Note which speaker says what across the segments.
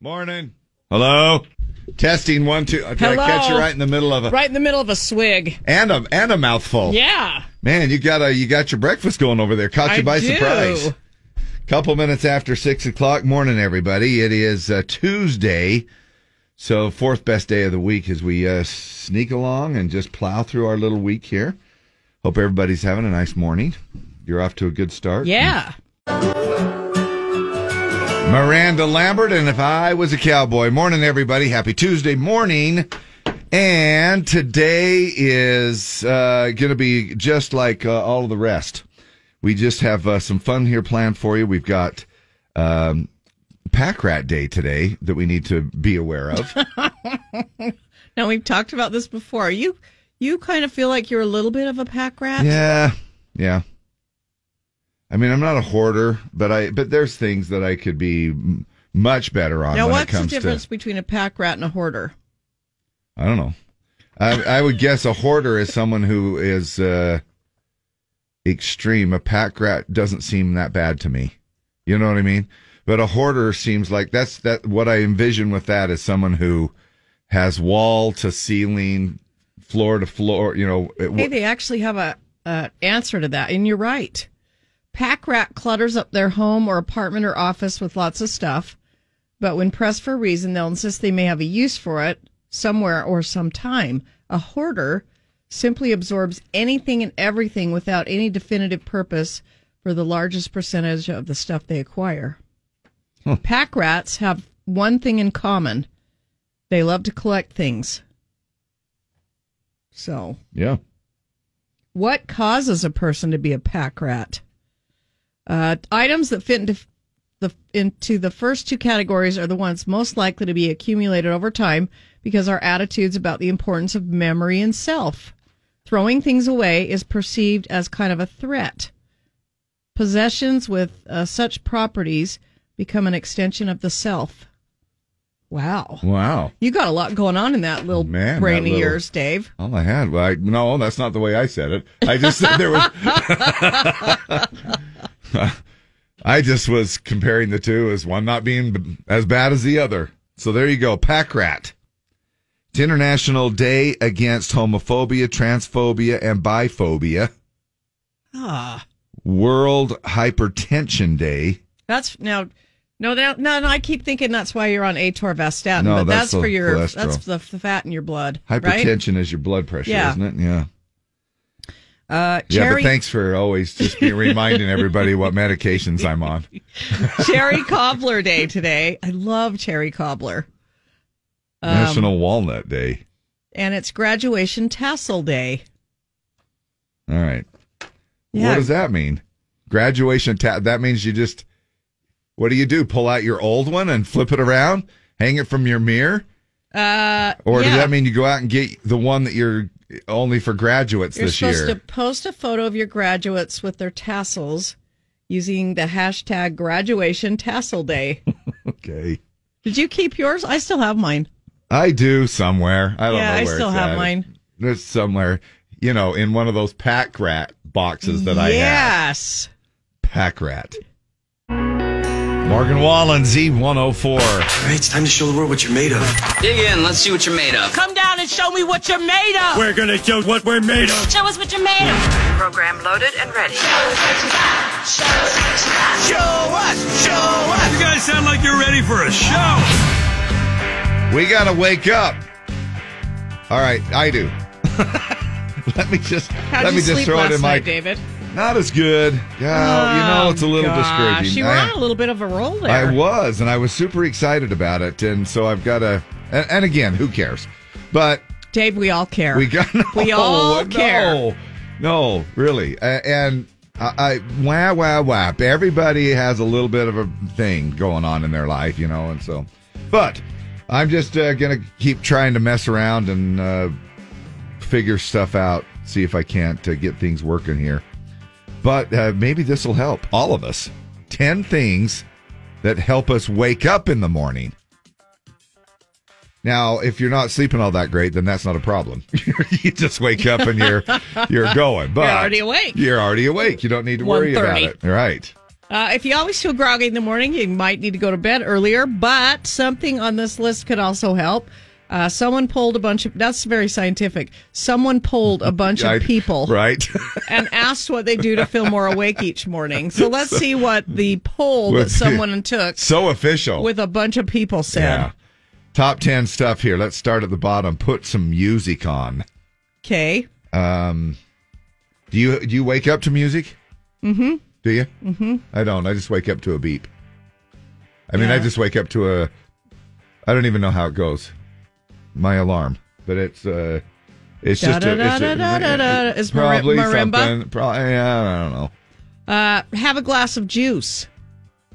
Speaker 1: Morning. Hello. Testing one two. Did I catch you
Speaker 2: Hello?
Speaker 1: right in the middle of a
Speaker 2: Right in the middle of a swig.
Speaker 1: and a and a mouthful?
Speaker 2: Yeah.
Speaker 1: Man, you got a you got your breakfast going over there. Caught
Speaker 2: I
Speaker 1: you by
Speaker 2: do.
Speaker 1: surprise. Couple minutes after six o'clock morning, everybody. It is uh, Tuesday, so fourth best day of the week as we uh, sneak along and just plow through our little week here. Hope everybody's having a nice morning. You're off to a good start.
Speaker 2: Yeah.
Speaker 1: Miranda Lambert, and if I was a cowboy. Morning, everybody. Happy Tuesday morning. And today is uh, going to be just like uh, all of the rest. We just have uh, some fun here planned for you. We've got um, Pack Rat Day today that we need to be aware of.
Speaker 2: Now we've talked about this before. You you kind of feel like you're a little bit of a pack rat.
Speaker 1: yeah, yeah. I mean, I'm not a hoarder, but I but there's things that I could be m- much better on.
Speaker 2: Now
Speaker 1: when it
Speaker 2: what's the
Speaker 1: comes to.
Speaker 2: difference between a pack rat and a hoarder?
Speaker 1: I don't know. I, I would guess a hoarder is someone who is uh, extreme. A pack rat doesn't seem that bad to me. You know what I mean? But a hoarder seems like that's that. What I envision with that is someone who has wall to ceiling, floor to floor. You know, it-
Speaker 2: Hey, they actually have a, a answer to that, and you're right. Pack rat clutters up their home or apartment or office with lots of stuff, but when pressed for a reason, they'll insist they may have a use for it somewhere or sometime. A hoarder simply absorbs anything and everything without any definitive purpose for the largest percentage of the stuff they acquire. Pack rats have one thing in common they love to collect things. So.
Speaker 1: yeah.
Speaker 2: What causes a person to be a pack rat? Uh, items that fit into the into the first two categories are the ones most likely to be accumulated over time because our attitudes about the importance of memory and self. Throwing things away is perceived as kind of a threat. Possessions with uh, such properties become an extension of the self. Wow.
Speaker 1: Wow.
Speaker 2: You got a lot going on in that little
Speaker 1: Man, that
Speaker 2: brain of
Speaker 1: little-
Speaker 2: yours, Dave.
Speaker 1: All I had. Oh, Well, I, no, that's not the way I said it. I just said there was. I just was comparing the two as one not being b- as bad as the other. So there you go, pack rat. It's International Day Against Homophobia, Transphobia, and Biphobia.
Speaker 2: Ah.
Speaker 1: World Hypertension Day.
Speaker 2: That's now, no, no, no, no. I keep thinking that's why you're on atorvastatin,
Speaker 1: No,
Speaker 2: but
Speaker 1: that's
Speaker 2: that's,
Speaker 1: the
Speaker 2: for your
Speaker 1: cholesterol.
Speaker 2: that's the, the fat in your blood, right?
Speaker 1: Hypertension is your blood pressure,
Speaker 2: Yeah.
Speaker 1: isn't it? Yeah.
Speaker 2: Uh,
Speaker 1: Yeah,
Speaker 2: cherry
Speaker 1: but thanks for always just be reminding everybody what medications I'm on.
Speaker 2: cherry cobbler day today. I love cherry cobbler, Um,
Speaker 1: National Walnut Day.
Speaker 2: and it's graduation tassel day.
Speaker 1: All right. What
Speaker 2: Yeah.
Speaker 1: does that mean? Graduation ta- that means you just what do you do? Pull out your old one and flip it around, hang it from your mirror,
Speaker 2: Uh,
Speaker 1: or does
Speaker 2: yeah.
Speaker 1: that mean you go out and get the one that you're only for graduates
Speaker 2: You're
Speaker 1: this
Speaker 2: supposed
Speaker 1: year?
Speaker 2: to post a photo of your graduates with their tassels using the hashtag graduation tassel day.
Speaker 1: Okay.
Speaker 2: Did you keep yours? I still have mine.
Speaker 1: I do somewhere. I don't
Speaker 2: yeah,
Speaker 1: know
Speaker 2: I
Speaker 1: where
Speaker 2: still
Speaker 1: it's
Speaker 2: have
Speaker 1: at.
Speaker 2: mine.
Speaker 1: It's somewhere, you know, in one of those pack rat boxes that I have.
Speaker 2: yes.
Speaker 1: Pack rat. Morgan Wallen Z104.
Speaker 3: All right, it's time to show the world what you're made of.
Speaker 4: Dig in, let's see what you're made of.
Speaker 5: Come down and show me what you're made of.
Speaker 3: We're gonna show what we're made of.
Speaker 5: Show us what you're made of.
Speaker 6: Program loaded and ready.
Speaker 3: Show us, show us. You guys sound like you're ready for a show.
Speaker 1: We gotta wake up. All right, I do. let me just
Speaker 2: How'd
Speaker 1: let
Speaker 2: you
Speaker 1: me just
Speaker 2: sleep
Speaker 1: throw
Speaker 2: last
Speaker 1: it in my
Speaker 2: night, David?
Speaker 1: not as good. Yeah, you know it's a little
Speaker 2: Oh, gosh,
Speaker 1: discouraging.
Speaker 2: You were on a
Speaker 1: I,
Speaker 2: little bit of a roll there.
Speaker 1: I was, and I was super excited about it, and so I've got a. And, and again, who cares? But
Speaker 2: Dave, we all care.
Speaker 1: we got no,
Speaker 2: We all
Speaker 1: no,
Speaker 2: care.
Speaker 1: No, really, A- and I, I wow wow wow. Everybody has a little bit of a thing going on in their life, you know, and so. But I'm just uh, gonna keep trying to mess around and uh, figure stuff out, see if I can't uh, get things working here. But uh, maybe this will help all of us. Ten things that help us wake up in the morning. Now, if you're not sleeping all that great, then that's not a problem. you just wake up and you're you're going. But
Speaker 2: already awake.
Speaker 1: You're already awake. You don't need to worry about
Speaker 2: 1:30.
Speaker 1: it. All right.
Speaker 2: Uh, if you always feel groggy in the morning, you might need to go to bed earlier, but something on this list could also help. Uh, someone polled a bunch of, that's very scientific. Someone polled a bunch
Speaker 1: I-
Speaker 2: of people
Speaker 1: Right.
Speaker 2: and asked what they do to feel more awake each morning. So let's see what the poll that
Speaker 1: Let's see.
Speaker 2: someone took
Speaker 1: so official.
Speaker 2: with a bunch of people said.
Speaker 1: yeah. Top 10 stuff here. Let's start at the bottom. Put some music on.
Speaker 2: Okay.
Speaker 1: Um, do you do you wake up to music?
Speaker 2: Mm-hmm.
Speaker 1: Do you? Mm-hmm. I don't. I just wake up to a beep. I mean, I just wake up to a. I don't even know how it goes. My alarm, but it's uh, it's just a, it's a-
Speaker 2: Da-da-da-da-da-da-da. Is mar-
Speaker 1: probably
Speaker 2: marimba?
Speaker 1: something. Probably, I don't know.
Speaker 2: Uh, have a glass of juice.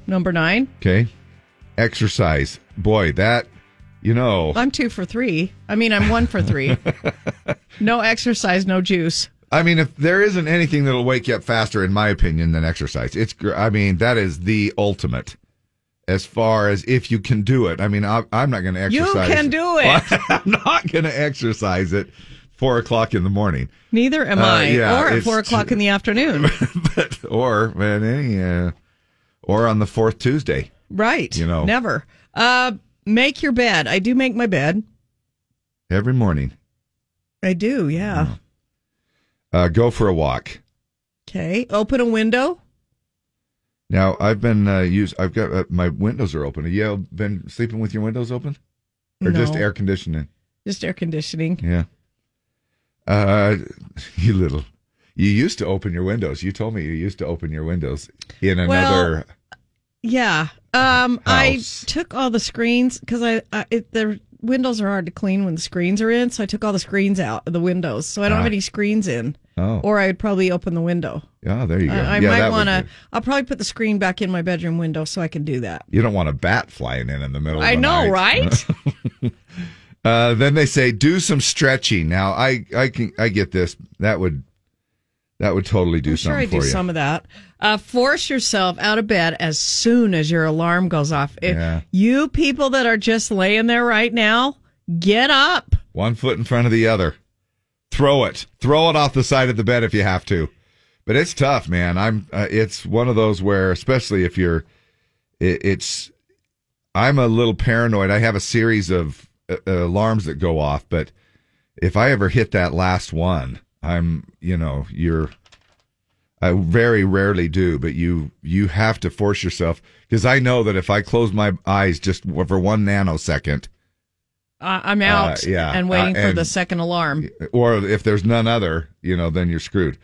Speaker 2: Number nine.
Speaker 1: Okay, exercise. Boy, that you know.
Speaker 2: I'm two for three. I mean, I'm one for three. no exercise, no juice.
Speaker 1: I mean, if there isn't anything that'll wake you up faster, in my opinion, than exercise, it's. gr- I mean, that is the ultimate. As far as if you can do it, I mean, I, I'm not going to
Speaker 2: You
Speaker 1: exercise.
Speaker 2: can do it.
Speaker 1: I'm not going to exercise at four o'clock in the morning,
Speaker 2: Neither am
Speaker 1: Uh,
Speaker 2: I.
Speaker 1: yeah,
Speaker 2: or at
Speaker 1: it's
Speaker 2: four o'clock in the afternoon.
Speaker 1: or at any, uh, or on the fourth Tuesday.
Speaker 2: right.
Speaker 1: You know.
Speaker 2: Never. Uh, make your bed. I do make my bed.
Speaker 1: Every morning,
Speaker 2: I do, yeah.
Speaker 1: Oh. uh, go for a walk.
Speaker 2: Okay. Open a window.
Speaker 1: Now, I've been uh, use. I've got uh, my windows are open. Have you been sleeping with your windows open, or just
Speaker 2: No.
Speaker 1: air conditioning?
Speaker 2: Just air conditioning.
Speaker 1: Yeah. Uh, you little. You used to open your windows. You told me you used to open your windows in another.
Speaker 2: Yeah. Um, I
Speaker 1: House.
Speaker 2: took all the screens because I, I it, the windows are hard to clean when the screens are in, so I took all the screens out of the windows. So I don't
Speaker 1: Ah.
Speaker 2: have any screens in,
Speaker 1: oh,
Speaker 2: or I would probably open the window.
Speaker 1: yeah. There you go.
Speaker 2: Uh, I, I
Speaker 1: yeah,
Speaker 2: might
Speaker 1: that would
Speaker 2: want to.
Speaker 1: do.
Speaker 2: I'll probably put the screen back in my bedroom window so I can do that.
Speaker 1: You don't want a bat flying in in the middle. of
Speaker 2: I
Speaker 1: the
Speaker 2: know,
Speaker 1: night.
Speaker 2: right?
Speaker 1: Uh, then they say do some stretching. Now I I can I get this. That would that would totally do
Speaker 2: I'm
Speaker 1: something
Speaker 2: sure I
Speaker 1: for
Speaker 2: do
Speaker 1: you.
Speaker 2: some of that. Uh, force yourself out of bed as soon as your alarm goes off. If
Speaker 1: Yeah.
Speaker 2: You people that are just laying there right now, get up.
Speaker 1: One foot in front of the other. Throw it. Throw it off the side of the bed if you have to. But it's tough, man. I'm. Uh, it's one of those where, especially if you're, it, it's. I'm a little paranoid. I have a series of uh, uh, alarms that go off, but if I ever hit that last one, I'm. You know, you're. I very rarely do, but you you have to force yourself because I know that if I close my eyes just for one nanosecond,
Speaker 2: I I'm out
Speaker 1: Uh, yeah.
Speaker 2: and waiting
Speaker 1: Uh,
Speaker 2: for
Speaker 1: and-
Speaker 2: the second alarm.
Speaker 1: or if there's none other, you know, then you're screwed.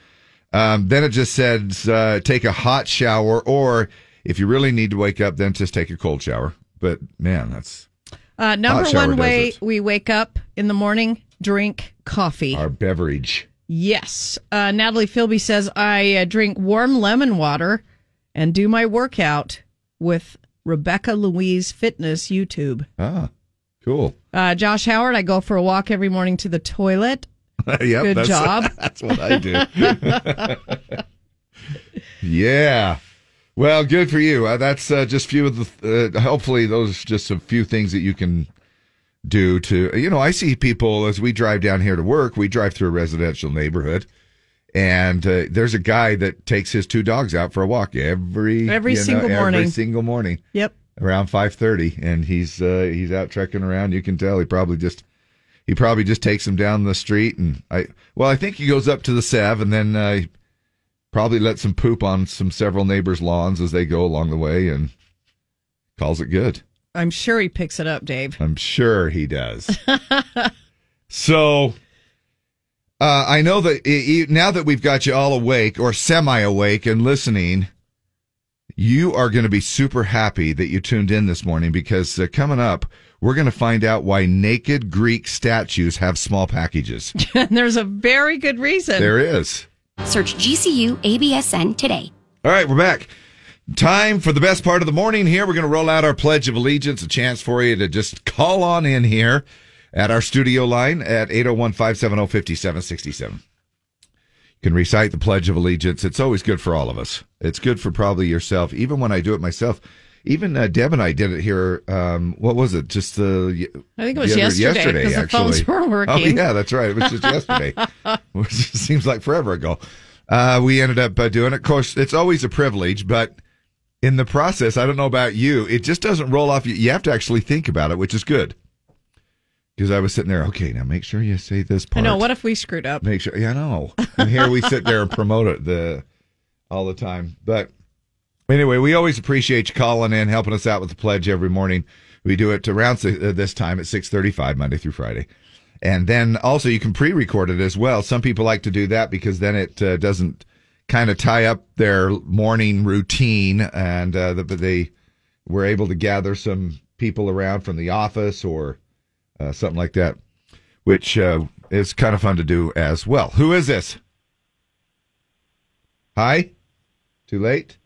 Speaker 1: Um, then it just says uh, take a hot shower, or if you really need to wake up, then just take a cold shower. But man, that's
Speaker 2: Uh, number
Speaker 1: shower
Speaker 2: one
Speaker 1: does
Speaker 2: way
Speaker 1: it.
Speaker 2: we wake up in the morning: drink coffee.
Speaker 1: our beverage.
Speaker 2: Yes, uh, Natalie Philby says I uh, drink warm lemon water and do my workout with Rebecca Louise Fitness YouTube.
Speaker 1: Ah, cool.
Speaker 2: Uh, Josh Howard, I go for a walk every morning to the toilet.
Speaker 1: yep,
Speaker 2: Good
Speaker 1: that's,
Speaker 2: job.
Speaker 1: That's what I do. yeah. Well, good for you. Uh, that's uh, just few of the. Uh, hopefully, those are just a few things that you can do to. You know, I see people as we drive down here to work. We drive through a residential neighborhood, and uh, there's a guy that takes his two dogs out for a walk every
Speaker 2: Every
Speaker 1: you know,
Speaker 2: single morning.
Speaker 1: Every single morning
Speaker 2: Yep.
Speaker 1: around 5:30 and he's uh he's out trekking around you can tell he probably just he probably just takes him down the street and I well I think he goes up to the Sev and then uh he probably lets him poop on some several neighbors lawns as they go along the way and calls it good
Speaker 2: I'm sure he picks it up, Dave.
Speaker 1: I'm sure he does so uh I know that i i now that we've got you all awake or semi awake and listening you are going to be super happy that you tuned in this morning because uh, coming up, we're going to find out why naked Greek statues have small packages.
Speaker 2: and there's a very good reason.
Speaker 1: there is.
Speaker 7: Search GCU ABSN today.
Speaker 1: All right, we're back. Time for the best part of the morning here. We're going to roll out our Pledge of Allegiance, a chance for you to just call on in here at our studio line at 801 570 5767. You can recite the Pledge of Allegiance. It's always good for all of us. It's good for probably yourself. Even when I do it myself, even uh, Deb and I did it here. Um, what was it? Just the.
Speaker 2: I think it was
Speaker 1: the other-
Speaker 2: yesterday, 'cause the phones were working.
Speaker 1: Oh, yeah, that's right. It was just yesterday, which seems like forever ago. Uh, we ended up uh, doing it. Of course, it's always a privilege, but in the process, I don't know about you, it just doesn't roll off you. You have to actually think about it, which is good. Because I was sitting there, okay, now make sure you say this
Speaker 2: I
Speaker 1: part.
Speaker 2: know. What if we screwed up?
Speaker 1: Make sure, yeah, I know. And here we sit there and promote it the all the time. But anyway, we always appreciate you calling in, helping us out with the pledge every morning. We do it around si- uh, this time at six thirty-five Monday through Friday, and then also you can pre-record it as well. Some people like to do that because then it uh, doesn't kind of tie up their morning routine, and uh, the, but they were able to gather some people around from the office or uh, something like that which uh, is kind of fun to do as well. Who is this? Hi? Too late?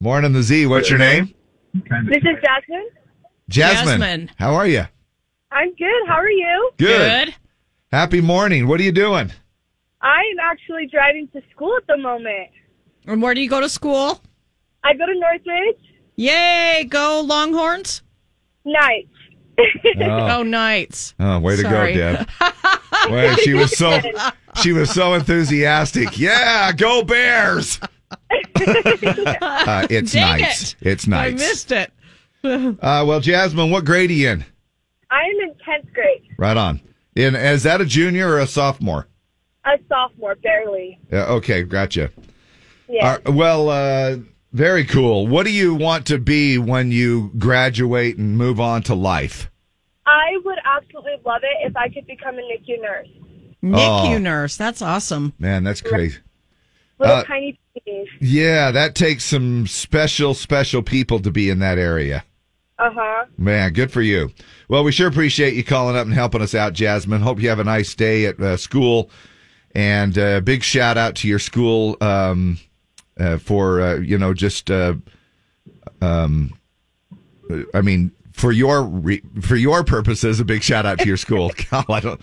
Speaker 1: Morning, the Z. What's your name?
Speaker 8: This is Jasmine.
Speaker 1: Jasmine.
Speaker 2: Jasmine.
Speaker 1: How are you?
Speaker 8: I'm good. How are you?
Speaker 2: Good.
Speaker 1: Happy morning. What are you doing?
Speaker 8: I am actually driving to school at the moment.
Speaker 2: And where do you go to school?
Speaker 8: I go to Northridge.
Speaker 2: Yay! Go Longhorns.
Speaker 8: Night.
Speaker 2: Go Knights.
Speaker 1: Oh, way to
Speaker 2: Sorry.
Speaker 1: go, Deb. Way, she was so she was so enthusiastic. Yeah, go Bears. uh, it's
Speaker 2: Dang
Speaker 1: nice.
Speaker 2: it.
Speaker 1: It's nice.
Speaker 2: I missed it.
Speaker 1: Uh, well, Jasmine, what grade are you in?
Speaker 8: I am in 10th grade,
Speaker 1: Right on. In is that a junior or a sophomore?
Speaker 8: a sophomore, barely.
Speaker 1: Yeah, okay, gotcha.
Speaker 8: Yeah.
Speaker 1: All right, well, uh, very cool. What do you want to be when you graduate and move on to life?
Speaker 8: I would absolutely love it if I could become a NICU nurse.
Speaker 2: NICU nurse. That's awesome.
Speaker 1: Oh. Man, that's crazy.
Speaker 8: Little
Speaker 1: Uh,
Speaker 8: tiny babies.
Speaker 1: Yeah, that takes some special, special people to be in that area.
Speaker 8: Uh huh.
Speaker 6: Uh-huh.
Speaker 1: Man, good for you. Well, we sure appreciate you calling up and helping us out, Jasmine. Hope you have a nice day at uh, school. And uh, big shout out to your school um, uh, for, uh, you know, just, uh, um, I mean, for your re- for your purposes, a big shout out to your school. God, I don't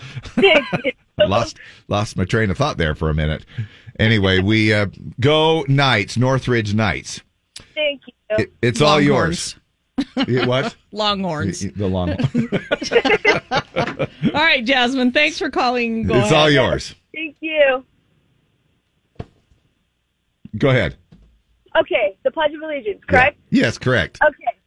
Speaker 1: lost lost my train of thought there for a minute. Anyway, we uh, go Knights, Northridge Knights.
Speaker 8: Thank you.
Speaker 1: It, it's all yours. It- what
Speaker 2: Longhorns.
Speaker 1: the long?
Speaker 2: all right, Jasmine. Thanks for calling. Go
Speaker 1: it's
Speaker 2: ahead.
Speaker 1: all yours.
Speaker 8: Thank you.
Speaker 1: Go ahead.
Speaker 8: Okay, the Pledge of Allegiance, correct?
Speaker 1: Yes, correct.
Speaker 8: Okay.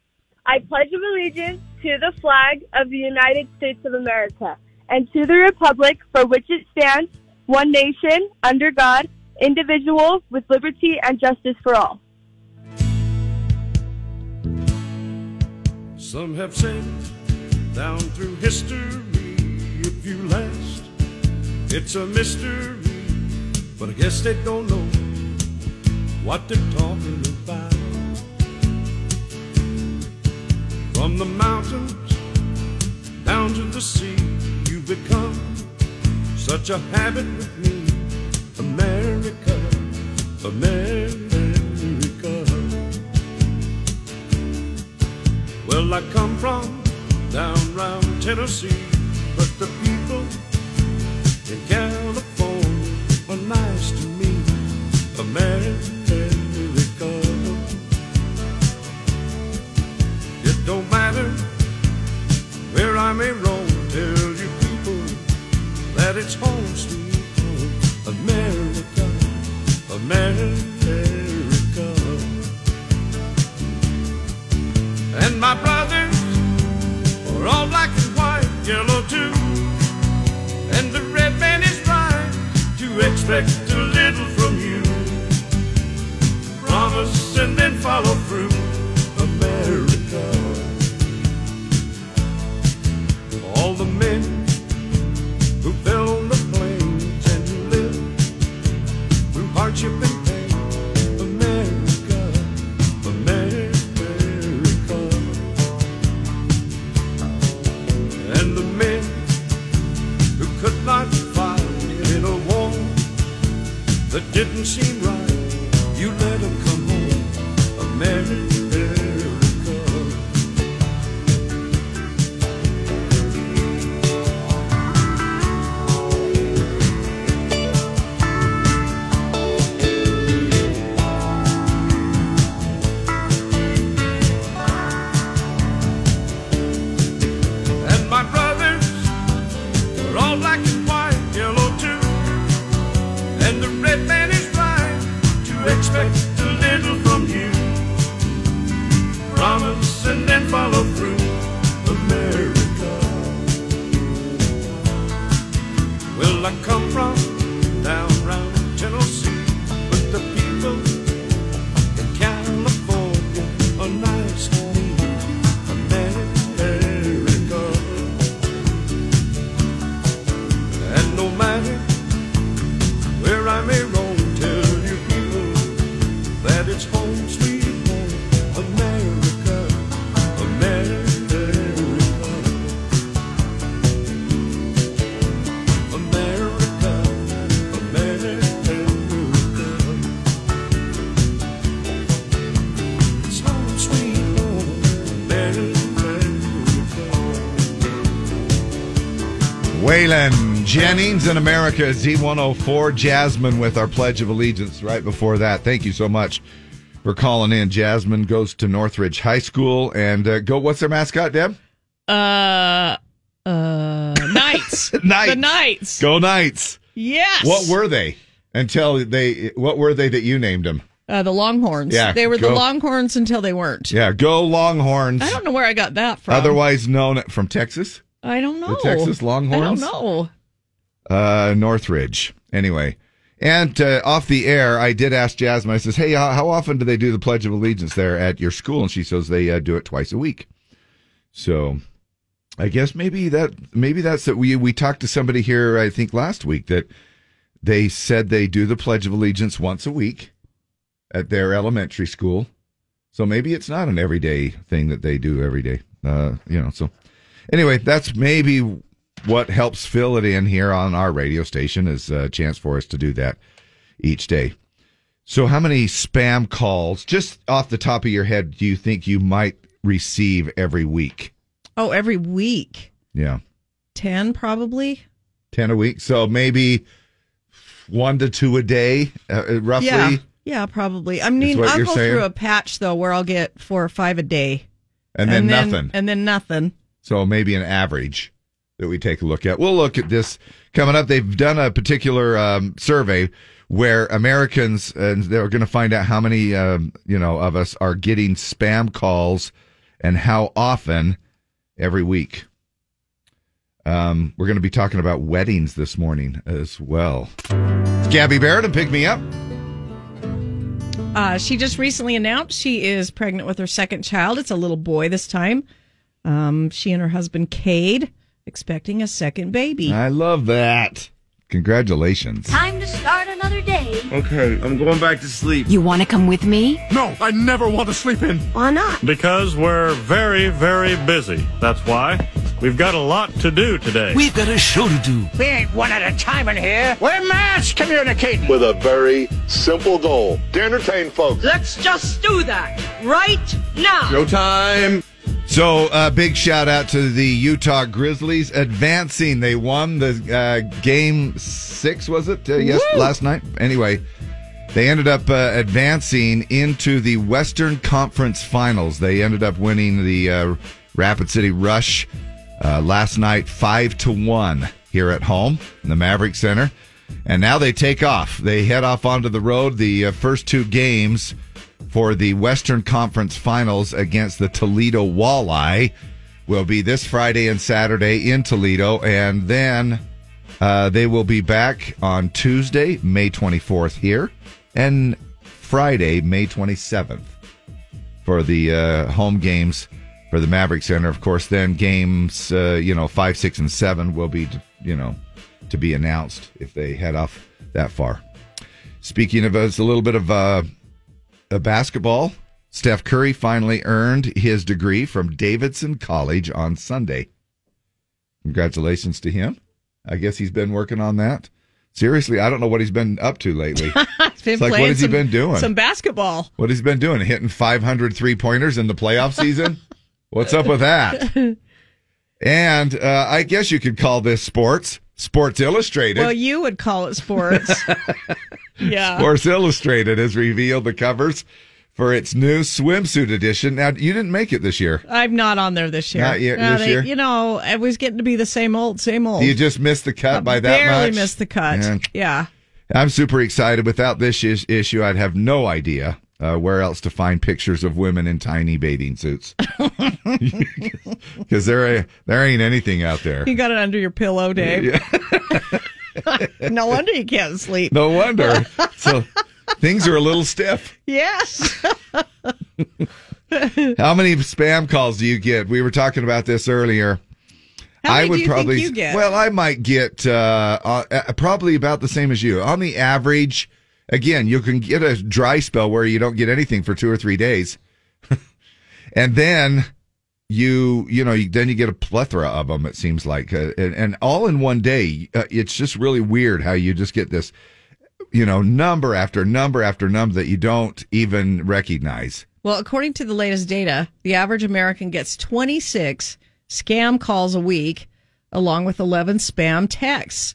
Speaker 8: I pledge allegiance to the flag of the United States of America and to the republic for which it stands, one nation, under God, indivisible, with liberty and justice for all.
Speaker 3: Some have said down through history, if you last, it's a mystery. But I guess they don't know what they're talking about. From the mountains down to the sea, you've become such a habit with me, America, America. Well, I come from down round Tennessee, but the people in California are nice to me. America. It don't matter where I may roam, tell you people that it's home sweet home. America, America. And my brothers are all black and white, yellow too. And the red man is right to expect a little from you. Promise and then follow through. America. All the men who fell on the plains and who lived through hardship and pain. America. America. And the men who could not find in a war that didn't seem right, you let them come home. America. And my brothers are all black and white, yellow too. And the red man is right
Speaker 1: Waylon Jennings in America, Z104 Jasmine with our Pledge of Allegiance right before that. Thank you so much for calling in. Jasmine goes to Northridge High School and uh, go. What's their mascot, Deb?
Speaker 2: Uh, uh, Knights.
Speaker 1: Knights.
Speaker 2: The Knights.
Speaker 1: Go Knights.
Speaker 2: Yes.
Speaker 1: What were they until they? What were they that you named them?
Speaker 2: uh, the Longhorns?
Speaker 1: Yeah,
Speaker 2: they were
Speaker 1: go.
Speaker 2: the Longhorns until they weren't.
Speaker 1: Yeah, go Longhorns.
Speaker 2: I don't know where I got that from.
Speaker 1: Otherwise known from Texas,
Speaker 2: I don't know.
Speaker 1: the Texas Longhorns.
Speaker 2: I don't know.
Speaker 1: uh, Northridge. Anyway, and uh, off the air, I did ask Jasmine. I says, "Hey, how, how often do they do the Pledge of Allegiance there at your school?" And she says they uh, do it twice a week. So, I guess maybe that maybe that's that we we talked to somebody here. I think last week that they said they do the Pledge of Allegiance once a week at their elementary school. So maybe it's not an everyday thing that they do every day. Uh, you know, so anyway, that's maybe what helps fill it in here on our radio station is a chance for us to do that each day. So, how many spam calls, just off the top of your head, do you think you might receive every week?
Speaker 2: Oh, every week,
Speaker 1: Yeah,
Speaker 2: ten probably.
Speaker 1: 10 a week. So, maybe one to two a day, uh, roughly.
Speaker 2: Yeah, yeah, probably. I mean,
Speaker 1: what
Speaker 2: I'll
Speaker 1: you're
Speaker 2: go
Speaker 1: saying?
Speaker 2: through a patch though where I'll get four or five a day,
Speaker 1: And then nothing.
Speaker 2: and then nothing.
Speaker 1: So maybe an average that we take a look at. We'll look at this coming up. They've done a particular um, survey where Americans, and they're going to find out how many, um, you know, of us are getting spam calls and how often every week. Um, we're going to be talking about weddings this morning as well. It's Gabby Barrett and Pick Me Up.
Speaker 2: Uh, she just recently announced she is pregnant with her second child. It's a little boy this time. Um, she and her husband Cade expecting a second baby.
Speaker 1: I love that. Congratulations.
Speaker 9: Time to start another day.
Speaker 10: Okay, I'm going back to sleep.
Speaker 7: You want to come with me?
Speaker 10: No, I never want to sleep in.
Speaker 9: Why not?
Speaker 11: Because we're very, very busy. That's why we've got a lot to do today.
Speaker 3: We've got a show to do.
Speaker 5: We ain't one at a time in here. We're mass communicating.
Speaker 12: with a very simple goal to entertain folks.
Speaker 5: Let's just do that right now.
Speaker 10: time.
Speaker 1: So, uh, big shout out to the Utah Grizzlies advancing. They won the uh, game six, was it? Uh, yes, last night. Anyway, they ended up uh, advancing into the Western Conference Finals. They ended up winning the uh, Rapid City Rush uh, last night, five to one here at home in the Maverick Center. And now they take off. They head off onto the road. The uh, first two games for the Western Conference Finals against the Toledo Walleye will be this Friday and Saturday in Toledo, and then uh, they will be back on Tuesday, May 24th here, and Friday, May 27th for the uh, home games for the Maverick Center. Of course, then games uh, you know five, six, and seven will be you know to be announced if they head off that far. Speaking of us, a little bit of uh, uh, basketball. Steph Curry finally earned his degree from Davidson College on Sunday. Congratulations to him. I guess he's been working on that. Seriously, I don't know what he's been up to lately.
Speaker 2: It's been
Speaker 1: It's like, what
Speaker 2: playing
Speaker 1: has he
Speaker 2: some-
Speaker 1: been doing?
Speaker 2: Some basketball.
Speaker 1: what he's been doing, hitting 500 three pointers in the playoff season? What's up with that? And uh, I guess you could call this sports. Sports Illustrated.
Speaker 2: Well, you would call it sports. yeah.
Speaker 1: Sports Illustrated has revealed the covers for its new swimsuit edition. Now, you didn't make it this year.
Speaker 2: I'm not on there this year.
Speaker 1: Not yet
Speaker 2: No,
Speaker 1: this
Speaker 2: they-
Speaker 1: year?
Speaker 2: You know, I was getting to be the same old, same old.
Speaker 1: You just missed the cut by that
Speaker 2: Oh. Barely
Speaker 1: much.
Speaker 2: missed the cut.
Speaker 1: Yeah.
Speaker 2: Yeah.
Speaker 1: I'm super excited. Without this is- issue, I'd have no idea uh, where else to find pictures of women in tiny bathing suits. Because there, there ain't anything out there.
Speaker 2: You got it under your pillow, Dave. no wonder you can't sleep.
Speaker 1: No wonder. So things are a little stiff.
Speaker 2: Yes.
Speaker 1: How many spam calls do you get? We were talking about this earlier.
Speaker 2: How many
Speaker 1: I would
Speaker 2: do you
Speaker 1: probably
Speaker 2: think you get?
Speaker 1: well, I might get uh, uh, uh, probably about the same as you. On the average, again, you can get a dry spell where you don't get anything for two or three days, and then you you know you, then you get a plethora of them. It seems like, uh, and, and all in one day. Uh, it's just really weird how you just get this, you know, number after number after number that you don't even recognize.
Speaker 2: Well, according to the latest data, the average American gets 26 scam calls a week, along with 11 spam texts.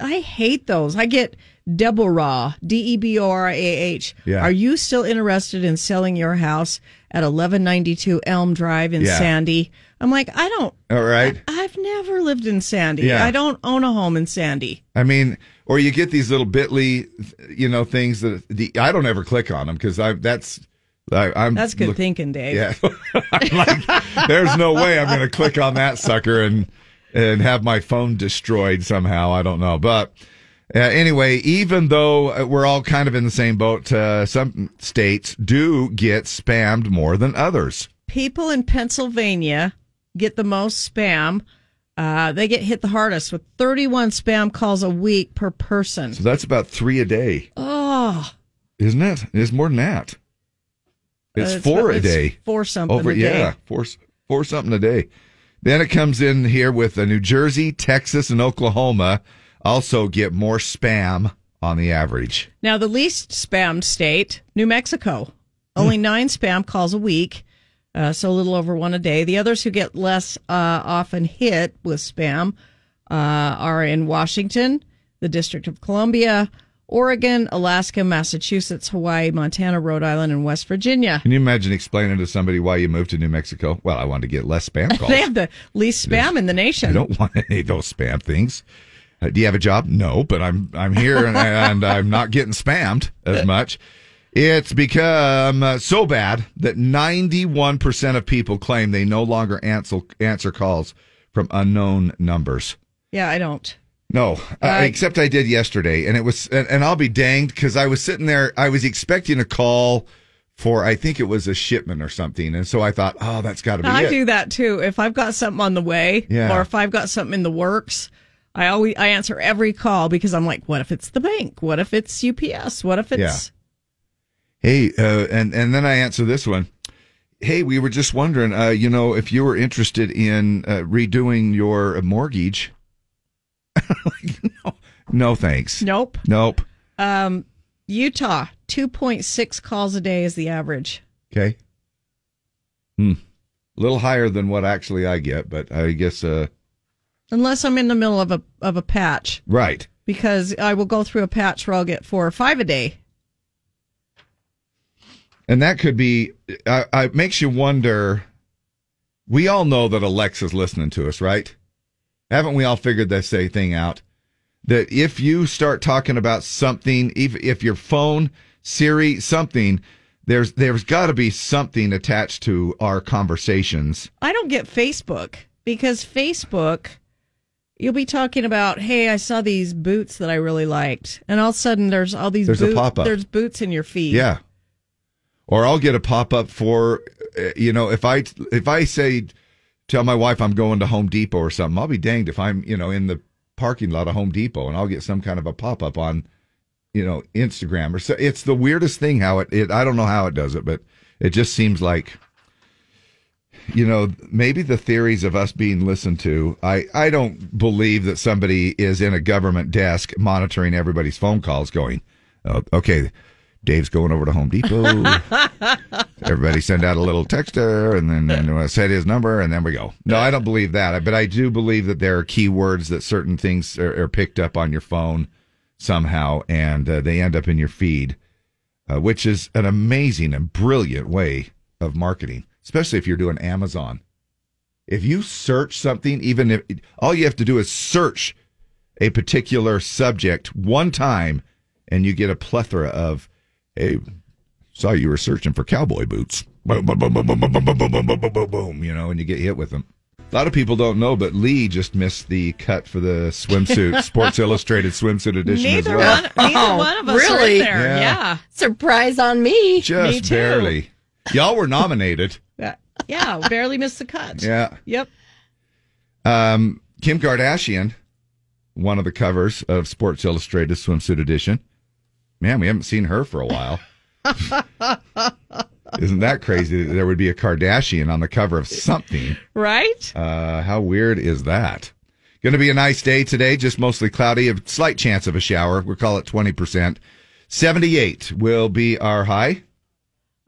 Speaker 2: I hate those. I get Deborah, D E B O R A H.
Speaker 1: Yeah.
Speaker 2: Are you still interested in selling your house at 1192 Elm Drive in
Speaker 1: Yeah.
Speaker 2: Sandy? I'm like, I don't,
Speaker 1: All right.
Speaker 2: I've never lived in Sandy.
Speaker 1: Yeah.
Speaker 2: I don't own a home in Sandy.
Speaker 1: I mean, or you get these little bitly, you know, things that the I don't ever click on them because I that's I, I'm
Speaker 2: That's good
Speaker 1: look-
Speaker 2: thinking, Dave.
Speaker 1: Yeah, I'm like, there's no way I'm going to click on that sucker and and have my phone destroyed somehow. I don't know, but uh, anyway, even though uh, we're all kind of in the same boat, uh, some states do get spammed more than others.
Speaker 2: people in Pennsylvania get the most spam. Uh, they get hit the hardest with 31 spam calls a week per person.
Speaker 1: So that's about three a day,
Speaker 2: Oh,
Speaker 1: isn't it? It's more than that. It's
Speaker 2: Uh, it's
Speaker 1: four
Speaker 2: about-
Speaker 1: a
Speaker 2: it's
Speaker 1: day.
Speaker 2: four something a day.
Speaker 1: Yeah, four four something a day. Then it comes in here with uh, New Jersey, Texas, and Oklahoma also get more spam on the average.
Speaker 2: now the least spammed state, New Mexico, only nine spam calls a week, uh, so a little over one a day. The others who get less uh, often hit with spam uh, are in Washington, the District of Columbia, Oregon, Alaska, Massachusetts, Hawaii, Montana, Rhode Island, and West Virginia.
Speaker 1: Can you imagine explaining to somebody why you moved to New Mexico? Well, I wanted to get less spam calls.
Speaker 2: They have the least spam in the
Speaker 1: I
Speaker 2: nation.
Speaker 1: don't want any of those spam things. Uh, do you have a job? No, but I'm I'm here and, and I'm not getting spammed as much. It's become uh, so bad that 91% of people claim they no longer answer answer calls from unknown numbers.
Speaker 2: Yeah, I don't.
Speaker 1: No, uh,
Speaker 2: Uh,
Speaker 1: except I did yesterday, and it was, and, and I'll be danged because I was sitting there, I was expecting a call for, I think it was a shipment or something, and so I thought, oh, that's got to be
Speaker 2: I
Speaker 1: it.
Speaker 2: do that too. If I've got something on the way,
Speaker 1: Yeah.
Speaker 2: or if I've got something in the works, I always I answer every call because I'm like, what if it's the bank? What if it's UPS? What if it's
Speaker 1: Hey, uh, and and then I answer this one. Hey, we were just wondering, uh, you know, if you were interested in uh, redoing your mortgage. no, no, thanks.
Speaker 2: Nope.
Speaker 1: Nope.
Speaker 2: um, Utah? Two point six calls a day is the average.
Speaker 1: Okay. Hmm. A little higher than what actually I get, but I guess uh,
Speaker 2: Unless I'm in the middle of a of a patch,
Speaker 1: right.
Speaker 2: because I will go through a patch where I'll get four or five a day.
Speaker 1: And that could be, I, I it makes you wonder. We all know that Alexa's listening to us, right? Haven't we all figured this say thing out? That if you start talking about something, if, if your phone, Siri, something, there's there's got to be something attached to our conversations.
Speaker 2: I don't get Facebook because Facebook, you'll be talking about, hey, I saw these boots that I really liked, and all of a sudden there's all these
Speaker 1: There's a
Speaker 2: boots,
Speaker 1: pop-up.
Speaker 2: there's boots in your feed.
Speaker 1: Yeah. Or I'll get a pop up for, uh, you know, if I if I say, tell my wife I'm going to Home Depot or something, I'll be danged if I'm you know in the parking lot of Home Depot and I'll get some kind of a pop up on, you know, Instagram or so. It's the weirdest thing how it, it I don't know how it does it, but it just seems like, you know, maybe the theories of us being listened to. I I don't believe that somebody is in a government desk monitoring everybody's phone calls, going, oh, okay. Dave's going over to Home Depot. Everybody send out a little texter and then and uh, set his number and then we go. No, I don't believe that, but I do believe that there are keywords that certain things are, are picked up on your phone somehow and uh, they end up in your feed, uh, which is an amazing and brilliant way of marketing, especially if you're doing Amazon. If you search something, even if all you have to do is search a particular subject one time and you get a plethora of, hey, saw you were searching for cowboy boots. Boom, boom, boom, boom, boom, boom, boom, boom, boom, boom, boom, boom, boom, boom, you know, and you get hit with them. A lot of people don't know, but Lee just missed the cut for the swimsuit, Sports Illustrated swimsuit edition as
Speaker 2: Neither
Speaker 1: well.
Speaker 2: one,
Speaker 13: Oh,
Speaker 2: neither one of us are in
Speaker 14: really?
Speaker 2: there.
Speaker 1: Yeah.
Speaker 2: Yeah.
Speaker 14: Surprise on me.
Speaker 1: Just
Speaker 2: Me too.
Speaker 1: barely. Y'all were nominated.
Speaker 2: yeah, barely missed the cut.
Speaker 1: Yeah.
Speaker 2: Yep.
Speaker 1: Um, Kim Kardashian, one of the covers of Sports Illustrated swimsuit edition. Man, we haven't seen her for a while. Isn't that crazy that there would be a Kardashian on the cover of something?
Speaker 2: Right?
Speaker 1: Uh, how weird is that? Going to be a nice day today, just mostly cloudy, a slight chance of a shower. We'll call it 20%. 78 will be our high.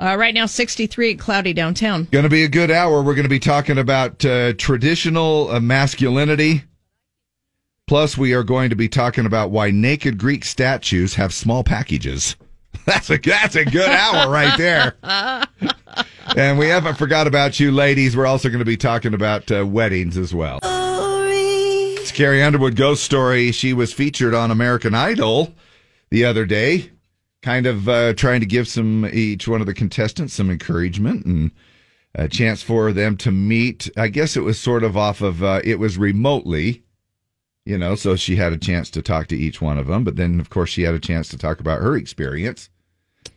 Speaker 2: Uh, right now, 63 cloudy downtown.
Speaker 1: Going to be a good hour. We're going to be talking about uh, traditional uh, masculinity, Plus, we are going to be talking about why naked Greek statues have small packages. That's a that's a good hour right there. and we haven't forgot about you, ladies. We're also going to be talking about uh, weddings as well. It's Carrie Underwood ghost story. She was featured on American Idol the other day, kind of uh, trying to give some each one of the contestants some encouragement and a chance for them to meet. I guess it was sort of off of uh, it was remotely, you know, so she had a chance to talk to each one of them. But then, of course, she had a chance to talk about her experience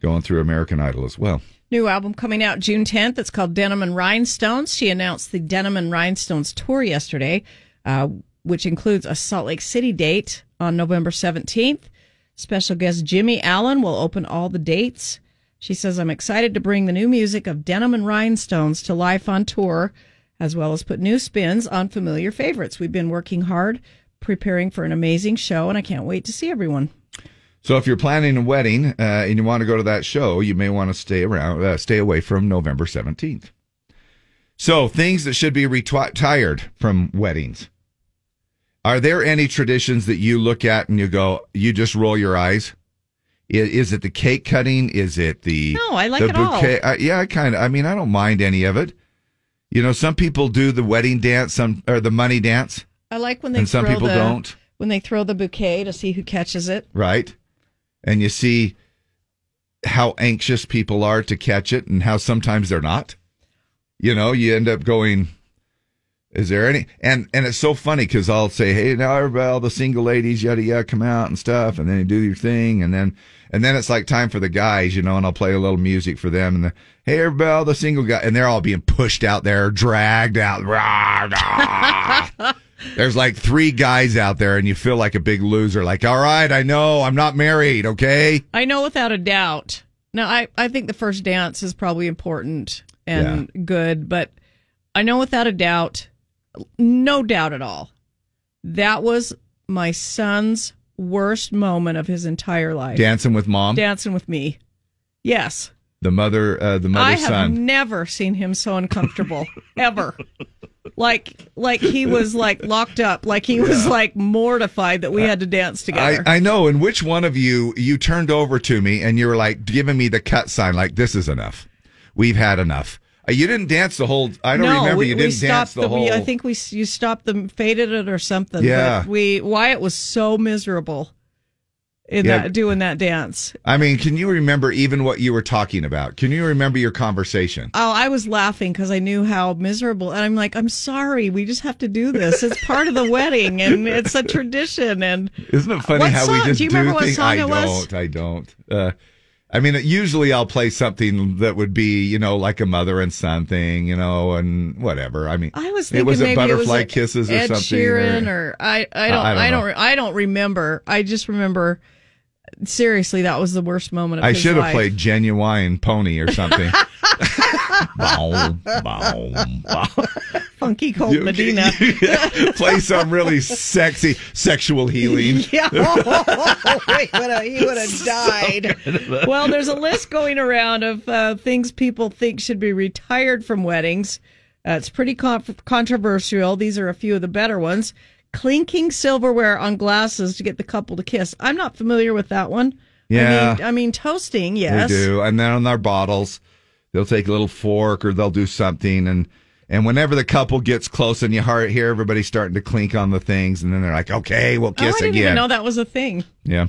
Speaker 1: going through American Idol as well.
Speaker 2: New album coming out June 10th. It's called Denim and Rhinestones. She announced the Denim and Rhinestones tour yesterday, uh, which includes a Salt Lake City date on November 17th. Special guest Jimmy Allen will open all the dates. She says, I'm excited to bring the new music of Denim and Rhinestones to life on tour, as well as put new spins on familiar favorites. We've been working hard preparing for an amazing show, and I can't wait to see everyone.
Speaker 1: So if you're planning a wedding uh, and you want to go to that show, you may want to stay around, uh, stay away from November 17th. So things that should be retired from weddings. Are there any traditions that you look at and you go, you just roll your eyes? I- Is, it the cake cutting? Is it the
Speaker 2: No, I like
Speaker 1: the
Speaker 2: it all.
Speaker 1: I, yeah, I kind of. I mean, I don't mind any of it. You know, some people do the wedding dance, some or the money dance,
Speaker 2: I like when they
Speaker 1: And some
Speaker 2: throw
Speaker 1: people
Speaker 2: the,
Speaker 1: don't.
Speaker 2: when they throw the bouquet to see who catches it.
Speaker 1: right? And you see how anxious people are to catch it and how sometimes they're not. You know, you end up going, is there any? And and it's so funny because I'll say, hey, now everybody, all the single ladies, yada yada, come out and stuff, and then you do your thing, and then and then it's like time for the guys, you know, and I'll play a little music for them, and the, hey, everybody, all the single guy, and they're all being pushed out there, dragged out. Rah, rah. There's like three guys out there, and you feel like a big loser. Like, all right, I know I'm not married, okay?
Speaker 2: I know without a doubt. Now, I, I think the first dance is probably important and good, but I know without a doubt, no doubt at all, that was my son's worst moment of his entire life.
Speaker 1: Dancing with mom,
Speaker 2: Dancing with me. Yes.
Speaker 1: the mother, uh, the mother
Speaker 2: I have
Speaker 1: son.
Speaker 2: never seen him so uncomfortable ever. Like like he was like locked up, like he was
Speaker 1: Yeah.
Speaker 2: like mortified that we had to dance
Speaker 1: I,
Speaker 2: together.
Speaker 1: I know. And which one of you you turned over to me and you were like giving me the cut sign, like this is enough. We've had enough. Uh, You didn't dance the whole. I don't
Speaker 2: no,
Speaker 1: remember
Speaker 2: we,
Speaker 1: you
Speaker 2: we
Speaker 1: didn't
Speaker 2: stopped
Speaker 1: dance the, whole.
Speaker 2: we- I think we s- you stopped them, faded it or something.
Speaker 1: Yeah.
Speaker 2: But we Wyatt was so miserable in
Speaker 1: Yeah.
Speaker 2: that doing that dance.
Speaker 1: I mean, can you remember even what you were talking about? Can you remember your conversation?
Speaker 2: Oh, I was laughing because I knew how miserable, and I'm like, I'm sorry, we just have to do this. It's part of the wedding, and it's a tradition. And
Speaker 1: Isn't it funny
Speaker 2: What
Speaker 1: how we
Speaker 2: song?
Speaker 1: just
Speaker 2: Do you remember what
Speaker 1: things?
Speaker 2: song
Speaker 1: I
Speaker 2: it was?
Speaker 1: don't. I don't. Uh, I mean, usually I'll play something that would be, you know, like a mother and son thing, you know, and whatever. I mean,
Speaker 2: I was
Speaker 1: it
Speaker 2: thinking
Speaker 1: was
Speaker 2: maybe
Speaker 1: a butterfly
Speaker 2: it was like
Speaker 1: kisses or
Speaker 2: Ed
Speaker 1: something,
Speaker 2: Sheeran or, I, I don't
Speaker 1: I- I
Speaker 2: I
Speaker 1: don't
Speaker 2: don't
Speaker 1: know.
Speaker 2: re- I don't remember. I just remember seriously that was the worst moment. of
Speaker 1: I
Speaker 2: his
Speaker 1: should have
Speaker 2: life.
Speaker 1: played genuine pony or something. bow, bow, bow.
Speaker 2: Funky Cold
Speaker 1: You-
Speaker 2: Medina.
Speaker 1: Play some really sexy sexual healing.
Speaker 2: Yeah, he would have he would have died. well, there's a list going around of uh, things people think should be retired from weddings. Uh, it's pretty con- controversial. These are a few of the better ones. Clinking silverware on glasses to get the couple to kiss. I'm not familiar with that one.
Speaker 1: Yeah.
Speaker 2: I mean, I mean toasting. Yes,
Speaker 1: They do. And then on their bottles, they'll take a little fork or they'll do something. And, and whenever the couple gets close and you hear hear everybody starting to clink on the things, and then they're like, okay, we'll
Speaker 2: Oh, I
Speaker 1: kiss
Speaker 2: didn't
Speaker 1: again.
Speaker 2: even know that was a thing.
Speaker 1: Yeah.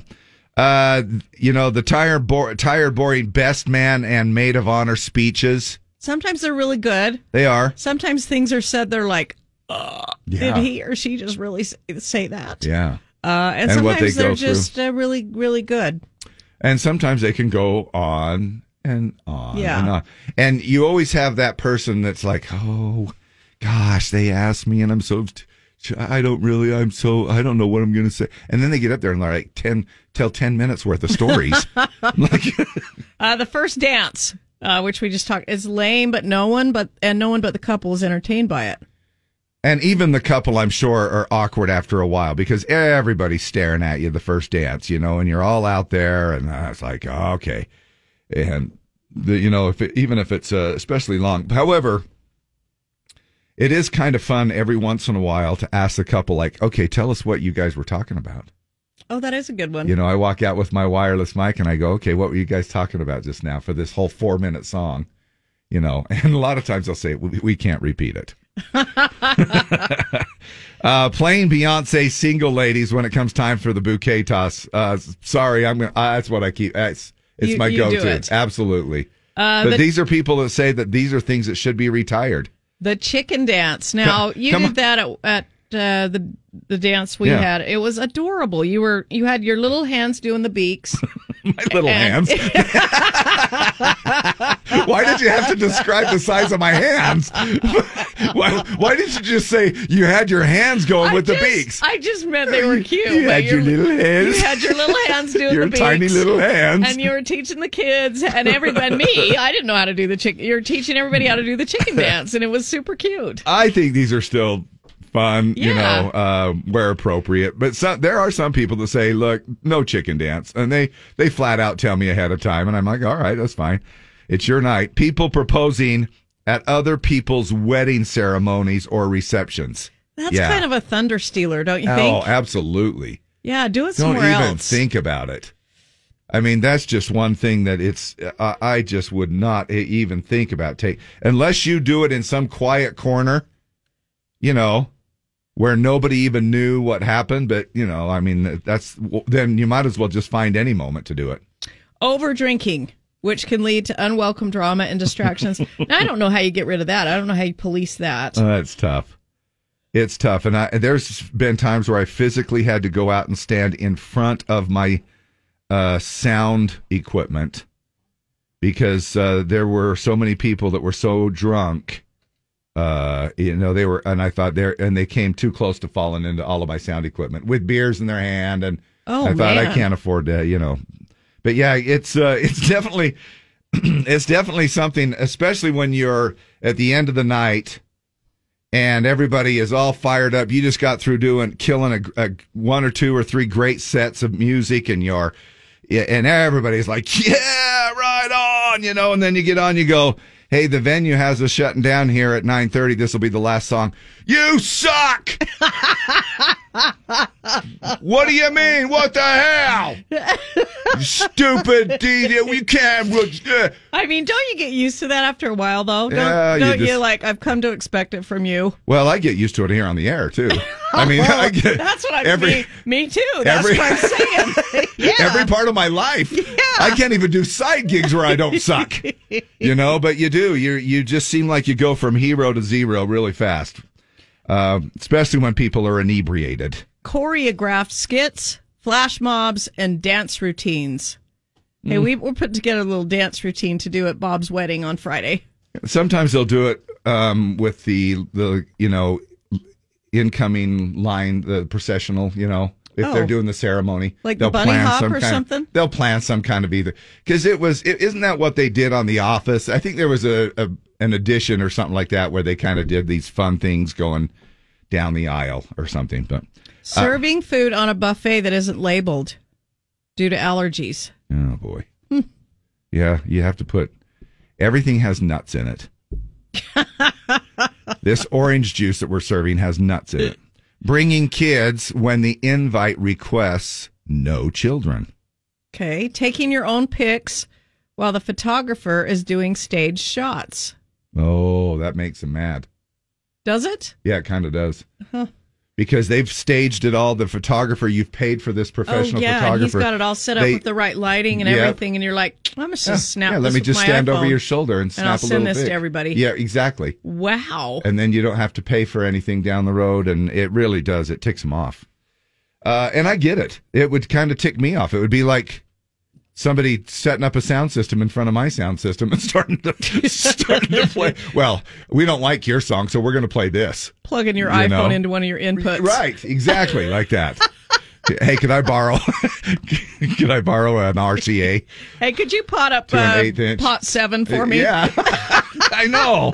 Speaker 1: Uh, you know, the tired, bo- tired, boring best man and maid of honor speeches.
Speaker 2: Sometimes they're really good.
Speaker 1: They are.
Speaker 2: Sometimes things are said. They're like, "Uh,
Speaker 1: Yeah.
Speaker 2: did he or she just really s- say that?
Speaker 1: Yeah.
Speaker 2: Uh, and,
Speaker 1: And what they
Speaker 2: sometimes they're
Speaker 1: go through.
Speaker 2: just uh, really, really good.
Speaker 1: And sometimes they can go on and on
Speaker 2: Yeah.
Speaker 1: and on. And you always have that person that's like, oh, gosh, they asked me and I'm so, I don't really, I'm so, I don't know what I'm going to say. And then they get up there and they're like 10, tell 10 minutes worth of stories.
Speaker 2: Uh, the first dance, uh, which we just talked, is lame, but no one but and no one but the couple is entertained by it.
Speaker 1: and even the couple, I'm sure, are awkward after a while because everybody's staring at you the first dance, you know, and you're all out there and uh, it's like, oh, okay. And, the, you know, if it, even if it's uh, especially long. However, it is kind of fun every once in a while to ask the couple, like, okay, tell us what you guys were talking about.
Speaker 2: Oh, that is a good one.
Speaker 1: You know, I walk out with my wireless mic and I go, okay, what were you guys talking about just now for this whole four minute song? You know, and a lot of times they'll say, we, we can't repeat it. uh, playing Beyonce single ladies when it comes time for the bouquet toss. Uh, sorry, I'm gonna, uh, that's what I keep. That's, it's
Speaker 2: You-
Speaker 1: my
Speaker 2: you do
Speaker 1: go to.
Speaker 2: it.
Speaker 1: Absolutely.
Speaker 2: Uh,
Speaker 1: but,
Speaker 2: but-
Speaker 1: these are people that say that these are things that should be retired.
Speaker 2: The chicken dance. Now
Speaker 1: Come-
Speaker 2: you
Speaker 1: come
Speaker 2: did
Speaker 1: on.
Speaker 2: that at, at uh, the the dance we
Speaker 1: Yeah.
Speaker 2: had. It was adorable. You were you had your little hands doing the beaks.
Speaker 1: My little
Speaker 2: And-
Speaker 1: hands. why did you have to describe the size of my hands? why, why did you just say you had your hands going with the
Speaker 2: Just-
Speaker 1: beaks?
Speaker 2: I just meant they were cute.
Speaker 1: You
Speaker 2: but
Speaker 1: had your little hands.
Speaker 2: You had your little hands doing
Speaker 1: Your
Speaker 2: the beaks.
Speaker 1: tiny little hands.
Speaker 2: And you were teaching the kids and everybody. and me, I didn't know how to do the chicken. You're teaching everybody how to do the chicken dance, and it was super cute.
Speaker 1: I think these are still fun, you
Speaker 2: Yeah.
Speaker 1: know, uh, where appropriate. But some, there are some people that say, "Look, no chicken dance," and they they flat out tell me ahead of time, and I'm like, "All right, that's fine. It's your night." People proposing at other people's wedding ceremonies or receptions.
Speaker 2: That's kind of a thunder stealer, don't you
Speaker 1: oh,
Speaker 2: think?
Speaker 1: absolutely.
Speaker 2: yeah, do it
Speaker 1: Don't
Speaker 2: somewhere
Speaker 1: even
Speaker 2: else.
Speaker 1: think about it. I mean, that's just one thing that it's. I, I just would not e- even think about take unless you do it in some quiet corner, you know, where nobody even knew what happened. But you know, I mean, that's then you might as well just find any moment to do it.
Speaker 2: Over drinking, which can lead to unwelcome drama and distractions. Now, I don't know how you get rid of that. I don't know how you police that.
Speaker 1: Oh, that's tough. It's tough, and I and there's been times where I physically had to go out and stand in front of my uh, sound equipment because uh, there were so many people that were so drunk. Uh, you know, they were, and I thought there, and they came too close to falling into all of my sound equipment with beers in their hand, and
Speaker 14: Oh,
Speaker 1: I thought I
Speaker 14: man.
Speaker 1: can't afford to, you know. But yeah, it's uh, it's definitely it's definitely something, especially when you're at the end of the night and everybody is all fired up. You just got through doing killing a, a one or two or three great sets of music, and you're yeah, and everybody's like, yeah, right on, you know. And then you get on, you go, hey, the venue has us shutting down here at nine thirty. This will be the last song. You suck. what do you mean? What the hell? You Stupid DJ. We can't. uh,
Speaker 2: I mean, don't you get used to that after a while, though? Don't,
Speaker 1: Yeah, you
Speaker 2: don't you,
Speaker 1: just-
Speaker 2: like? I've come to expect it from you.
Speaker 1: Well, I get used to it here on the air too. I mean, I get
Speaker 2: that's what I
Speaker 1: every-
Speaker 2: mean. Me too. That's
Speaker 1: every-
Speaker 2: what I'm saying.
Speaker 1: every part of my life. I can't even do side gigs where I don't suck. you know, but you do. You you just seem like you go from hero to zero really fast, uh, especially when people are inebriated.
Speaker 2: Choreographed skits, flash mobs, and dance routines. Hey,
Speaker 1: Mm.
Speaker 2: we we're putting together a little dance routine to do at Bob's wedding on Friday.
Speaker 1: Sometimes they'll do it um, with the the you know incoming line, the processional. You know, if
Speaker 2: Oh.
Speaker 1: they're doing the ceremony,
Speaker 2: Like the bunny hop or
Speaker 1: kind of-
Speaker 2: something?
Speaker 1: they'll plan some kind of either because it was is isn't that what they did on The Office? I think there was a, a an edition or something like that where they kind of did these fun things going down the aisle or something. But uh,
Speaker 2: Serving food on a buffet that isn't labeled due to allergies.
Speaker 1: oh boy, yeah, you have to put everything has nuts in it. this orange juice that we're serving has nuts in it. Bringing kids when the invite requests no children.
Speaker 2: Okay, taking your own pics while the photographer is doing stage shots.
Speaker 1: Oh, that makes them mad.
Speaker 2: Does it?
Speaker 1: Yeah, it kind of does.
Speaker 2: Huh.
Speaker 1: Because they've staged it all. The photographer, you've paid for this professional
Speaker 2: oh yeah, and
Speaker 1: photographer.
Speaker 2: he's got it all set up
Speaker 1: They-
Speaker 2: with the right lighting and
Speaker 1: Yep.
Speaker 2: everything, and you're like, I'm gonna just snap.
Speaker 1: Yeah,
Speaker 2: this
Speaker 1: let me
Speaker 2: with
Speaker 1: just
Speaker 2: my
Speaker 1: stand over
Speaker 2: iPhone,
Speaker 1: your shoulder and snap
Speaker 2: I'll
Speaker 1: a little
Speaker 2: send this
Speaker 1: pic.
Speaker 2: to everybody.
Speaker 1: Yeah, exactly.
Speaker 2: Wow.
Speaker 1: And then you don't have to pay for anything down the road, and it really does. It ticks them off. Uh, and I get it. It would kind of tick me off. It would be like somebody setting up a sound system in front of my sound system and starting to starting to play. Well, we don't like your song, so we're going to play this.
Speaker 2: Plugging your
Speaker 1: You
Speaker 2: iPhone
Speaker 1: know?
Speaker 2: into one of your inputs.
Speaker 1: Right, exactly like that. hey, could I borrow? could I borrow an RCA?
Speaker 2: Hey, could you pot up
Speaker 1: To an
Speaker 2: uh,
Speaker 1: eighth inch.
Speaker 2: pot seven for me?
Speaker 1: Yeah. I know.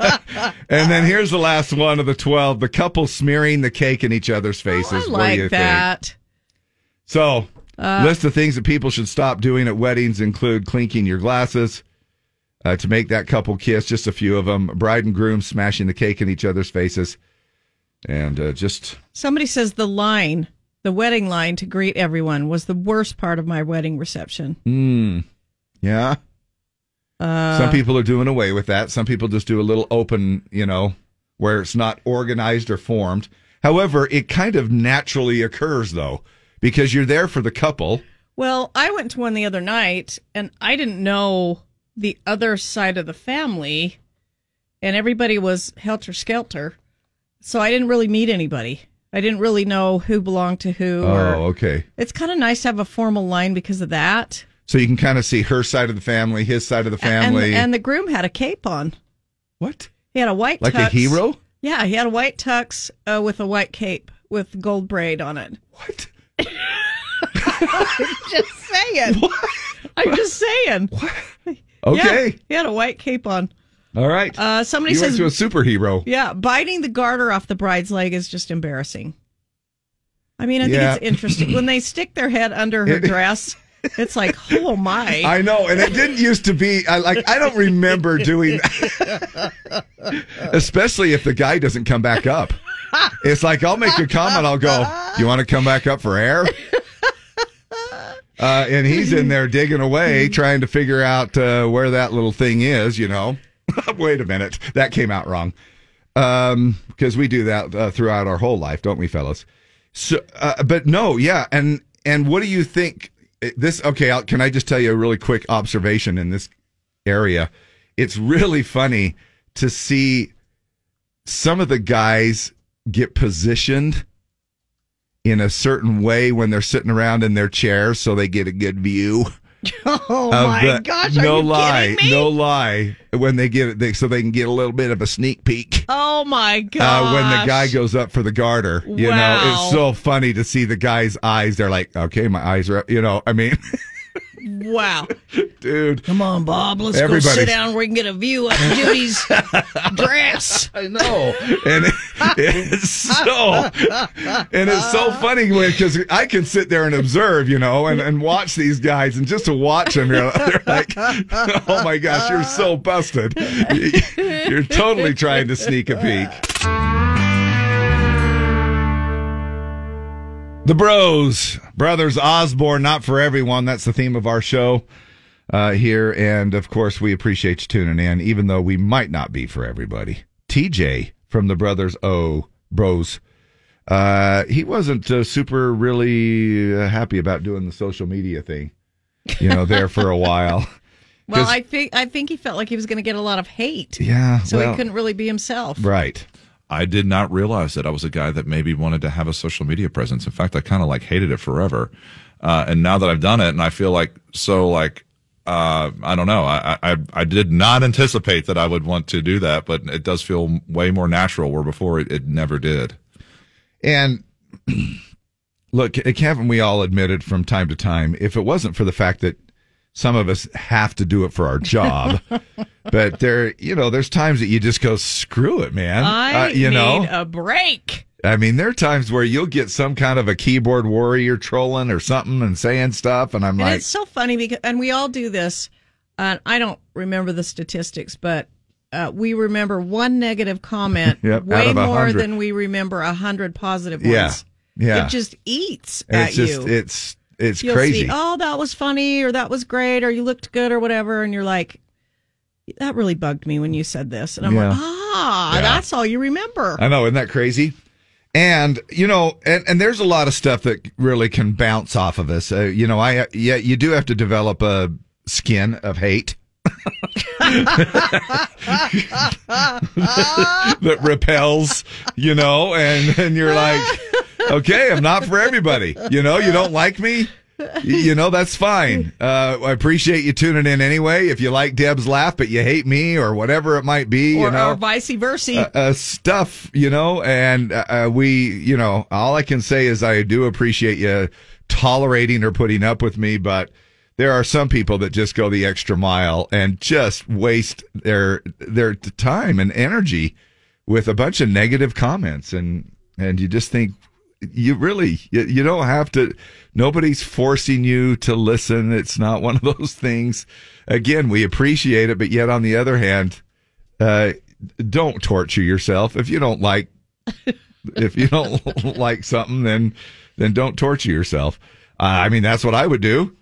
Speaker 1: And then here's the last one of the twelve: the couple smearing the cake in each other's faces.
Speaker 2: Oh, I
Speaker 1: What do
Speaker 2: like
Speaker 1: you think?
Speaker 2: that.
Speaker 1: So,
Speaker 2: Uh,
Speaker 1: list of things that people should stop doing at weddings include clinking your glasses, uh, to make that couple kiss. Just a few of them. Bride and groom smashing the cake in each other's faces, and uh, just
Speaker 2: Somebody says the line, the wedding line to greet everyone was the worst part of my wedding reception.
Speaker 1: hmm, yeah.
Speaker 2: Uh,
Speaker 1: Some people are doing away with that. Some people just do a little open, you know, where it's not organized or formed. However, it kind of naturally occurs though, because you're there for the couple.
Speaker 2: Well, I went to one the other night and I didn't know the other side of the family, and everybody was helter skelter. So I didn't really meet anybody. I didn't really know who belonged to who. or-
Speaker 1: Oh, okay.
Speaker 2: It's kind of nice to have a formal line because of that.
Speaker 1: So you can kind of see her side of the family, his side of the family.
Speaker 2: And, and the groom had a cape on.
Speaker 1: What?
Speaker 2: He had a white
Speaker 1: like a
Speaker 2: tux.
Speaker 1: hero?
Speaker 2: Yeah, he had a white tux uh, with a white cape with gold braid on it.
Speaker 1: What?
Speaker 2: I'm just saying. I'm just saying.
Speaker 1: Okay.
Speaker 2: Yeah, he had a white cape on.
Speaker 1: All right.
Speaker 2: Uh, somebody
Speaker 1: you
Speaker 2: says
Speaker 1: went to a superhero.
Speaker 2: Yeah, biting the garter off the bride's leg is just embarrassing. I mean, I think
Speaker 1: Yeah.
Speaker 2: it's interesting when they stick their head under her dress. It's like, oh my!
Speaker 1: I know, and it didn't used to be. I like. I don't remember doing, especially if the guy doesn't come back up. It's like I'll make a comment. I'll go. You want to come back up for air? Uh, and he's in there digging away, trying to figure out uh, where that little thing is. You know. Wait a minute, that came out wrong. Um, because we do that uh, throughout our whole life, don't we, fellas? So, uh, but no, yeah, and and what do you think? uh, This okay? I'll, can I just tell you a really quick observation in this area? It's really funny to see some of the guys get positioned in a certain way when they're sitting around in their chairs, so they get a good view.
Speaker 2: Oh
Speaker 1: of
Speaker 2: my
Speaker 1: the-
Speaker 2: gosh! Are
Speaker 1: No
Speaker 2: you
Speaker 1: lie,
Speaker 2: kidding me?
Speaker 1: no lie. When they get it, they, so they can get a little bit of a sneak peek
Speaker 2: Oh my gosh!
Speaker 1: uh, when the guy goes up for the garter. You know,
Speaker 2: Wow.
Speaker 1: it's so funny to see the guy's eyes. They're like, okay, my eyes are up. You know, I mean,
Speaker 2: Wow.
Speaker 1: dude.
Speaker 2: Come on, Bob. Let's go sit down where we can get a view of Judy's dress.
Speaker 1: I know. And it- it's so, and it's so funny because I can sit there and observe, you know, and, and watch these guys, and just to watch them, you're, they're like, oh my gosh, you're so busted. You're totally trying to sneak a peek. The Bros, Brothers Osborne, not for everyone. That's the theme of our show uh, here. And of course, we appreciate you tuning in, even though we might not be for everybody. TJ from the Brothers O Bros. Uh, he wasn't uh, super really uh, happy about doing the social media thing, you know, there for a while.
Speaker 2: Well,
Speaker 1: 'Cause-
Speaker 2: I think I think he felt like he was going to get a lot of hate.
Speaker 1: Yeah,
Speaker 2: So
Speaker 14: well-
Speaker 2: he couldn't really be himself.
Speaker 1: Right.
Speaker 14: I did not realize that I was a guy that maybe wanted to have a social media presence. In fact, I kind of like hated it forever. Uh, and now that I've done it, and I feel like so like uh, I don't know. I, I I did not anticipate that I would want to do that, but it does feel way more natural. Where before it, it never did.
Speaker 1: And look, it- haven't we all admitted from time to time, if it wasn't for the fact that some of us have to do it for our job, but there, you know, there's times that you just go, screw it, man.
Speaker 2: I
Speaker 1: Uh, you
Speaker 2: need
Speaker 1: know,
Speaker 2: a break.
Speaker 1: I mean, there are times where you'll get some kind of a keyboard warrior trolling or something and saying stuff, and I'm
Speaker 2: and
Speaker 1: like,
Speaker 2: it's so funny because, and we all do this. And I don't remember the statistics, but uh, we remember one negative comment
Speaker 1: Yep, out
Speaker 2: way
Speaker 1: of a
Speaker 2: more
Speaker 1: hundred.
Speaker 2: than we remember a hundred positive ones.
Speaker 1: yeah, yeah.
Speaker 2: It just eats
Speaker 1: And
Speaker 2: at
Speaker 1: it's just,
Speaker 2: you.
Speaker 1: it's, it's
Speaker 2: You'll
Speaker 1: crazy.
Speaker 2: See, oh, that was funny, or that was great, or you looked good, or whatever, and you're like, that really bugged me when you said this, and I'm
Speaker 1: Yeah.
Speaker 2: like, ah,
Speaker 1: Yeah.
Speaker 2: that's all you remember.
Speaker 1: I know, isn't that crazy? And you know, and, and there's a lot of stuff that really can bounce off of us. Uh, you know, I yeah, you do have to develop a skin of hate that repels. You know, and and you're like, okay, I'm not for everybody. You know, you don't like me. Y- You know, that's fine. Uh, I appreciate you tuning in anyway. If you like Deb's laugh, but you hate me or whatever it might be,
Speaker 2: or,
Speaker 1: you know,
Speaker 2: or vice versa.
Speaker 1: uh, uh, stuff, you know, and uh, uh, we, you know, all I can say is I do appreciate you tolerating or putting up with me, but there are some people that just go the extra mile and just waste their their t- time and energy with a bunch of negative comments and and you just think you really you, you don't have to nobody's forcing you to listen it's not one of those things again we appreciate it but yet on the other hand uh don't torture yourself if you don't like if you don't like something then then don't torture yourself uh, i mean that's what i would do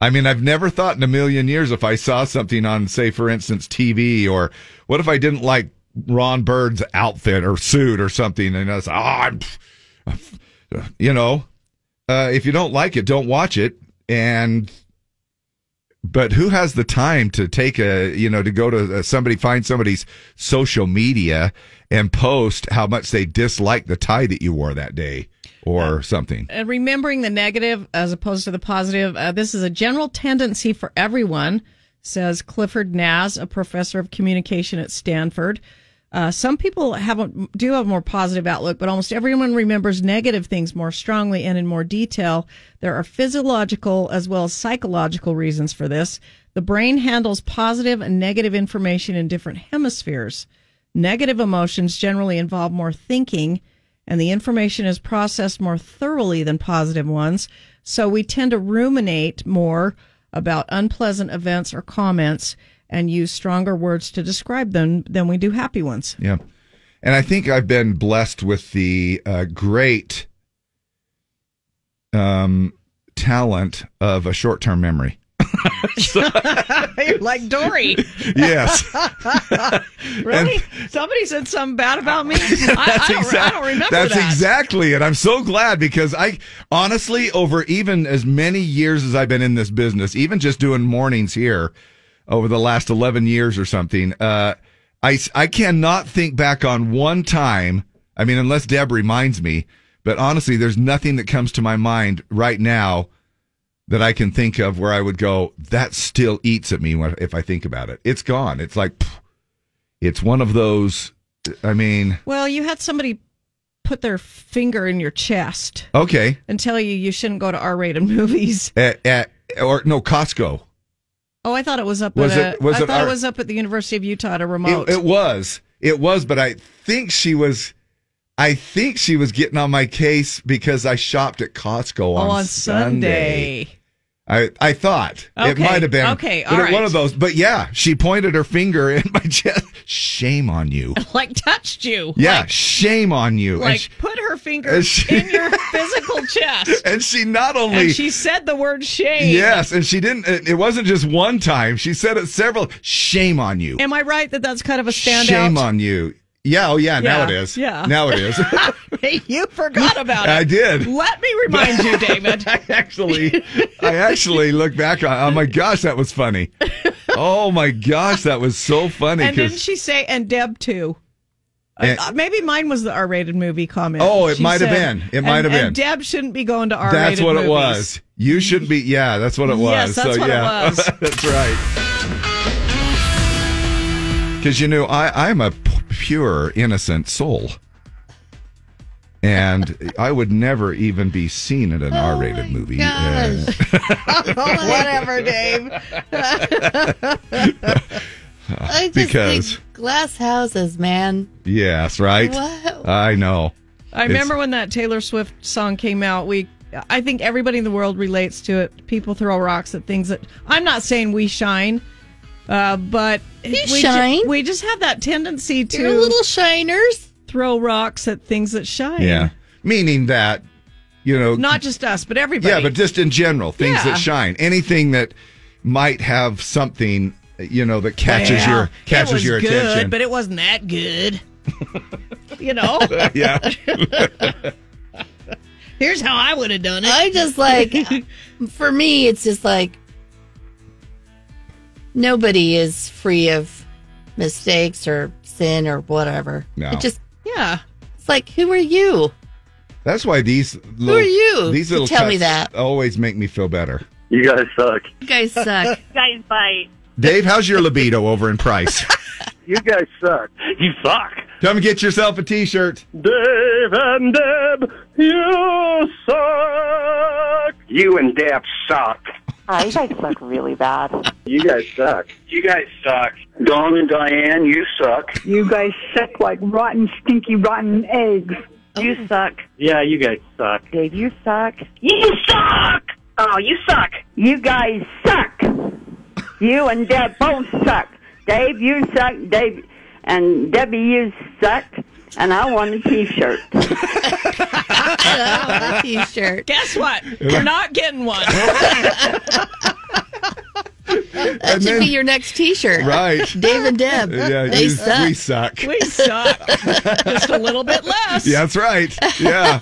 Speaker 1: I mean, I've never thought in a million years if I saw something on, say, for instance, TV, or what if I didn't like Ron Bird's outfit or suit or something, and I was, oh, I'm, you know, uh, if you don't like it, don't watch it. And, but who has the time to take a, you know, to go to uh, somebody, find somebody's social media and post how much they dislike the tie that you wore that day or something?
Speaker 2: And remembering the negative as opposed to the positive, uh, this is a general tendency for everyone, says Clifford Naz, a professor of communication at Stanford. Uh, some people have a, do have a more positive outlook, but almost everyone remembers negative things more strongly and in more detail. There are physiological as well as psychological reasons for this. The brain handles positive and negative information in different hemispheres. Negative emotions generally involve more thinking and the information is processed more thoroughly than positive ones. So we tend to ruminate more about unpleasant events or comments and use stronger words to describe them than we do happy ones.
Speaker 1: Yeah. And I think I've been blessed with the uh, great um, talent of a short term memory.
Speaker 2: You're like Dory.
Speaker 1: Yes.
Speaker 2: really? Somebody said something bad about me? I, I, don't, I
Speaker 1: exact-
Speaker 2: don't remember
Speaker 1: That's
Speaker 2: that.
Speaker 1: exactly it. I'm so glad because I honestly, over even as many years as I've been in this business, even just doing mornings here over the last 11 years or something, uh, I, s- I cannot think back on one time. I mean, unless Deb reminds me, but honestly, there's nothing that comes to my mind right now that I can think of where I would go, that still eats at me when, if I think about it. It's gone. It's like, pff, it's one of those. I mean,
Speaker 2: Well, you had somebody put their finger in your chest
Speaker 1: okay.
Speaker 2: and tell you you shouldn't go to R rated movies.
Speaker 1: At, at or no Costco.
Speaker 2: Oh, I thought it was up
Speaker 1: Was
Speaker 2: at
Speaker 1: it-
Speaker 2: a,
Speaker 1: was
Speaker 2: I
Speaker 1: it
Speaker 2: thought
Speaker 1: our-
Speaker 2: it was up at the University of Utah at a remote.
Speaker 1: It, it was. It was. But I think she was. I think she was getting on my case because I shopped at Costco on,
Speaker 2: oh, on Sunday.
Speaker 1: I I thought it
Speaker 2: Okay,
Speaker 1: might have been
Speaker 2: okay,
Speaker 1: but
Speaker 2: all
Speaker 1: it- one
Speaker 2: right.
Speaker 1: of those. But yeah, she pointed her finger in my chest. Shame on you.
Speaker 2: Like touched you.
Speaker 1: Yeah, shame on you. And
Speaker 2: Like
Speaker 1: she-
Speaker 2: put her finger
Speaker 1: and she-
Speaker 2: in your physical chest.
Speaker 1: and she not only
Speaker 2: And she said the word shame.
Speaker 1: yes, and she didn't. It, it wasn't just one time. She said it several. Shame on you.
Speaker 2: Am I right that that's kind of a standout?
Speaker 1: Shame on you. Yeah. Oh yeah. Now it
Speaker 2: Yeah,
Speaker 1: is.
Speaker 2: yeah.
Speaker 1: Now it is.
Speaker 2: Hey, Uh, you forgot about it.
Speaker 1: I did.
Speaker 2: Let me remind you, David.
Speaker 1: actually, I actually look back on. Oh my gosh, that was funny. Oh my gosh, that was so funny.
Speaker 2: and didn't
Speaker 1: 'cause-
Speaker 2: she say, and Deb too?
Speaker 1: And-
Speaker 2: Uh, Maybe mine was the R rated movie comment.
Speaker 1: Oh, it
Speaker 2: She
Speaker 1: might have
Speaker 2: said,
Speaker 1: been. It might
Speaker 2: "And-
Speaker 1: have been."
Speaker 2: And Deb shouldn't be going to R rated
Speaker 1: that's what it was. You shouldn't be. Yeah, that's what it was.
Speaker 2: Yes, that's
Speaker 1: so,
Speaker 2: what it
Speaker 1: yeah.
Speaker 2: was.
Speaker 1: that's right. Because you know, I I'm a p- pure innocent soul, and I would never even be seen
Speaker 2: Oh
Speaker 1: in an R-rated movie. Uh,
Speaker 13: Whatever, Dave. I just
Speaker 1: Ah, Because-
Speaker 13: think glass houses, man.
Speaker 1: yes, right.
Speaker 13: Wow.
Speaker 1: I know.
Speaker 2: I
Speaker 1: It's-
Speaker 2: remember when that Taylor Swift song came out. We, I think everybody in the world relates to it. People throw rocks at things that I'm not saying we shine, uh, but we ju-
Speaker 13: shine.
Speaker 2: we just have that tendency to
Speaker 13: You're little shiners.
Speaker 2: throw rocks at things that shine.
Speaker 1: Yeah, meaning that you know,
Speaker 2: not just us, but everybody.
Speaker 1: Yeah, but just in general, things
Speaker 2: Yeah.
Speaker 1: that shine, anything that might have something you know that catches
Speaker 2: Well,
Speaker 1: your catches
Speaker 2: it was
Speaker 1: your
Speaker 2: good,
Speaker 1: attention.
Speaker 2: but it wasn't that good. you know,
Speaker 1: yeah,
Speaker 2: here's how I would have done it.
Speaker 13: I just like, for me, it's just like nobody is free of mistakes or sin or whatever.
Speaker 1: No.
Speaker 13: It just,
Speaker 2: yeah.
Speaker 13: It's like, who are you?
Speaker 1: that's why these little,
Speaker 13: are you
Speaker 1: These
Speaker 13: to
Speaker 1: little
Speaker 13: tell me
Speaker 1: cuts
Speaker 13: that?
Speaker 1: always make me feel better. You guys suck,
Speaker 13: You guys suck.
Speaker 8: guys bite.
Speaker 1: Dave. How's your libido over in Price?
Speaker 15: You guys suck. You suck.
Speaker 1: Come get yourself a T-shirt.
Speaker 15: Dave and Deb, you suck. You and Deb suck.
Speaker 16: Oh, you guys suck really bad.
Speaker 15: You guys suck. You guys suck. Don and Diane, you suck.
Speaker 17: You guys suck like rotten, stinky, rotten eggs.
Speaker 18: Oh.
Speaker 16: You suck.
Speaker 15: Yeah, you guys suck.
Speaker 16: Dave, you suck. You suck! Oh, you suck. You guys suck. you and Deb both suck. Dave, you suck. Dave and Debbie, you suck. And I want a T-shirt.
Speaker 2: a
Speaker 13: T-shirt.
Speaker 2: Guess what? You're not getting one.
Speaker 13: That should be your next T-shirt,
Speaker 1: Right.
Speaker 13: Dave and Deb.
Speaker 1: Yeah,
Speaker 13: they
Speaker 1: you-
Speaker 13: suck.
Speaker 1: we suck.
Speaker 2: We suck. Just a little bit less.
Speaker 1: Yeah, that's right. Yeah.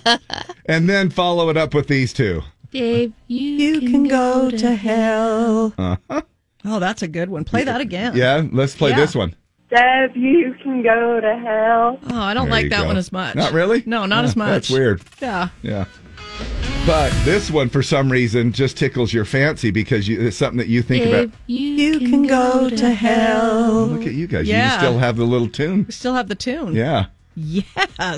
Speaker 1: and then follow it up with these two.
Speaker 2: Dave, you, can, go, to hell.
Speaker 1: Uh-huh.
Speaker 2: Oh, that's a good one. Play that again.
Speaker 1: Yeah, let's play
Speaker 2: Yeah.
Speaker 1: this one.
Speaker 8: Deb, you can go to hell.
Speaker 2: Oh, I don't
Speaker 1: There
Speaker 2: like
Speaker 1: you
Speaker 2: that
Speaker 1: go.
Speaker 2: one as much.
Speaker 1: Not really?
Speaker 2: No, not
Speaker 1: Yeah,
Speaker 2: as much.
Speaker 1: That's weird.
Speaker 2: Yeah.
Speaker 1: Yeah. But this one, for some reason, just tickles your fancy because you, it's something that you think about.
Speaker 2: you, can, go, to hell.
Speaker 1: Look at you guys.
Speaker 2: Oh. Yeah.
Speaker 1: You still have the little tune.
Speaker 2: We still have the tune.
Speaker 1: Yeah.
Speaker 2: Yes. I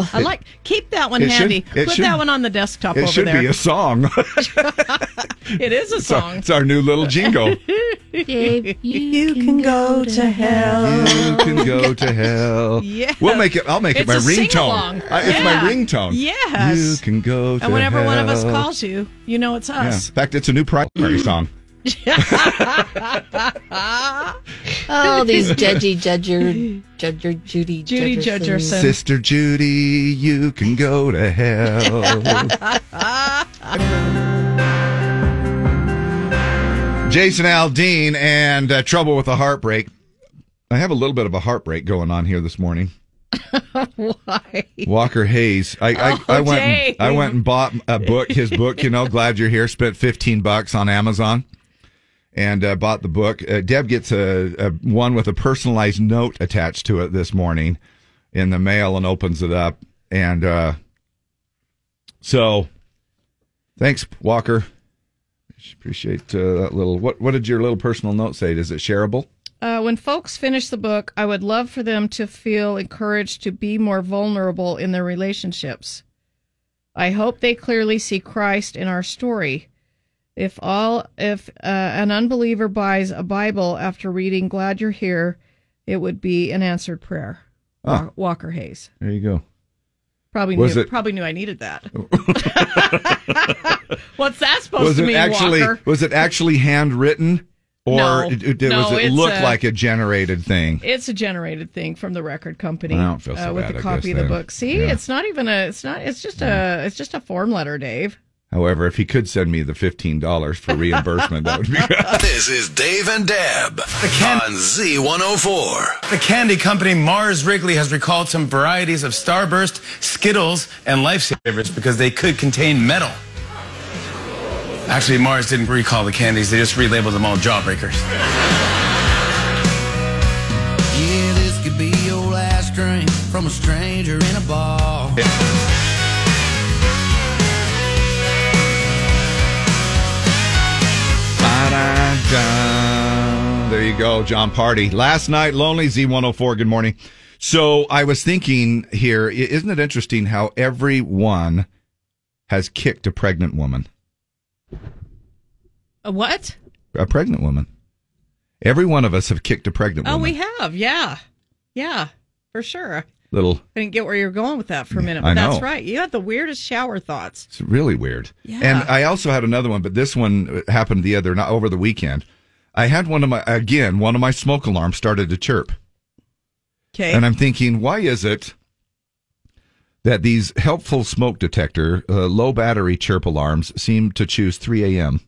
Speaker 2: like. I
Speaker 1: It-
Speaker 2: like. Keep that one
Speaker 1: it should-
Speaker 2: handy.
Speaker 1: it
Speaker 2: Put
Speaker 1: should-
Speaker 2: that one on the desktop
Speaker 1: it
Speaker 2: over
Speaker 1: should
Speaker 2: there.
Speaker 1: be a song.
Speaker 2: it is a
Speaker 1: It's our-
Speaker 2: song.
Speaker 1: it's our new little jingle.
Speaker 2: Dave, you, can go to hell.
Speaker 1: You can go to hell.
Speaker 2: Oh Yes.
Speaker 1: We'll make it. I'll make
Speaker 2: It's
Speaker 1: it my
Speaker 2: a
Speaker 1: ringtone.
Speaker 2: sing-along.
Speaker 1: I- It's my
Speaker 2: Yeah.
Speaker 1: ringtone.
Speaker 2: Yes.
Speaker 1: You can go to
Speaker 2: And whenever one of us
Speaker 1: hell.
Speaker 2: calls you, you know it's
Speaker 1: Yeah. In
Speaker 2: us.
Speaker 1: fact, it's a new primary song.
Speaker 13: Oh, these judgy judger judger Judy
Speaker 2: Judy
Speaker 13: Judgersons.
Speaker 1: Sister Judy, you can go to hell. Jason Aldean and uh, Trouble with a Heartbreak. I have a little bit of a heartbreak going on here this morning.
Speaker 2: Why?
Speaker 1: Walker Hayes. I I,
Speaker 2: Oh,
Speaker 1: I went and,
Speaker 2: Dave.
Speaker 1: I went and bought a book, his book. You know, glad you're here. Spent fifteen bucks on Amazon, and uh, bought the book. Uh, Deb gets a, a one with a personalized note attached to it this morning in the mail, and opens it up. And uh, so, thanks, Walker. Appreciate uh, that little. What what did your little personal note say? Is it shareable?
Speaker 2: Uh, when folks finish the book, I would love for them to feel encouraged to be more vulnerable in their relationships. I hope they clearly see Christ in our story. If all if uh, an unbeliever buys a Bible after reading "Glad You're Here," it would be an answered prayer.
Speaker 1: Ah.
Speaker 2: Wa- Walker Hayes
Speaker 1: There you go.
Speaker 2: probably
Speaker 1: Was
Speaker 2: knew
Speaker 1: it- Oh.
Speaker 2: probably knew I needed that. What's that supposed
Speaker 1: was
Speaker 2: to
Speaker 1: it
Speaker 2: mean,
Speaker 1: actually
Speaker 2: Walker?
Speaker 1: was it actually handwritten or
Speaker 2: No.
Speaker 1: it, it-
Speaker 2: No,
Speaker 1: was it
Speaker 2: it's
Speaker 1: look
Speaker 2: a-
Speaker 1: like a generated thing
Speaker 2: It's a generated thing from the record company.
Speaker 1: I don't feel so
Speaker 2: uh, with
Speaker 1: bad,
Speaker 2: the
Speaker 1: I
Speaker 2: copy
Speaker 1: guess,
Speaker 2: of the
Speaker 1: then.
Speaker 2: book. See,
Speaker 1: Yeah.
Speaker 2: it's not even a. It's not. It's just a. It's just a form letter, Dave.
Speaker 1: however if he could send me the $15 for reimbursement that would be
Speaker 17: This is Dave and Deb on Z104.
Speaker 19: The candy company Mars Wrigley has recalled some varieties of Starburst, Skittles, and Lifesavers because they could contain metal. Actually, Mars didn't recall the candies, they just relabeled them all Jawbreakers.
Speaker 20: Yeah, this could be your last drink from a stranger in a bar.
Speaker 1: Ba-da-da. There you go, John Party. Last night, Lonely Z104. Good morning. So I was thinking here, i- isn't it interesting how everyone has kicked a pregnant woman?
Speaker 2: A what?
Speaker 1: A pregnant woman. Every one of us have kicked a pregnant
Speaker 2: Oh,
Speaker 1: woman.
Speaker 2: we have. Yeah, yeah, for sure.
Speaker 1: Little,
Speaker 2: I didn't get where you were going with that for a minute, but
Speaker 1: I know.
Speaker 2: that's right. You had the weirdest shower thoughts.
Speaker 1: It's really weird.
Speaker 2: Yeah.
Speaker 1: And I also had another one, but this one happened the other not over the weekend. I had one of my again, one of my smoke alarms started to chirp.
Speaker 2: Okay.
Speaker 1: And I'm thinking, why is it that these helpful smoke detector uh, low battery chirp alarms seem to choose 3 a.m.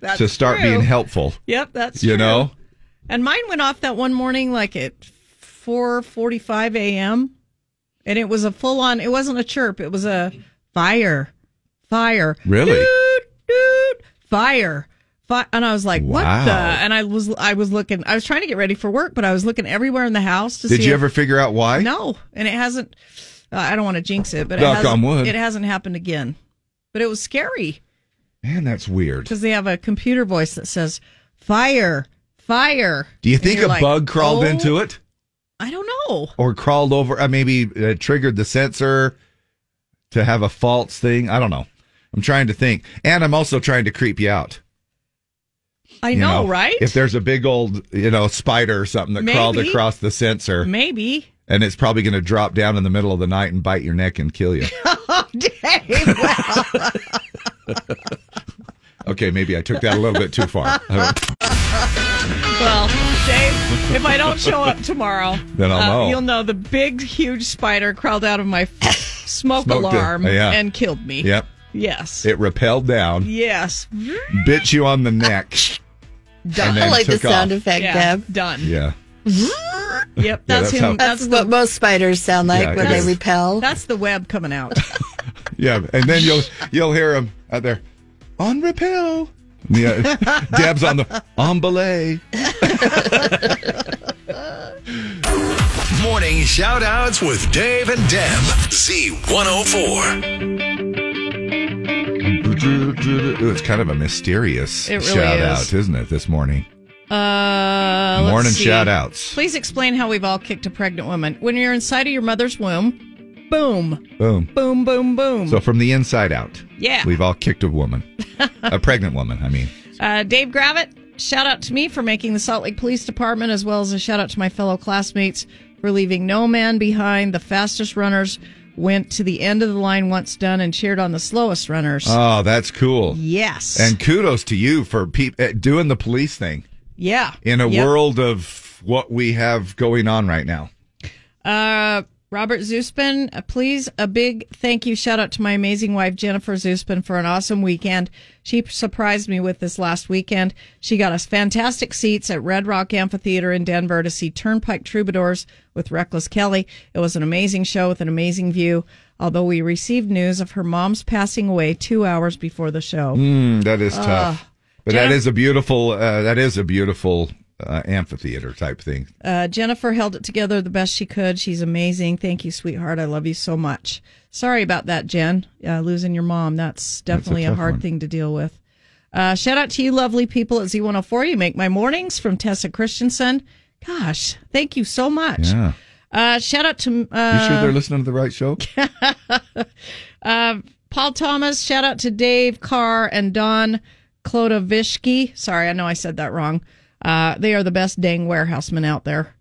Speaker 2: That's
Speaker 1: to start
Speaker 2: true.
Speaker 1: being helpful?
Speaker 2: Yep, that's
Speaker 1: you
Speaker 2: true.
Speaker 1: know.
Speaker 2: And mine went off that one morning, like at four forty-five a.m., and it was a full-on. It wasn't a chirp. It was a fire, fire.
Speaker 1: Really?
Speaker 2: Doot, doot, fire. Fi- And I was like, "What
Speaker 1: Wow.
Speaker 2: the?" And I was, I was looking. I was trying to get ready for work, but I was looking everywhere in the house to see.
Speaker 1: Did you
Speaker 2: if-
Speaker 1: ever figure out why?
Speaker 2: No, and it hasn't. Uh, I don't want to jinx it, but it
Speaker 1: Knock
Speaker 2: hasn't,
Speaker 1: on wood.
Speaker 2: it hasn't happened again. But it was scary
Speaker 1: Man, that's weird.
Speaker 2: because they have a computer voice that says "fire, fire."
Speaker 1: Do you
Speaker 2: And
Speaker 1: think
Speaker 2: you're
Speaker 1: a
Speaker 2: like,
Speaker 1: bug crawled
Speaker 2: "Oh,
Speaker 1: into it
Speaker 2: I don't know.
Speaker 1: or crawled over uh, maybe uh, triggered the sensor to have a false thing? I don't know. I'm trying to think. And I'm also trying to creep you out.
Speaker 2: I
Speaker 1: you
Speaker 2: know, right?
Speaker 1: If there's a big old, you know, spider or something that crawled
Speaker 2: Maybe.
Speaker 1: across the sensor,
Speaker 2: Maybe.
Speaker 1: and it's probably going to drop down in the middle of the night and bite your neck and kill you.
Speaker 2: Oh, Dave.
Speaker 1: Okay, maybe I took that a little bit too far. Uh,
Speaker 2: Well, Dave, if I don't show up tomorrow, uh,
Speaker 1: Then I'll know.
Speaker 2: you'll know the big, huge spider crawled out of my f- smoke
Speaker 1: Smoked it. Uh,
Speaker 2: alarm
Speaker 1: Yeah.
Speaker 2: and killed me.
Speaker 1: Yep.
Speaker 2: Yes.
Speaker 1: It rappelled down,
Speaker 2: Yes.
Speaker 1: bit you on the neck.
Speaker 13: Done.
Speaker 1: And then
Speaker 13: I like the
Speaker 1: took
Speaker 13: sound
Speaker 1: off.
Speaker 13: effect,
Speaker 2: Yeah,
Speaker 13: Deb.
Speaker 2: Done.
Speaker 1: Yeah.
Speaker 2: Yep.
Speaker 1: Yeah,
Speaker 2: That's
Speaker 1: that's
Speaker 2: him.
Speaker 1: how-
Speaker 13: That's, what most spiders sound like
Speaker 1: Yeah,
Speaker 13: when
Speaker 1: it
Speaker 13: they
Speaker 1: is.
Speaker 13: repel.
Speaker 2: That's the web coming out.
Speaker 1: Yeah, and then you'll you'll hear him out there on repel. Yeah, Deb's on the on belay.
Speaker 17: Morning shout outs with Dave and Deb. Z104.
Speaker 1: Ooh, it's kind of a mysterious
Speaker 2: It really
Speaker 1: shout
Speaker 2: is.
Speaker 1: out, isn't it? This morning,
Speaker 2: Uh, let's
Speaker 1: Morning
Speaker 2: see.
Speaker 1: shout-outs.
Speaker 2: Please explain how we've all kicked a pregnant woman. When you're inside of your mother's womb, boom,
Speaker 1: boom.
Speaker 2: boom, boom, boom.
Speaker 1: So from the inside out,
Speaker 2: Yeah.
Speaker 1: we've all kicked a woman, a pregnant woman. I mean,
Speaker 2: Uh, Dave Gravitt, shout out to me for making the Salt Lake Police Department, as well as a shout out to my fellow classmates for leaving no man behind. The fastest runners went to the end of the line once done and cheered on the slowest runners.
Speaker 1: oh, that's cool.
Speaker 2: Yes.
Speaker 1: and kudos to you for peop uh, doing the police thing
Speaker 2: yeah.
Speaker 1: in a
Speaker 2: Yep.
Speaker 1: world of what we have going on right now.
Speaker 2: Uh, Robert Zuspin, uh, please a big thank you shout out to my amazing wife Jennifer Zuspin for an awesome weekend. She surprised me with this last weekend. She got us fantastic seats at Red Rock Amphitheater in Denver to see Turnpike Troubadours with Reckless Kelly. It was an amazing show with an amazing view. Although we received news of her mom's passing away two hours before the show.
Speaker 1: Mm, that is tough,
Speaker 2: Ugh.
Speaker 1: but that
Speaker 2: Jennifer-
Speaker 1: is a beautiful. Uh, that is a beautiful uh, amphitheater type thing.
Speaker 2: Uh, Jennifer held it together the best she could. She's amazing. Thank you, sweetheart. I love you so much. Sorry about that, Jen. Uh, losing your mom. That's definitely a,
Speaker 21: tough
Speaker 2: hard
Speaker 21: one.
Speaker 2: thing to deal with. Uh, shout out to you, lovely people at Z104. You make my mornings from Tessa Christensen. Gosh, thank you so much.
Speaker 1: Yeah.
Speaker 2: Uh, shout out to.
Speaker 1: You
Speaker 2: Uh,
Speaker 1: sure they're listening to the right show?
Speaker 2: uh, Paul Thomas, shout out to Dave Carr and Don Klodovishki. Sorry, I know I said that wrong. Uh, they are the best dang warehousemen out there.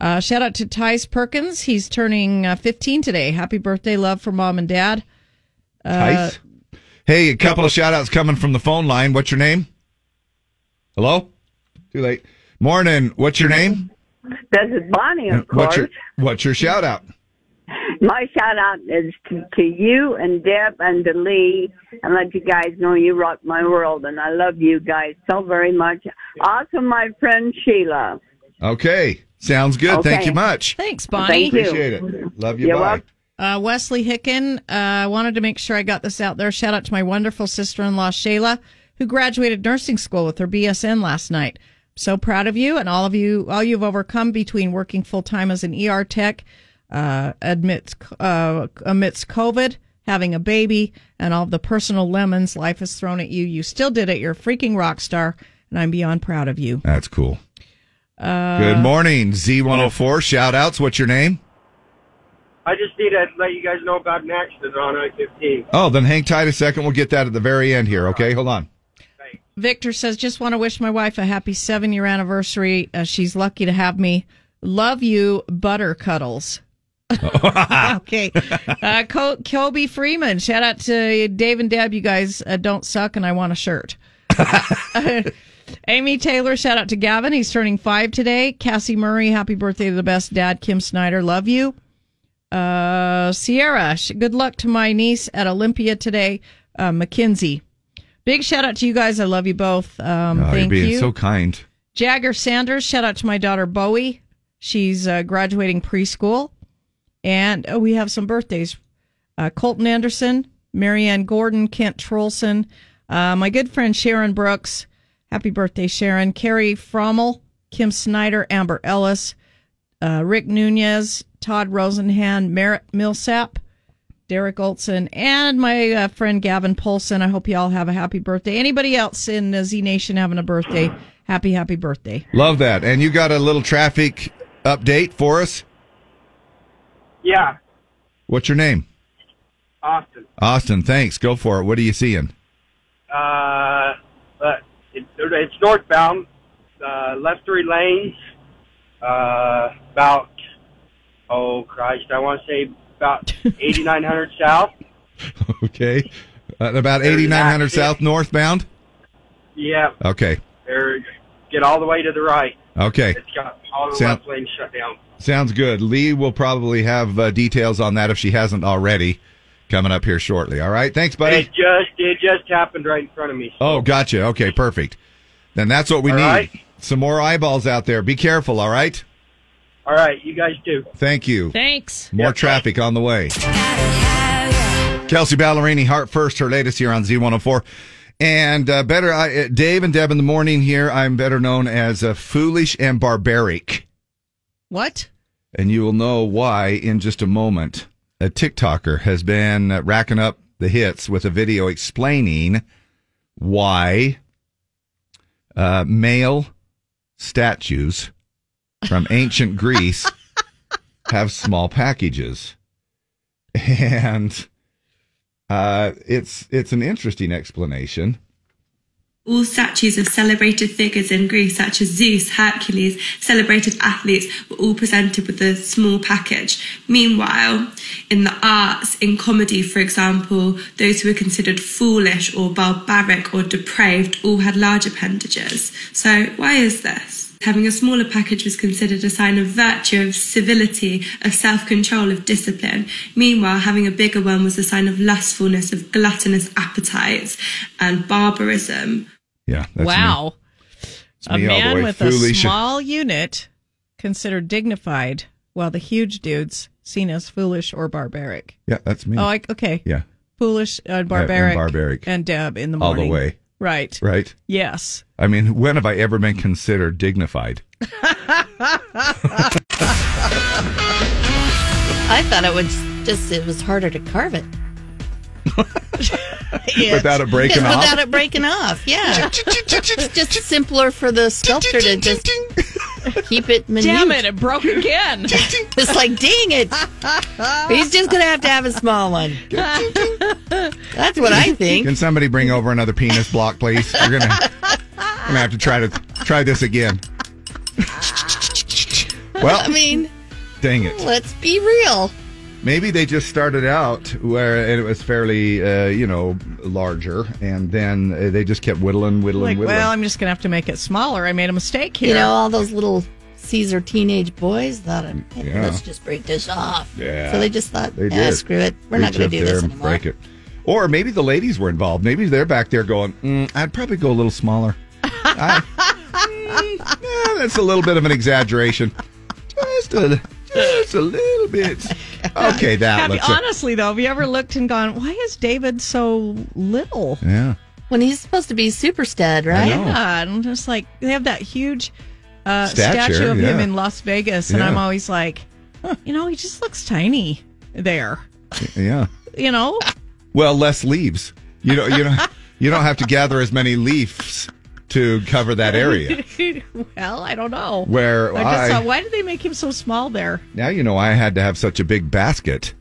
Speaker 2: Uh, shout out to Tyce Perkins. He's turning uh, 15 today. Happy birthday, love for mom and dad. Uh,
Speaker 1: Tice? Hey, a couple of shout outs coming from the phone line. What's your name? Hello? Too late. Morning. What's your name?
Speaker 18: This is Bonnie, of course.
Speaker 1: What's your what's your shout out?
Speaker 18: My shout out is to, to you and Deb and to Lee and let you guys know you rock my world and I love you guys so very much. Also, my friend Sheila.
Speaker 1: Okay. Sounds good. Thank
Speaker 18: Okay.
Speaker 1: you much.
Speaker 2: Thanks, Bonnie. Thank you.
Speaker 1: Appreciate it. Love you.
Speaker 2: You're
Speaker 1: bye.
Speaker 2: welcome. Uh, Wesley Hicken, uh, I wanted to make sure I got this out there. Shout out to my wonderful sister in law, Shayla, who graduated nursing school with her BSN last night. So proud of you and all of you, all you've overcome between working full time as an ER tech, uh, amidst, uh, amidst COVID, having a baby, and all the personal lemons life has thrown at you. You still did it. You're a freaking rock star, and I'm beyond proud of you.
Speaker 1: That's cool.
Speaker 2: Uh,
Speaker 1: Good morning, Z104. Shout outs. What's your name?
Speaker 22: I just need to let you guys know about an accident on I-15.
Speaker 1: Oh, then hang tight a second. We'll get that at the very end here. Okay, hold on.
Speaker 2: Victor says, just want to wish my wife a happy seven year anniversary. Uh, she's lucky to have me. Love you, butter cuddles. okay. Uh, Co- Kobe Freeman, shout out to Dave and Deb. You guys uh, don't suck, and I want a shirt. Amy Taylor, shout out to Gavin. He's turning five today. Cassie Murray, happy birthday to the best dad, Kim Snyder. Love you. Uh, Sierra, sh- good luck to my niece at Olympia today, uh, Mackenzie. Big shout out to you guys. I love you both. Um,
Speaker 1: oh,
Speaker 2: thank
Speaker 1: you're being
Speaker 2: you.
Speaker 1: so kind.
Speaker 2: Jagger Sanders, shout out to my daughter Bowie. She's uh, graduating preschool. And oh, we have some birthdays uh, Colton Anderson, Marianne Gordon, Kent Trollson, uh, my good friend Sharon Brooks. Happy birthday, Sharon. Carrie Frommel, Kim Snyder, Amber Ellis, uh, Rick Nunez, Todd Rosenhan, Merritt Millsap, Derek Olson, and my uh, friend Gavin Polson. I hope you all have a happy birthday. Anybody else in uh, Z Nation having a birthday? Happy, happy birthday.
Speaker 1: Love that. And you got a little traffic update for us?
Speaker 22: Yeah,
Speaker 1: What's your name?
Speaker 22: Austin.
Speaker 1: Austin, thanks. Go for it. What are you seeing?
Speaker 22: Uh, but it, it's northbound, uh, left three lanes, uh, about Oh Christ! I want to say about 8900 south.
Speaker 1: Okay. At about 8900 South northbound?
Speaker 22: Yeah.
Speaker 1: Okay.
Speaker 22: Or get all the way to the right.
Speaker 1: Okay.
Speaker 22: It's got all the
Speaker 1: Sound-
Speaker 22: left lanes shut down.
Speaker 1: Sounds good. Lee will probably have uh, details on that if she hasn't already coming up here shortly. All right. Thanks, buddy.
Speaker 22: It just it just happened right in front of me.
Speaker 1: Oh, gotcha. Okay, perfect. Then that's what we
Speaker 22: All
Speaker 1: need.
Speaker 22: right.
Speaker 1: Some more eyeballs out there. Be careful, all right?
Speaker 22: All right, you guys do.
Speaker 1: Thank you.
Speaker 22: Thanks.
Speaker 1: More traffic on the way. Kelsey Ballerini, Heart First, her latest here on Z104. And uh, better, I, uh, Dave and Deb in the morning here, I'm better known as uh, Foolish and Barbaric.
Speaker 2: What?
Speaker 1: And you will know why in just a moment. A TikToker has been uh, racking up the hits with a video explaining why uh, male statues from ancient Greece have small packages. And uh, it's it's an interesting explanation.
Speaker 4: All statues of celebrated figures in Greece, such as Zeus, Hercules, celebrated athletes, were all presented with a small package. Meanwhile, in the arts, in comedy, for example, those who were considered foolish or barbaric or depraved all had large appendages. So, why is this? Having a smaller package was considered a sign of virtue, of civility, of self control, of discipline. Meanwhile, having a bigger one was a sign of lustfulness, of gluttonous appetites, and barbarism.
Speaker 1: Yeah. that's me.
Speaker 2: wow.
Speaker 1: It's
Speaker 2: A
Speaker 1: me all the
Speaker 2: man
Speaker 1: way.
Speaker 2: with a
Speaker 1: Foolish.
Speaker 2: small unit considered dignified, while the huge dudes seen as foolish or barbaric.
Speaker 1: Yeah, that's me.
Speaker 2: Oh, I, okay.
Speaker 1: Yeah.
Speaker 2: Foolish and barbaric,
Speaker 1: barbaric.
Speaker 2: and Deb in the
Speaker 1: All the
Speaker 2: morning.
Speaker 1: way.
Speaker 2: Right.
Speaker 1: Right.
Speaker 2: Yes.
Speaker 1: I mean, when have I ever been considered dignified?
Speaker 13: I thought it was just it was harder to carve it.
Speaker 1: Without it breaking
Speaker 13: Just
Speaker 1: off?
Speaker 13: Without it breaking off, yeah. it's just simpler for the sculptor to just keep it minute.
Speaker 2: Damn it, it broke again.
Speaker 13: It's like, dang it. He's just going to have to have a small one. That's what I think.
Speaker 1: Can somebody bring over another penis block, please? We're gonna, gonna have to try to try this again. Well,
Speaker 13: I mean,
Speaker 1: dang it.
Speaker 13: let's be real.
Speaker 1: Maybe they just started out where it was fairly, uh, you know, larger, and then uh, they just kept whittling, whittling,
Speaker 2: like,
Speaker 1: whittling.
Speaker 2: well, I'm just gonna have to make it smaller. I made a mistake here.
Speaker 13: You know, all those little Caesar teenage boys thought, hey,
Speaker 1: Yeah.
Speaker 13: let's just break this off.
Speaker 1: Yeah.
Speaker 13: So they just thought,
Speaker 1: They
Speaker 13: yeah,
Speaker 1: did.
Speaker 13: screw it. We're
Speaker 1: Reach
Speaker 13: not going
Speaker 1: up
Speaker 13: to do
Speaker 1: there
Speaker 13: this
Speaker 1: and
Speaker 13: anymore.
Speaker 1: Break it. Or maybe the ladies were involved. Maybe they're back there going, mm, "I'd probably go a little smaller." I- Mm, eh, that's a little bit of an exaggeration. Just a, just a little bit. Okay, that
Speaker 2: Have you,
Speaker 1: looks.
Speaker 2: honestly though, have you ever looked and gone, why is David so little?
Speaker 1: yeah.
Speaker 13: When he's supposed to be super stud, right?
Speaker 1: know.
Speaker 2: Yeah, and I'm just like they have that huge uh,
Speaker 1: Stature,
Speaker 2: statue of him
Speaker 1: yeah.
Speaker 2: in Las Vegas, and
Speaker 1: Yeah.
Speaker 2: I'm always like, you know, he just looks tiny there.
Speaker 1: Yeah.
Speaker 2: You know,
Speaker 1: Well, less leaves. You know, you know, you don't have to gather as many leaves to cover that area.
Speaker 2: well, I don't know.
Speaker 1: Where
Speaker 2: I just
Speaker 1: I-
Speaker 2: thought, why did they make him so small there?
Speaker 1: Now you know I had to have such a big basket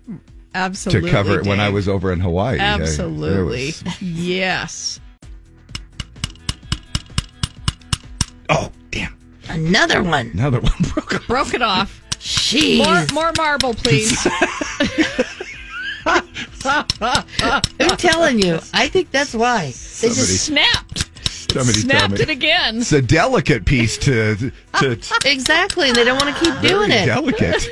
Speaker 2: Absolutely,
Speaker 1: to cover it when
Speaker 2: Dave.
Speaker 1: I was over in Hawaii. I- there was-
Speaker 2: Absolutely, yes.
Speaker 1: Oh,
Speaker 13: Another one.
Speaker 1: Another one.
Speaker 2: Broke it off.
Speaker 13: Jeez.
Speaker 2: More, more marble, please.
Speaker 13: I'm telling you, I think that's why. They
Speaker 1: Somebody-
Speaker 13: just
Speaker 2: snapped.
Speaker 1: Somebody tell
Speaker 13: Snapped
Speaker 1: me.
Speaker 13: it again.
Speaker 1: It's a delicate piece to to, to
Speaker 13: Exactly, and they don't want to keep doing
Speaker 1: very
Speaker 13: it.
Speaker 1: delicate.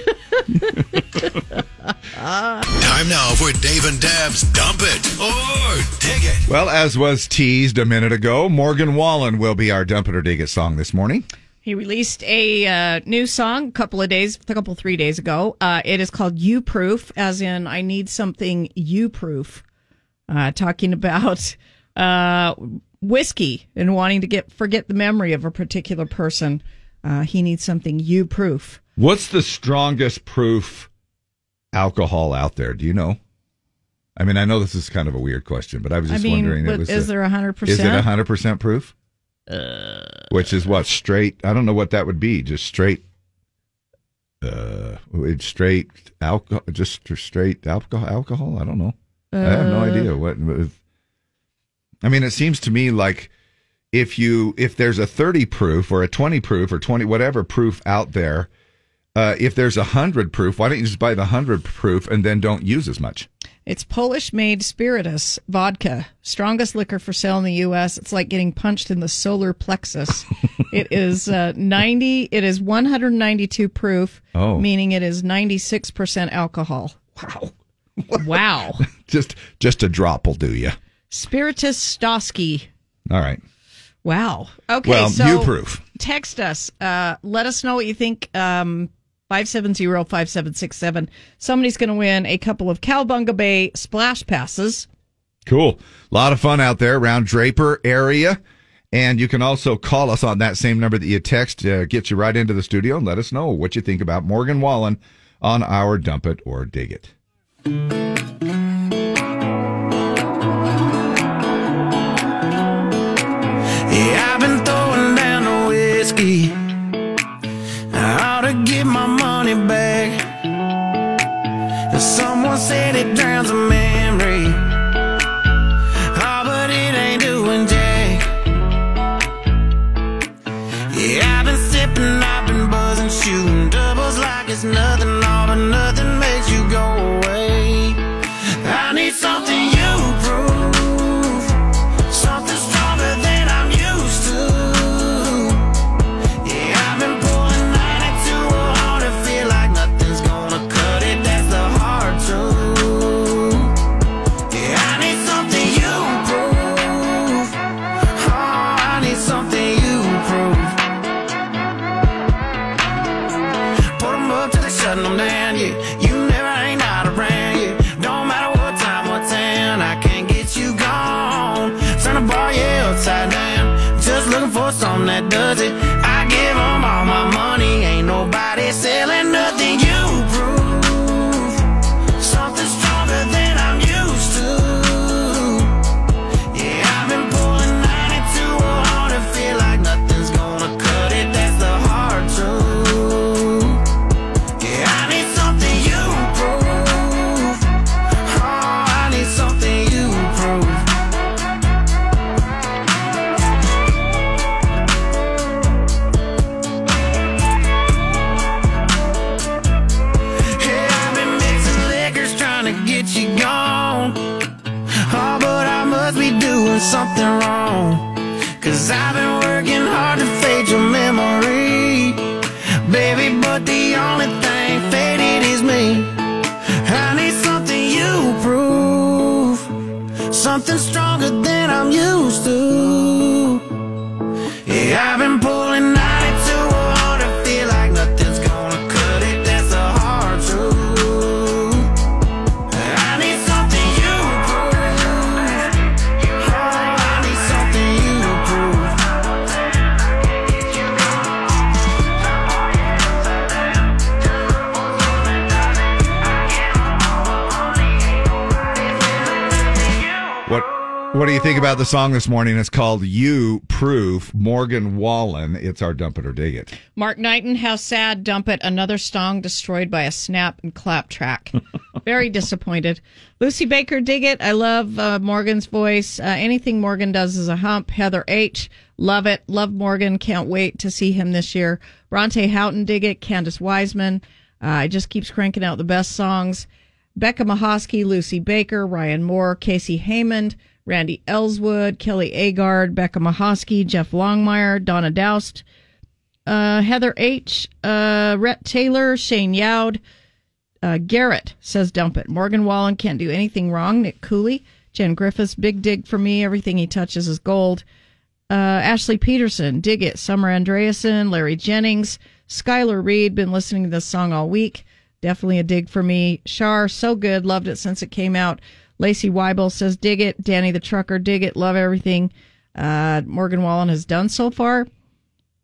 Speaker 17: Time now for Dave and Dab's Dump It or Dig It.
Speaker 1: Well, as was teased a minute ago, Morgan Wallen will be our dump it or dig it song this morning.
Speaker 2: He released a uh, new song a couple of days, a couple three days ago. Uh, it is called "You Proof," as in I need something you proof. Uh, talking about uh, whiskey and wanting to get forget the memory of a particular person. Uh, he needs something you proof.
Speaker 1: What's the strongest proof alcohol out there? Do you know? I mean, I know this is kind of a weird question, but I was
Speaker 2: I
Speaker 1: just
Speaker 2: mean,
Speaker 1: wondering.
Speaker 2: what-
Speaker 1: was
Speaker 2: is there 100%?
Speaker 1: Is it hundred percent proof? Which is what straight? I don't know what that would be. Just straight. Uh, it's straight alcohol. Just straight alcohol. Alcohol. I don't know. I have no
Speaker 21: Uh.
Speaker 1: idea what. what- I mean, it seems to me like if you if there's a 30 proof or a 20 proof or 20 whatever proof out there uh, if there's a hundred proof, why don't you just buy the hundred proof and then don't use as much?
Speaker 2: It's Polish made Spiritus vodka, strongest liquor for sale in the U.S. It's like getting punched in the solar plexus. it is uh, 90, it is 192 proof,
Speaker 1: Oh.
Speaker 2: meaning it is 96% alcohol.
Speaker 1: Wow.
Speaker 2: Wow.
Speaker 1: Just just a drop will do you.
Speaker 2: Spiritus Stosky.
Speaker 1: All right.
Speaker 2: Wow. Okay.
Speaker 1: Well,
Speaker 2: so
Speaker 1: you proof.
Speaker 2: Text us. Uh, let us know what you think. Um, 570-5767. Somebody's going to win a couple of Calbunga Bay splash passes.
Speaker 1: Cool. A lot of fun out there around Draper area. And you can also call us on that same number that you text, uh, get you right into the studio and let us know what you think about Morgan Wallen on our Dump It or Dig It.
Speaker 5: Yeah, I've been throwing down the whiskey. I ought to get my money back. Someone said it drowns a memory. Ah, but it ain't doing jack. Yeah, I've been sipping, I've been buzzing, shooting doubles like it's nothing, all but nothing makes you go away. I need something you prove. Something stronger than I'm used to. Yeah, I've been pouring 92 on it. Feel like nothing's gonna cut it. That's the hard truth. Yeah, I need something you prove. Oh, I need something you prove. Put 'em up till they shutting 'em down, yeah. You never ain't not around, yeah. Don't matter what time, what town, I can't get you gone. Turn the bar, yeah, upside down. Just looking for something that does it. I give 'em all my money, ain't nobody selling nothing you prove. Something stronger than I'm used to. Yeah, I've been pulling 92 on it, feel like nothing's gonna cut it. That's the hard truth. Yeah, I need something you prove. Oh, I need something you prove. Yeah, I've been mixing liquors trying to get you gone. Oh, but I must be doing something wrong. Cause I've been working hard to fade your memory. Baby, but the only thing faded is me. I need something you prove. Something stronger than I'm used to. Yeah, I've been pulling 92 on it. Feel like nothing's gonna cut it. That's the hard truth. I need something you prove. Oh, I need something you prove.
Speaker 1: What What do you think about the song this morning? It's called "You Proof." Morgan Wallen. It's our dump it or dig it.
Speaker 2: Mark Knighton, how sad, dump it. Another song destroyed by a snap and clap track. Very disappointed. Lucy Baker, dig it. I love uh, Morgan's voice. Uh, anything Morgan does is a hump. Heather H, love it. Love Morgan. Can't wait to see him this year. Bronte Houghton, dig it. Candace Wiseman. Uh, it just keeps cranking out the best songs. Becca Mahosky, Lucy Baker, Ryan Moore, Casey Haymond, Randy Ellswood, Kelly Agard, Becca Mahosky, Jeff Longmire, Donna Doust, uh, Heather H., uh, Rhett Taylor, Shane Youd, uh, Garrett says dump it. Morgan Wallen can't do anything wrong. Nick Cooley, Jen Griffiths, big dig for me. Everything he touches is gold. Uh, Ashley Peterson, dig it. Summer Andreasen, Larry Jennings, Skylar Reed, been listening to this song all week. Definitely a dig for me. Shar, so good. Loved it since it came out. Lacey Weibel says, dig it. Danny the Trucker, dig it. Love everything uh, Morgan Wallen has done so far.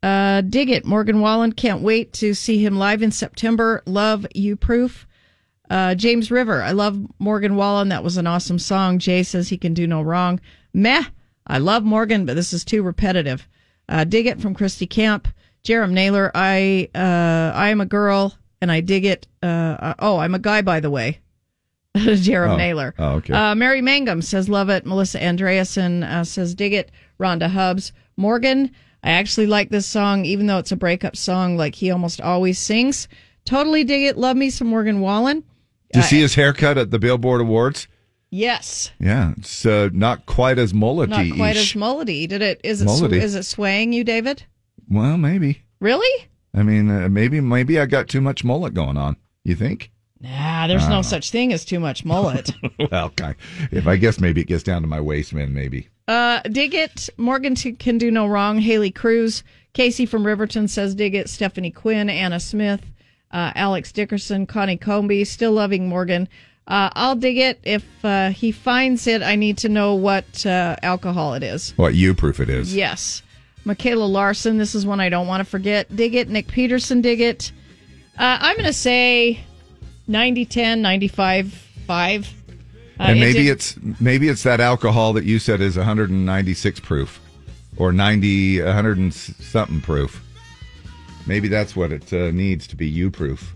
Speaker 2: Uh, dig it. Morgan Wallen. Can't wait to see him live in September. Love you proof. Uh, James River. I love Morgan Wallen. That was an awesome song. Jay says he can do no wrong. Meh. I love Morgan, but this is too repetitive. Uh, dig it from Christy Camp. Jerem Naylor. I, uh, I am a girl and I dig it. Uh, uh, oh, I'm a guy, by the way. Jerem
Speaker 6: Oh.
Speaker 2: Naylor.
Speaker 6: Oh, okay.
Speaker 2: Uh, Mary Mangum says, love it. Melissa Andreasen uh, says, dig it. Rhonda Hubbs. Morgan, I actually like this song, even though it's a breakup song like he almost always sings. Totally dig it. Love me some Morgan Wallen.
Speaker 1: Did
Speaker 2: Uh,
Speaker 1: you see his haircut at the Billboard Awards?
Speaker 2: Yes.
Speaker 1: Yeah, it's uh, not quite as mullety.
Speaker 2: Not quite as mullety. Did it? Is it? sw-
Speaker 1: Mullety.
Speaker 2: Is it swaying you, David?
Speaker 1: well, maybe.
Speaker 2: Really?
Speaker 1: I mean, uh, maybe maybe I got too much mullet going on. You think?
Speaker 2: Nah, there's
Speaker 1: I
Speaker 2: no
Speaker 1: don't know.
Speaker 2: such thing as too much mullet.
Speaker 1: well, okay. If I guess maybe it gets down to my waist, man. Maybe.
Speaker 2: Uh, dig it. Morgan t- can do no wrong. Haley Cruz, Casey from Riverton says dig it. Stephanie Quinn, Anna Smith, uh, Alex Dickerson, Connie Comby, still loving Morgan. Uh, I'll dig it if uh, he finds it. I need to know what uh, alcohol it is.
Speaker 1: What you proof Oh, it is?
Speaker 2: Yes. Michaela Larson, this is one I don't want to forget. Dig it. Nick Peterson, dig it. Uh, I'm going to say 90 10, 95 5. Uh,
Speaker 1: and
Speaker 2: it
Speaker 1: maybe
Speaker 2: did-
Speaker 1: it's maybe it's that alcohol that you said is 196 proof, or 90 100 and s- something proof. Maybe that's what it uh, needs to be you proof.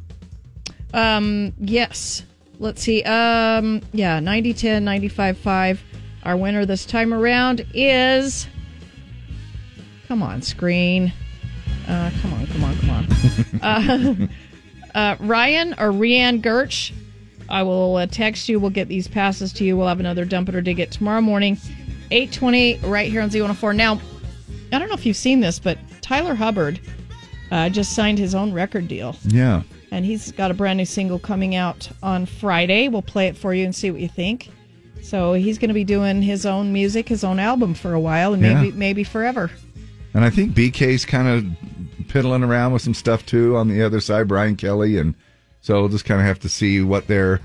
Speaker 2: Um, yes. Let's see. Um, yeah, 90 10, 95 5. Our winner this time around is. Come on, screen. Uh, come on, come on, come on. uh, uh, Ryan or Rianne Gertsch. I will uh, text you. We'll get these passes to you. We'll have another dump it or dig it tomorrow morning, eight twenty, right here on Z104. Now, I don't know if you've seen this, but Tyler Hubbard uh, just signed his own record deal.
Speaker 1: Yeah.
Speaker 2: And he's got a brand new single coming out on Friday. We'll play it for you and see what you think. So he's going to be doing his own music, his own album for a while, and maybe
Speaker 1: Yeah.
Speaker 2: maybe forever.
Speaker 1: And I think BK's kind of piddling around with some stuff too on the other side, Brian Kelly, and so we'll just kind of have to see what their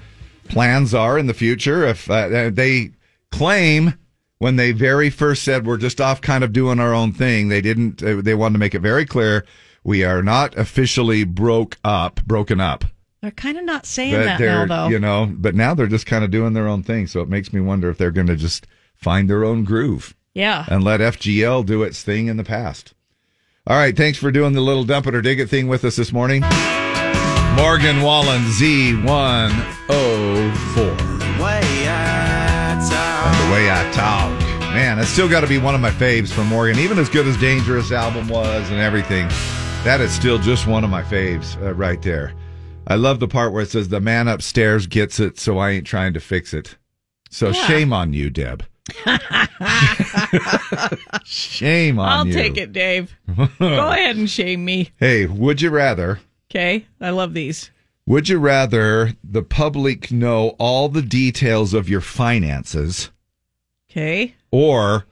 Speaker 1: plans are in the future. If uh, they claim when they very first said we're just off, kind of doing our own thing, they didn't. Uh, they wanted to make it very clear we are not officially broke up, broken up.
Speaker 2: They're kind of not saying
Speaker 1: But
Speaker 2: that
Speaker 1: they're,
Speaker 2: now, though.
Speaker 1: you know, but now they're just kind of doing their own thing. So it makes me wonder if they're going to just find their own groove
Speaker 2: yeah.
Speaker 1: and let FGL do its thing in the past. All right, thanks for doing the little dump it or dig it thing with us this morning. Morgan Wallen, Z104.
Speaker 5: Way I talk.
Speaker 1: The way I talk. Man, it's still got to be one of my faves from Morgan. Even as good as Dangerous album was and everything, that is still just one of my faves uh, right there. I love the part where it says, The man upstairs gets it, so I ain't trying to fix it. So shame on you, Deb. shame on
Speaker 2: I'll
Speaker 1: you.
Speaker 2: take it, Dave. Go ahead and shame me.
Speaker 1: Hey, would you rather?
Speaker 2: Okay. I love these.
Speaker 1: Would you rather the public know all the details of your finances
Speaker 2: Okay.
Speaker 1: or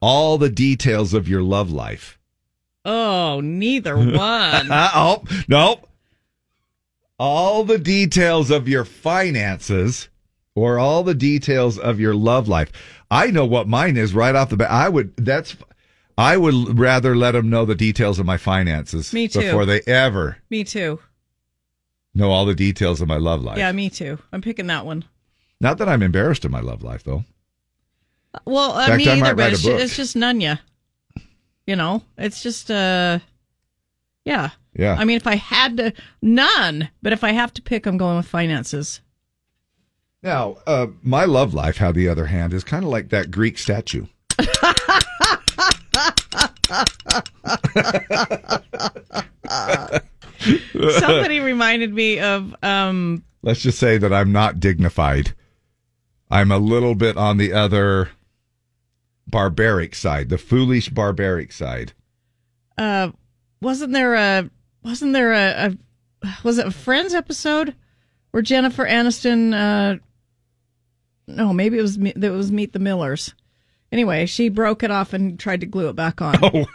Speaker 1: all the details of your love life?
Speaker 2: Oh, neither one.
Speaker 1: oh, nope. All the details of your finances or all the details of your love life. I know what mine is right off the bat. I would, that's, I would rather let them know the details of my finances
Speaker 2: Me too.
Speaker 1: before they ever
Speaker 2: me too.
Speaker 1: know all the details of my love life.
Speaker 2: Yeah, me too. I'm picking that one.
Speaker 1: Not that I'm embarrassed in my love life, though.
Speaker 2: Well, uh,
Speaker 1: fact,
Speaker 2: me
Speaker 1: I might
Speaker 2: either,
Speaker 1: write
Speaker 2: but
Speaker 1: a
Speaker 2: it's, ju-
Speaker 1: book.
Speaker 2: it's just Nunya. You know, it's just, uh, yeah.
Speaker 1: Yeah.
Speaker 2: I mean, if I had to, none, but if I have to pick, I'm going with finances.
Speaker 1: Now, uh, my love life, on the other hand, is kind of like that Greek statue.
Speaker 2: Somebody reminded me of, um,
Speaker 1: Let's just say that I'm not dignified. I'm a little bit on the other barbaric side, the foolish barbaric side.
Speaker 2: uh, wasn't there a, wasn't there a, a was it a Friends episode where Jennifer Aniston, uh, no, maybe it was, me- that was Meet the Millers. Anyway, she broke it off and tried to glue it back on.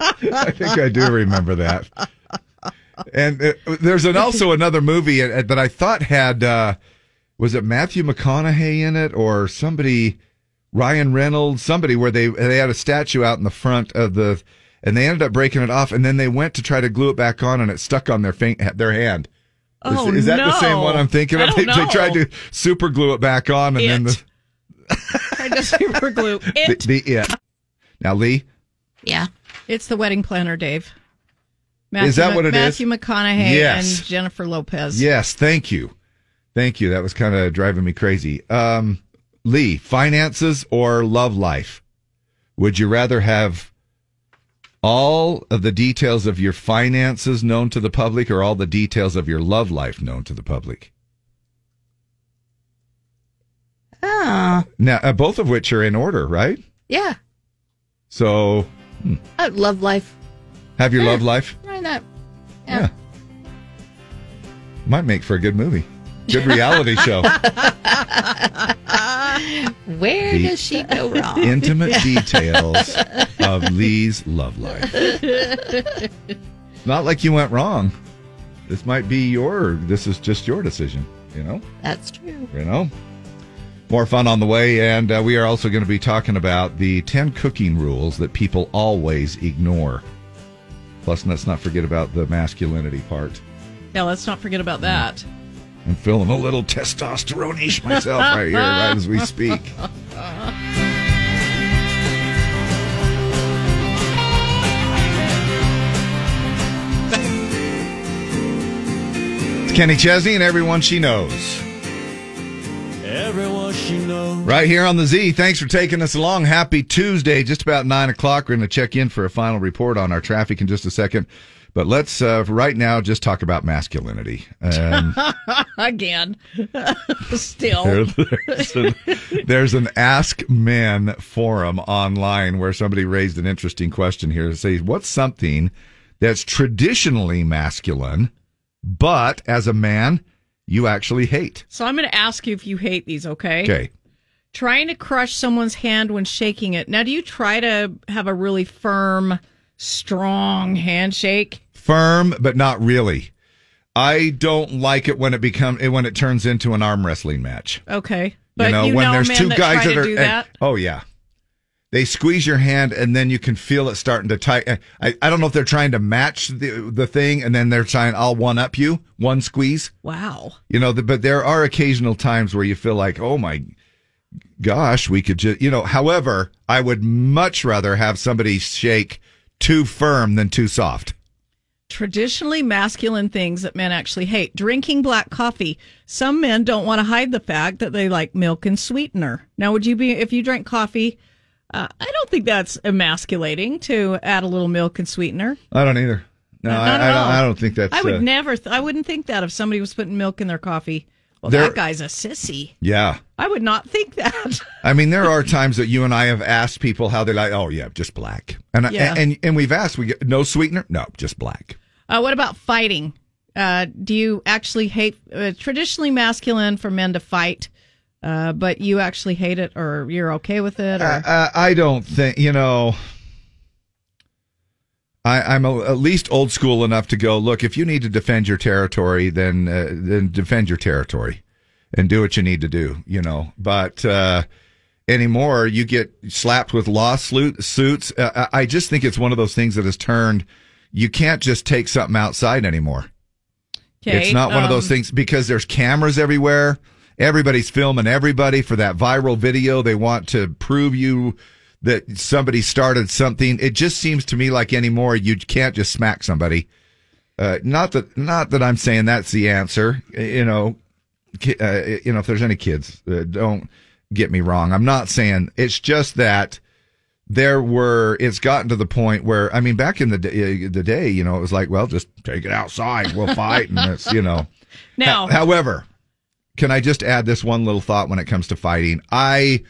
Speaker 1: Oh. I think I do remember that. And uh, there's an, also another movie uh, that I thought had uh, was it Matthew McConaughey in it or somebody Ryan Reynolds somebody where they they had a statue out in the front of the and they ended up breaking it off and then they went to try to glue it back on and it stuck on their fin- their hand. Is-
Speaker 2: Oh,
Speaker 1: is, that the same
Speaker 2: no.
Speaker 1: one I'm thinking
Speaker 2: I
Speaker 1: of?
Speaker 2: don't
Speaker 1: they, they
Speaker 2: know.
Speaker 1: tried to super glue it back on and then the,
Speaker 2: I just super glue
Speaker 1: the,
Speaker 2: it.
Speaker 1: the it. Now Lee,
Speaker 2: Yeah. It's the wedding planner, Dave.
Speaker 1: Is that what it
Speaker 2: it
Speaker 1: is?
Speaker 2: is? Matthew McConaughey
Speaker 1: Yes.
Speaker 2: and Jennifer Lopez.
Speaker 1: Yes, thank you. Thank you. That was kind of driving me crazy. Um, Lee, finances or love life? Would you rather have all of the details of your finances known to the public or all the details of your love life known to the public?
Speaker 13: Oh,
Speaker 1: Now, uh, both of which are in order, right?
Speaker 13: yeah.
Speaker 1: So, hmm,
Speaker 13: I love life.
Speaker 1: have your love life.
Speaker 13: Why not?
Speaker 1: Might make for a good movie. Good reality show.
Speaker 13: uh, Where
Speaker 1: The
Speaker 13: does she go wrong?
Speaker 1: Intimate details of Lee's love life. Not like you went wrong. This might be your, this is just your decision, you know?
Speaker 13: That's true.
Speaker 1: you know more fun on the way and uh, we are also going to be talking about the 10 cooking rules that people always ignore plus let's not forget about the masculinity part
Speaker 2: Yeah, let's not forget about that.
Speaker 1: i'm feeling a little testosterone myself right here right as we speak it's kenny chesney and everyone she knows
Speaker 5: Everyone she knows.
Speaker 1: Right here on the Z. Thanks for taking us along. Happy Tuesday. Just about nine o'clock. We're going to check in for a final report on our traffic in just a second. But let's uh, right now just talk about masculinity. Um,
Speaker 2: Again. Still.
Speaker 1: there- there's, an, there's an Ask Men forum online where somebody raised an interesting question here. It says, What's something that's traditionally masculine, but as a man, you actually hate?
Speaker 2: So I'm going to ask you if you hate these, okay?
Speaker 1: Okay.
Speaker 2: Trying to crush someone's hand when shaking it. Now, do you try to have a really firm, strong handshake?
Speaker 1: firm but not really i don't like it when it become eh, when it turns into an arm wrestling match
Speaker 2: Okay. But you know,
Speaker 1: when there's
Speaker 2: men
Speaker 1: two
Speaker 2: that
Speaker 1: guys
Speaker 2: try
Speaker 1: that
Speaker 2: to
Speaker 1: are
Speaker 2: do
Speaker 1: and-
Speaker 2: that.
Speaker 1: oh yeah they squeeze your hand and then you can feel it starting to tight I, I don't know if they're trying to match the the thing and then they're trying i'll one up you one squeeze
Speaker 2: Wow.
Speaker 1: you know the, but there are occasional times where you feel like oh my gosh we could just you know however i would much rather have somebody shake too firm than too soft
Speaker 2: traditionally masculine things that men actually hate. Drinking black coffee. Some men don't want to hide the fact that they like milk and sweetener. Now, would you be, if you drink coffee, uh, I don't think that's emasculating to add a little milk and sweetener.
Speaker 1: I don't either. No,
Speaker 2: Not
Speaker 1: I,
Speaker 2: at
Speaker 1: I, don't,
Speaker 2: all.
Speaker 1: I don't think that's.
Speaker 2: I would
Speaker 1: uh,
Speaker 2: never, th- I wouldn't think that if somebody was putting milk in their coffee. Well,
Speaker 1: There-
Speaker 2: that guy's a sissy.
Speaker 1: yeah.
Speaker 2: I would not think that.
Speaker 1: I mean, there are times that you and I have asked people how they like. Oh yeah, just black. And I-
Speaker 2: Yeah.
Speaker 1: and and we've asked. We get, no sweetener. No, just black.
Speaker 2: Uh, what about fighting? Uh, do you actually hate uh, traditionally masculine for men to fight, uh, but you actually hate it or you're okay with it? Or
Speaker 1: I, I, I don't think you know. I, I'm a, at least old school enough to go. Look, if you need to defend your territory, then uh, then defend your territory, and do what you need to do. You know, but uh, anymore, you get slapped with lawsuit suits. Uh, I I just think it's one of those things that has turned. You can't just take something outside anymore. It's not one of those
Speaker 2: um,
Speaker 1: things because there's cameras everywhere. Everybody's filming everybody for that viral video. They want to prove you that somebody started something. It just seems to me like anymore you can't just smack somebody. Uh, not that not that I'm saying that's the answer. You know, ki- uh, you know if there's any kids, uh, don't get me wrong. I'm not saying it's just that there were it's gotten to the point where I mean back in the day, the day you know it was like well just take it outside we'll fight and it's you know
Speaker 2: Now-
Speaker 1: Ho- however can I just add this one little thought when it comes to fighting I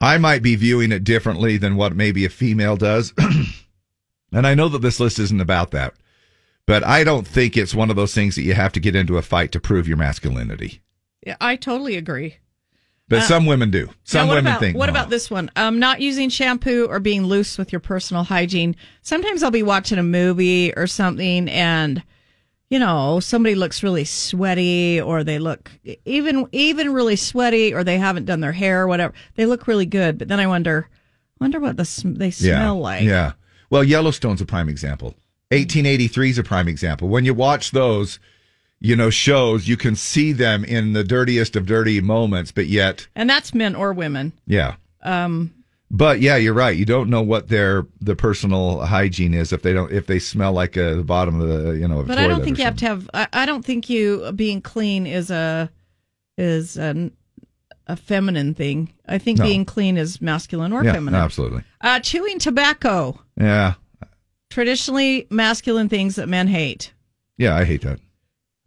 Speaker 1: I might be viewing it differently than what maybe a female does and I know that this list isn't about that but I don't think it's one of those things that you have to get into a fight to prove your masculinity
Speaker 2: Yeah, I totally agree.
Speaker 1: but
Speaker 2: Uh,
Speaker 1: some women do
Speaker 2: Now,
Speaker 1: some
Speaker 2: what
Speaker 1: women
Speaker 2: about,
Speaker 1: think
Speaker 2: What
Speaker 1: "No."
Speaker 2: about this one? Um, not using shampoo or being loose with your personal hygiene. Sometimes I'll be watching a movie or something, and you know somebody looks really sweaty, or they look even even really sweaty, or they haven't done their hair, or whatever. They look really good, but then I wonder wonder what the sm- they smell
Speaker 1: yeah.
Speaker 2: like.
Speaker 1: Yeah. Well, Yellowstone's a prime example. 1883 is a prime example. When you watch those, you know, shows, you can see them in the dirtiest of dirty moments, but yet,
Speaker 2: And that's men or women.
Speaker 1: yeah.
Speaker 2: Um,
Speaker 1: But yeah, you're right. You don't know what their the personal hygiene is if they don't if they smell like uh the bottom of the you know. Of a
Speaker 2: but I don't
Speaker 1: toilet
Speaker 2: think
Speaker 1: or
Speaker 2: you have to have. I, I don't think you being clean is a is an, a feminine thing. I think
Speaker 1: No.
Speaker 2: being clean is masculine or
Speaker 1: something. yeah,
Speaker 2: feminine.
Speaker 1: Absolutely.
Speaker 2: Uh, chewing tobacco.
Speaker 1: Yeah,
Speaker 2: Traditionally masculine things that men hate.
Speaker 1: Yeah, I hate that.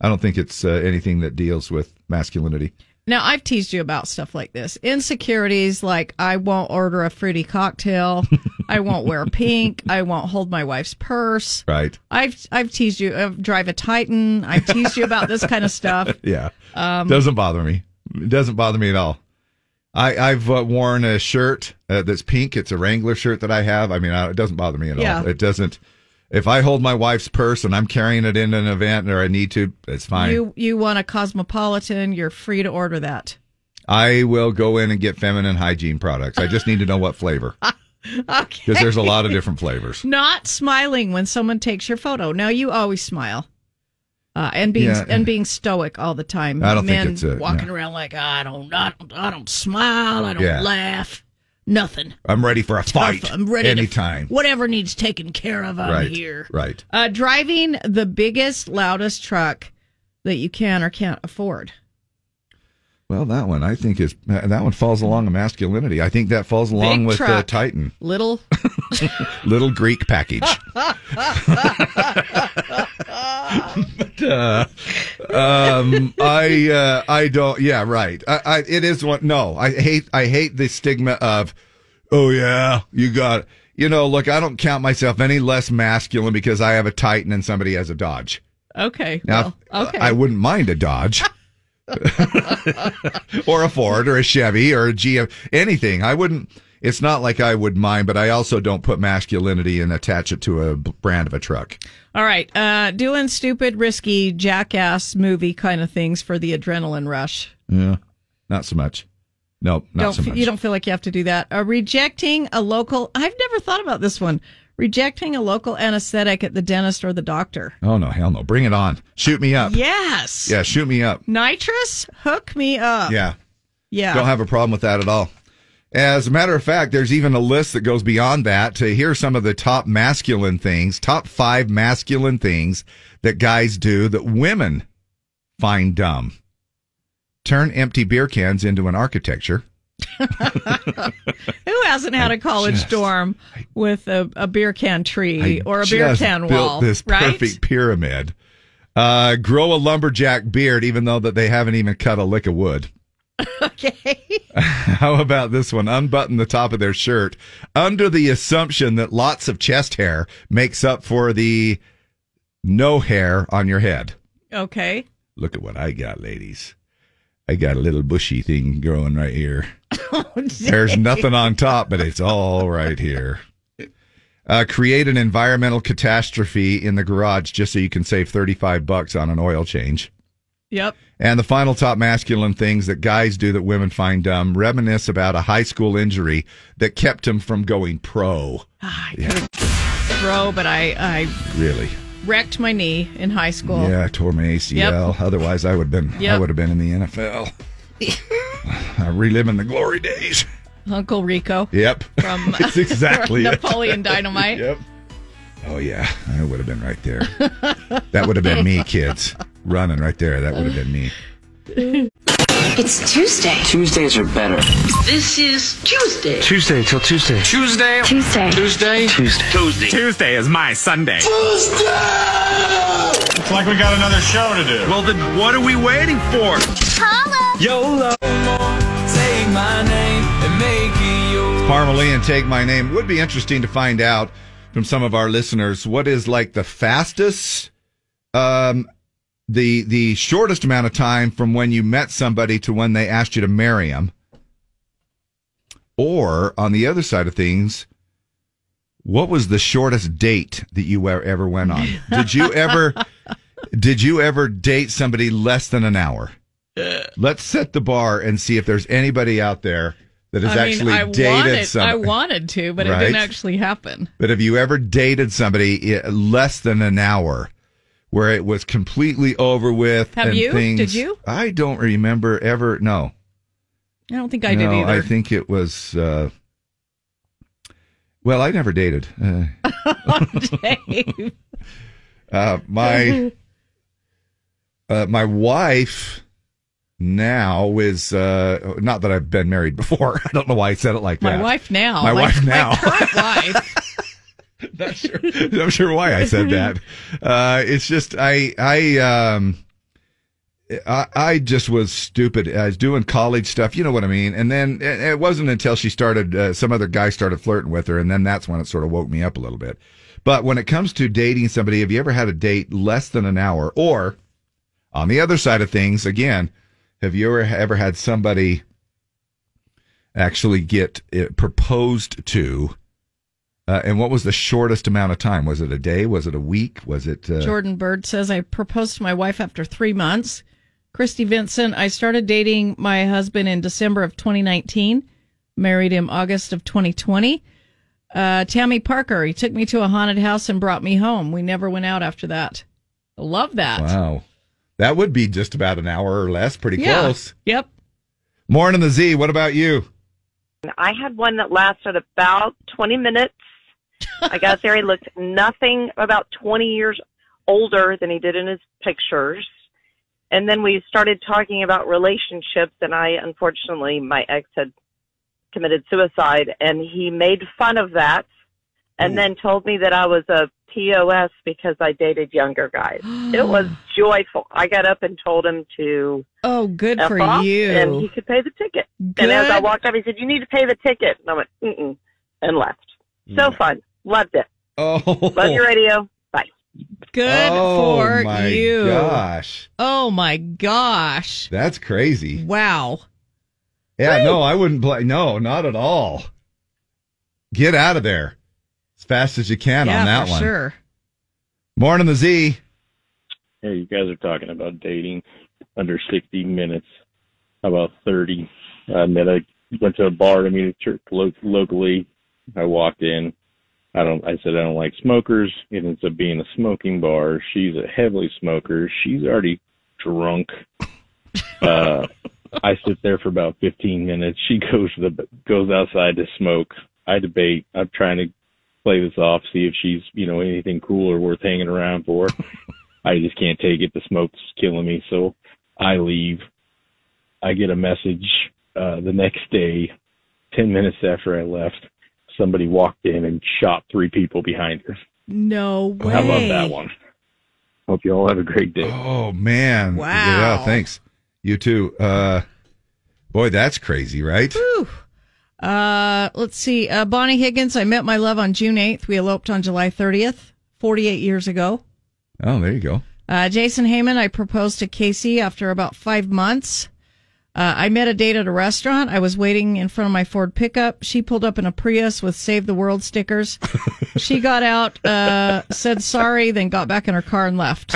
Speaker 1: I don't think it's uh, anything that deals with masculinity.
Speaker 2: Now, I've teased you about stuff like this. Insecurities like I won't order a fruity cocktail, I won't wear pink, I won't hold my wife's purse.
Speaker 1: Right.
Speaker 2: I've I've teased you. Uh, drive a Titan. I've teased you about this kind of stuff.
Speaker 1: Yeah.
Speaker 2: Um,
Speaker 1: doesn't bother me. It doesn't bother me at all. I, I've uh, worn a shirt uh, that's pink. It's a Wrangler shirt that I have. I mean, I, it doesn't bother me at
Speaker 2: Yeah.
Speaker 1: all. It doesn't. If I hold my wife's purse and I'm carrying it in an event or I need to, it's fine.
Speaker 2: You you want a cosmopolitan? You're free to order that.
Speaker 1: I will go in and get feminine hygiene products. I just need to know what flavor
Speaker 2: Okay.
Speaker 1: because there's a lot of different flavors.
Speaker 2: Not smiling when someone takes your photo. Now you always smile. Uh, and being
Speaker 1: Yeah.
Speaker 2: and being stoic all the time.
Speaker 1: I don't think
Speaker 2: Men
Speaker 1: it's a-
Speaker 2: walking around like I don't I don't, I don't smile. I don't
Speaker 1: Yeah.
Speaker 2: laugh. Nothing.
Speaker 1: I'm ready for a fight.
Speaker 2: I'm ready to-
Speaker 1: anytime.
Speaker 2: Whatever needs taken care of, I'm
Speaker 1: right.
Speaker 2: here.
Speaker 1: Right.
Speaker 2: Uh, driving the biggest, loudest truck that you can or can't afford.
Speaker 1: Well, that one I think is that one falls along with masculinity. I think that falls along
Speaker 2: Big
Speaker 1: with uh,
Speaker 2: truck.
Speaker 1: Titan,
Speaker 2: Little
Speaker 1: little Greek package. But, uh, um, I uh, I don't. Yeah, right. I, I it is one. No, I hate I hate the stigma of. Oh yeah, you got. You know, look, I don't count myself any less masculine because I have a Titan and somebody has a Dodge.
Speaker 2: Okay.
Speaker 1: Now,
Speaker 2: well, okay.
Speaker 1: I wouldn't mind a Dodge. or a Ford or a Chevy or a GM, anything. I wouldn't, it's not like I would mind, but I also don't put masculinity and attach it to a b- brand of a truck.
Speaker 2: All right. Uh, doing stupid, risky, jackass movie kind of things for the adrenaline rush.
Speaker 1: Yeah. Not so much. No, not
Speaker 2: don't
Speaker 1: so
Speaker 2: f-
Speaker 1: much.
Speaker 2: you don't feel like you have to do that. Uh, rejecting a local. I've never thought about this one. Rejecting a local anesthetic at the dentist or the doctor.
Speaker 1: oh, no, hell no. Bring it on. Shoot me up.
Speaker 2: Yes.
Speaker 1: Yeah, shoot me up.
Speaker 2: Nitrous, hook me up.
Speaker 1: Yeah.
Speaker 2: Yeah.
Speaker 1: Don't have a problem with that at all. As a matter of fact, there's even a list that goes beyond that to hear some of the top masculine things, top five masculine things that guys do that women find dumb. Turn empty beer cans into an architecture.
Speaker 2: Who hasn't had a college dorm with a, a beer can tree
Speaker 1: I
Speaker 2: or a beer
Speaker 1: just
Speaker 2: can
Speaker 1: built
Speaker 2: wall?
Speaker 1: This
Speaker 2: right?
Speaker 1: perfect pyramid. Uh, grow a lumberjack beard, even though that they haven't even cut a lick of wood. Okay. How about this one? Unbutton the top of their shirt under the assumption that lots of chest hair makes up for the no hair on your head.
Speaker 2: Okay.
Speaker 1: Look at what I got, ladies. I got a little bushy thing growing right here. There's nothing on top, but it's all right here. Uh, create an environmental catastrophe in the garage just so you can save 35 bucks on an oil change.
Speaker 2: Yep.
Speaker 1: And the final top masculine things that guys do that women find dumb reminisce about a high school injury that kept him from going pro. yeah,
Speaker 2: Bro, but I, I
Speaker 1: really.
Speaker 2: wrecked my knee in high school.
Speaker 1: Yeah, I tore my ACL. Otherwise, I would been I
Speaker 2: Yep.
Speaker 1: would have been in the NFL. I reliving the glory days.
Speaker 2: Uncle Rico.
Speaker 1: Yep.
Speaker 2: From
Speaker 1: It's exactly
Speaker 2: from
Speaker 1: it.
Speaker 2: Napoleon Dynamite.
Speaker 1: Yep. Oh yeah, I would have been right there. that would have been me, kids, running right there. That would have been me.
Speaker 6: It's Tuesday.
Speaker 5: Tuesdays are better.
Speaker 6: This is Tuesday.
Speaker 5: Tuesday till Tuesday.
Speaker 6: Tuesday. Tuesday. Tuesday.
Speaker 5: Tuesday. Tuesday. Tuesday is my Sunday.
Speaker 3: It's like we got another show to do. Well, then what are we waiting for?
Speaker 5: Holla. YOLO. Take my name and make it yours.
Speaker 1: Parmalee and take my name. Would be interesting to find out from some of our listeners what is like the fastest, um, the the shortest amount of time from when you met somebody to when they asked you to marry them. Or on the other side of things, what was the shortest date that you were- ever went on? Did you ever did you ever date somebody less than an hour? Let's set the bar and see if there's anybody out there that has
Speaker 2: I mean,
Speaker 1: actually
Speaker 2: I
Speaker 1: dated
Speaker 2: wanted, I
Speaker 1: somebody.
Speaker 2: wanted to, but it
Speaker 1: Right.
Speaker 2: didn't actually happen.
Speaker 1: But have you ever dated somebody i- less than an hour where it was completely over with?
Speaker 2: Have
Speaker 1: and
Speaker 2: you?
Speaker 1: things-
Speaker 2: Did you?
Speaker 1: I don't remember ever. No.
Speaker 2: I don't think I
Speaker 1: no,
Speaker 2: did either.
Speaker 1: I think it was. Uh, well, I never dated. Uh, uh, my uh, my wife now is uh, not that I've been married before. I don't know why I said it like
Speaker 2: my
Speaker 1: that.
Speaker 2: wife now.
Speaker 1: My
Speaker 2: like-
Speaker 1: wife now.
Speaker 2: My current wife
Speaker 1: I'm sure why I said that. Uh, it's just I I um I, I just was stupid. I was doing college stuff, you know what I mean. And then it, it wasn't until she started uh, some other guy started flirting with her, and then that's when it sort of woke me up a little bit. But when it comes to dating somebody, have you ever had a date less than an hour? Or on the other side of things, again, have you ever ever had somebody actually get uh, proposed to? Uh, and what was the shortest amount of time? Was it a day? Was it a week? Was it uh,
Speaker 2: Jordan Bird says, I proposed to my wife after three months. Christy Vincent, I started dating my husband in December of 2019, married him August of 2020. Uh, Tammy Parker, he took me to a haunted house and brought me home. We never went out after that. I love that.
Speaker 1: Wow, that would be just about an hour or less. Pretty
Speaker 2: Yeah.
Speaker 1: close.
Speaker 2: Yep.
Speaker 1: Morning, the Z. What about you?
Speaker 7: I had one that lasted about 20 minutes. I got there. He looked nothing about 20 years older than he did in his pictures. And then we started talking about relationships, and I unfortunately, my ex had committed suicide, and he made fun of that
Speaker 13: Hmm.
Speaker 7: and then told me that I was a POS because I dated younger guys. it was joyful. I got up and told him to
Speaker 2: Oh, good
Speaker 7: F
Speaker 2: for
Speaker 7: off,
Speaker 2: you.
Speaker 7: And he could pay the ticket. And as I
Speaker 2: Good.
Speaker 7: walked up, he said, "You need to pay the ticket." And I went, "Mm-mm," and left. So fun. Loved it.
Speaker 1: Oh,
Speaker 7: Love your radio. Bye.
Speaker 2: Good
Speaker 1: Oh,
Speaker 2: for
Speaker 1: my
Speaker 2: you.
Speaker 1: gosh.
Speaker 2: Oh my gosh.
Speaker 1: That's crazy.
Speaker 2: Wow.
Speaker 1: Yeah, no, I wouldn't play. No, not at all. Get out of there as fast as you can
Speaker 2: yeah,
Speaker 1: on that
Speaker 2: for
Speaker 1: one.
Speaker 2: sure.
Speaker 1: Morning, the Z.
Speaker 21: Hey, you guys are talking about dating under 60 minutes, about 30. I met a went to a bar to meet a church lo- locally. I walked in. I don't. I said I don't like smokers. It ends up being a smoking bar. She's a heavily smoker. She's already drunk. Uh, I sit there for about 15 minutes. She goes to the goes outside to smoke. I debate. I'm trying to play this off, see if she's you know anything cool or worth hanging around for. I just can't take it. The smoke's killing me. So I leave. I get a message uh, the next day, 10 minutes after I left. Somebody walked in and shot three people behind her.
Speaker 2: No way.
Speaker 21: Oh, I love that one. Hope you all have a great day.
Speaker 1: Oh man.
Speaker 2: Wow.
Speaker 1: Yeah, thanks. You too. Uh boy, that's crazy, right?
Speaker 2: Uh, let's see. Uh, Bonnie Higgins, I met my love on June 8th. We eloped on July 30th, 48 years ago.
Speaker 1: Oh, there you go.
Speaker 2: Uh, Jason Heyman, I proposed to Casey after about five months. Uh, I met a date at a restaurant. I was waiting in front of my Ford pickup. She pulled up in a Prius with Save the World stickers. she got out, uh, said sorry, then got back in her car and left.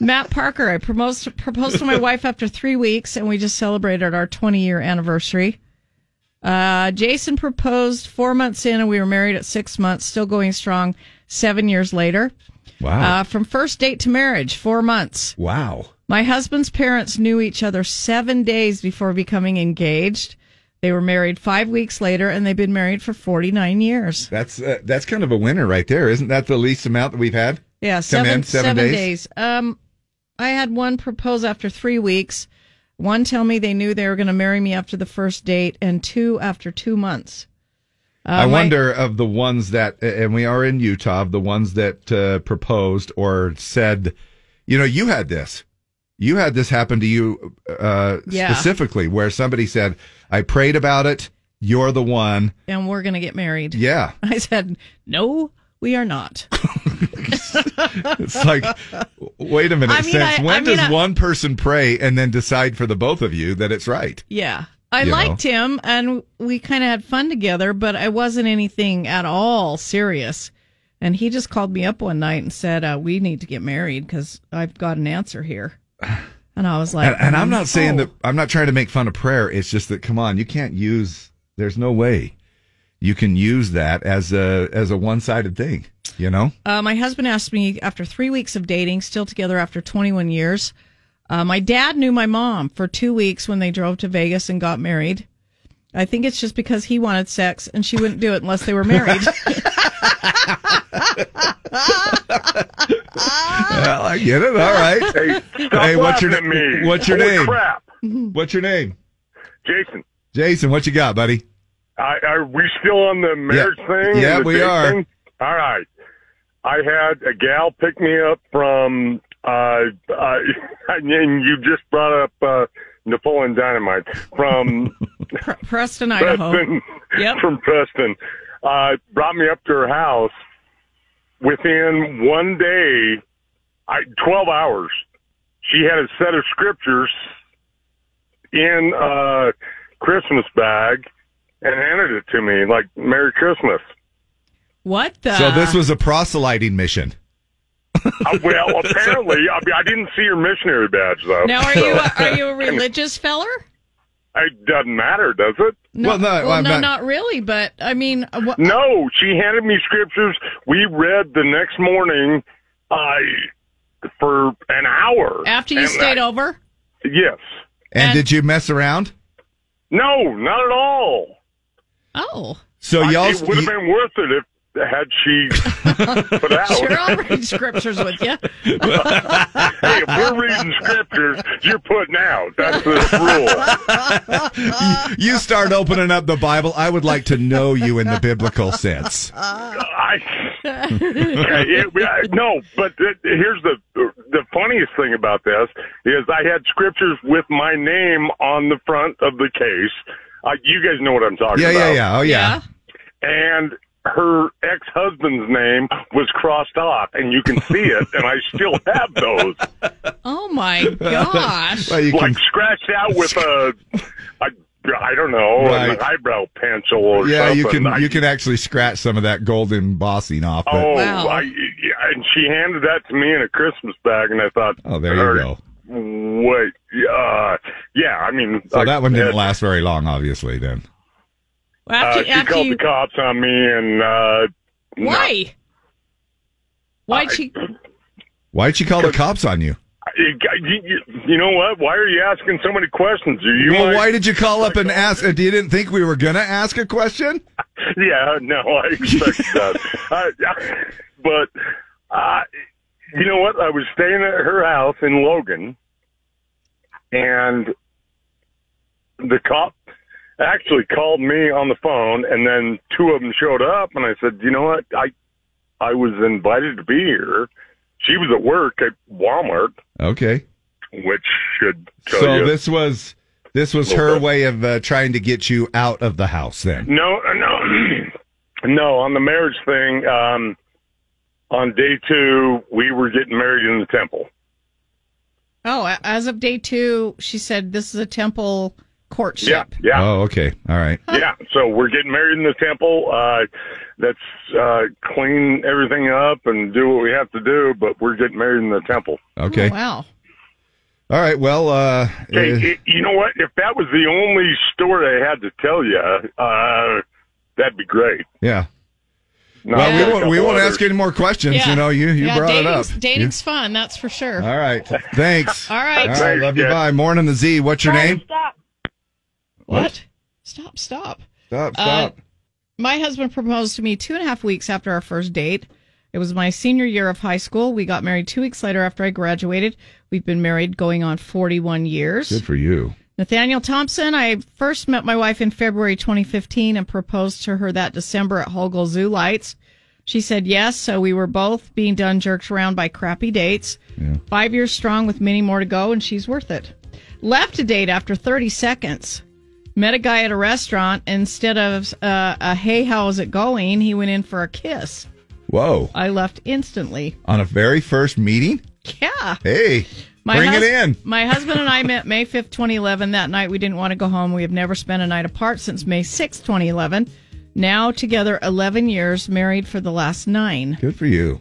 Speaker 2: Matt Parker, I proposed, proposed to my wife after three weeks, and we just celebrated our 20 year anniversary. Uh, Jason proposed four months in, and we were married at six months, still going strong seven years later.
Speaker 1: Wow.
Speaker 2: Uh, from first date to marriage, four months.
Speaker 1: wow.
Speaker 2: My husband's parents knew each other seven days before becoming engaged. They were married five weeks later, and they've been married for 49 years.
Speaker 1: That's uh, that's kind of a winner right there. Isn't that the least amount that we've had?
Speaker 2: Yeah,
Speaker 1: Come
Speaker 2: seven,
Speaker 1: in, seven days?
Speaker 2: Um, I had one propose after three weeks, one tell me they knew they were going to marry me after the first date, and two after two months. Uh,
Speaker 1: I
Speaker 2: my-
Speaker 1: wonder of the ones that, and we are in Utah, of the ones that uh, proposed or said, you know, you had this. You had this happen to you uh,
Speaker 2: Yeah.
Speaker 1: specifically where somebody said, I prayed about it. You're the one.
Speaker 2: and we're going to get married.
Speaker 1: Yeah.
Speaker 2: I said, no, we are not.
Speaker 1: It's like, wait a minute.
Speaker 2: I mean,
Speaker 1: Since
Speaker 2: I-
Speaker 1: when
Speaker 2: I mean,
Speaker 1: does
Speaker 2: I-
Speaker 1: one person pray and then decide for the both of you that it's right?
Speaker 2: Yeah. I
Speaker 1: You know?
Speaker 2: liked him and we kind of had fun together, but I wasn't anything at all serious. And he just called me up one night and said, uh, We need to get married because I've got an answer here. And I was like,
Speaker 1: and, and I'm not saying
Speaker 2: "Oh."
Speaker 1: that I'm not trying to make fun of prayer. It's just that, come on, you can't use. There's no way you can use that as a as a one sided thing. You know.
Speaker 2: Uh, my husband asked me after three weeks of dating, still together after 21 years. Uh, my dad knew my mom for two weeks when they drove to Vegas and got married. I think it's just because he wanted sex and she wouldn't do it unless they were married.
Speaker 1: well, I get it. All right.
Speaker 23: Hey, stop
Speaker 1: what's your
Speaker 23: laughing at
Speaker 1: name?
Speaker 23: me.
Speaker 1: What's your
Speaker 23: Holy
Speaker 1: name?
Speaker 23: crap.
Speaker 1: What's your name?
Speaker 23: Jason,
Speaker 1: Jason. What you got, buddy?
Speaker 23: I, are we still on the marriage
Speaker 1: yeah,
Speaker 23: thing? and
Speaker 1: yeah
Speaker 23: the
Speaker 1: we
Speaker 23: date
Speaker 1: are.
Speaker 23: thing?
Speaker 11: All right. I had a gal pick me up from, uh, uh, and you just brought up uh, Napoleon Dynamite from
Speaker 2: Preston, Idaho.
Speaker 11: Preston, from Preston, uh, brought me up to her house. Within one day, I, twelve hours, she had a set of scriptures in a Christmas bag and handed it to me like "Merry Christmas."
Speaker 2: What the?
Speaker 1: So this was a proselyting mission.
Speaker 11: Uh, well, apparently, I, mean, I didn't see your missionary badge though.
Speaker 2: Now, are you a, are you a religious feller?
Speaker 11: It doesn't matter, does it?
Speaker 2: no, not really. But I mean, uh, wha-
Speaker 11: No, she handed me scriptures. We read the next morning uh, for an hour.
Speaker 2: after you
Speaker 11: And
Speaker 2: stayed
Speaker 11: I-
Speaker 2: over,
Speaker 11: Yes.
Speaker 1: And, did you mess around?
Speaker 11: No, not at all.
Speaker 2: Oh.
Speaker 1: So
Speaker 11: I-
Speaker 1: y'all-
Speaker 11: It would have
Speaker 1: you-
Speaker 11: been worth it if had she put out.
Speaker 2: sure, I'll read scriptures with you.
Speaker 11: hey, if we're reading scriptures, you're putting out. That's the
Speaker 1: you start opening up the Bible. I would like to know you in the biblical sense.
Speaker 11: rule. Uh, Yeah, it- yeah, no, but th- here's the the funniest thing about this is I had scriptures with my name on the front of the case. Uh, you guys know what I'm talking
Speaker 1: Yeah,
Speaker 11: about.
Speaker 1: yeah, yeah. Oh, yeah.
Speaker 11: And her ex husband's name was crossed off, and you can see it. and I still have those,
Speaker 2: Oh my gosh!
Speaker 11: like scratched out with a, a I don't know,
Speaker 1: Right.
Speaker 11: an eyebrow pencil or
Speaker 1: Yeah,
Speaker 11: something.
Speaker 1: you can
Speaker 11: I-
Speaker 1: you can actually scratch some of that gold embossing off. But,
Speaker 11: Oh, I, yeah, and she handed that to me in a Christmas bag, and I thought,
Speaker 1: Oh, there you
Speaker 11: "Er,
Speaker 1: go."
Speaker 11: Wait, uh, yeah, I mean,
Speaker 1: so
Speaker 11: I-
Speaker 1: that one
Speaker 11: uh,
Speaker 1: didn't last very long, obviously. Then
Speaker 11: uh, she called the cops on me, and uh,
Speaker 2: Why? Why'd she?
Speaker 1: why'd she call the cops on you?
Speaker 11: you, you, you know what? Why are you asking so many questions? Are you?
Speaker 1: well,
Speaker 11: my-
Speaker 1: why did you call up and ask? uh, You didn't think we were gonna ask a question?
Speaker 11: Yeah, no, I expected that. I, I- but uh, you know what? I was staying at her house in Logan, and the cop actually called me on the phone, and then two of them showed up, and I said, "You know what? I I was invited to be here. She was at work at Walmart,
Speaker 1: Okay.
Speaker 11: which should tell
Speaker 1: So
Speaker 11: you
Speaker 1: this was this was
Speaker 11: Little
Speaker 1: her
Speaker 11: bit.
Speaker 1: way of uh, trying to get you out of the house. Then
Speaker 11: No, uh, no, no. On the marriage thing, um, on day two, we were getting married in the temple.
Speaker 2: Oh, a- as of day two, she said this is a temple courtship.
Speaker 11: Yeah, yeah,
Speaker 1: Oh, okay. All right.
Speaker 11: yeah. So we're getting married in the temple. Uh, that's uh, clean everything up and do what we have to do, but we're getting married in the temple.
Speaker 1: Okay.
Speaker 2: wow.
Speaker 1: All right. Well, uh,
Speaker 11: Hey,
Speaker 1: uh,
Speaker 11: y- you know what? If that was the only story I had to tell you, uh, that'd be great.
Speaker 1: yeah.
Speaker 11: No,
Speaker 1: well,
Speaker 11: I've got
Speaker 1: we
Speaker 11: a
Speaker 1: won't, we
Speaker 11: couple
Speaker 1: won't
Speaker 11: others.
Speaker 1: ask any more questions.
Speaker 2: Yeah.
Speaker 1: You know, you, you
Speaker 2: Yeah,
Speaker 1: brought it up.
Speaker 2: dating's- Dating's fun, that's for
Speaker 1: You-
Speaker 2: sure.
Speaker 1: all right. Thanks.
Speaker 2: All right.
Speaker 1: All right. Love you.
Speaker 2: Thanks,
Speaker 1: Bye. Morning the Z. What's your name?
Speaker 2: Stop. What? Stop, stop.
Speaker 1: Stop.
Speaker 2: Uh,
Speaker 1: Stop.
Speaker 2: My husband proposed to me two and a half weeks after our first date. It was my senior year of high school. We got married two weeks later after I graduated. We've been married going on 41 years.
Speaker 1: Good for you.
Speaker 2: Nathaniel Thompson, I first met my wife in February 2015 and proposed to her that December at Hogel Zoo Lights. She said yes, so we were both being done jerked around by crappy dates. Five years strong with many more to go, and she's worth it. Left a date after 30 seconds. Met a guy at a restaurant. Instead of uh, a hey, how's it going, he went in for a kiss.
Speaker 1: Whoa.
Speaker 2: I left instantly.
Speaker 1: On a very first meeting?
Speaker 2: Yeah.
Speaker 1: Hey, bring
Speaker 2: hus-
Speaker 1: it in.
Speaker 2: My husband and I met May 5th, 2011. That night we didn't want to go home. We have never spent a night apart since May 6th, 2011. Now together 11 years, married for the last nine.
Speaker 1: Good for you.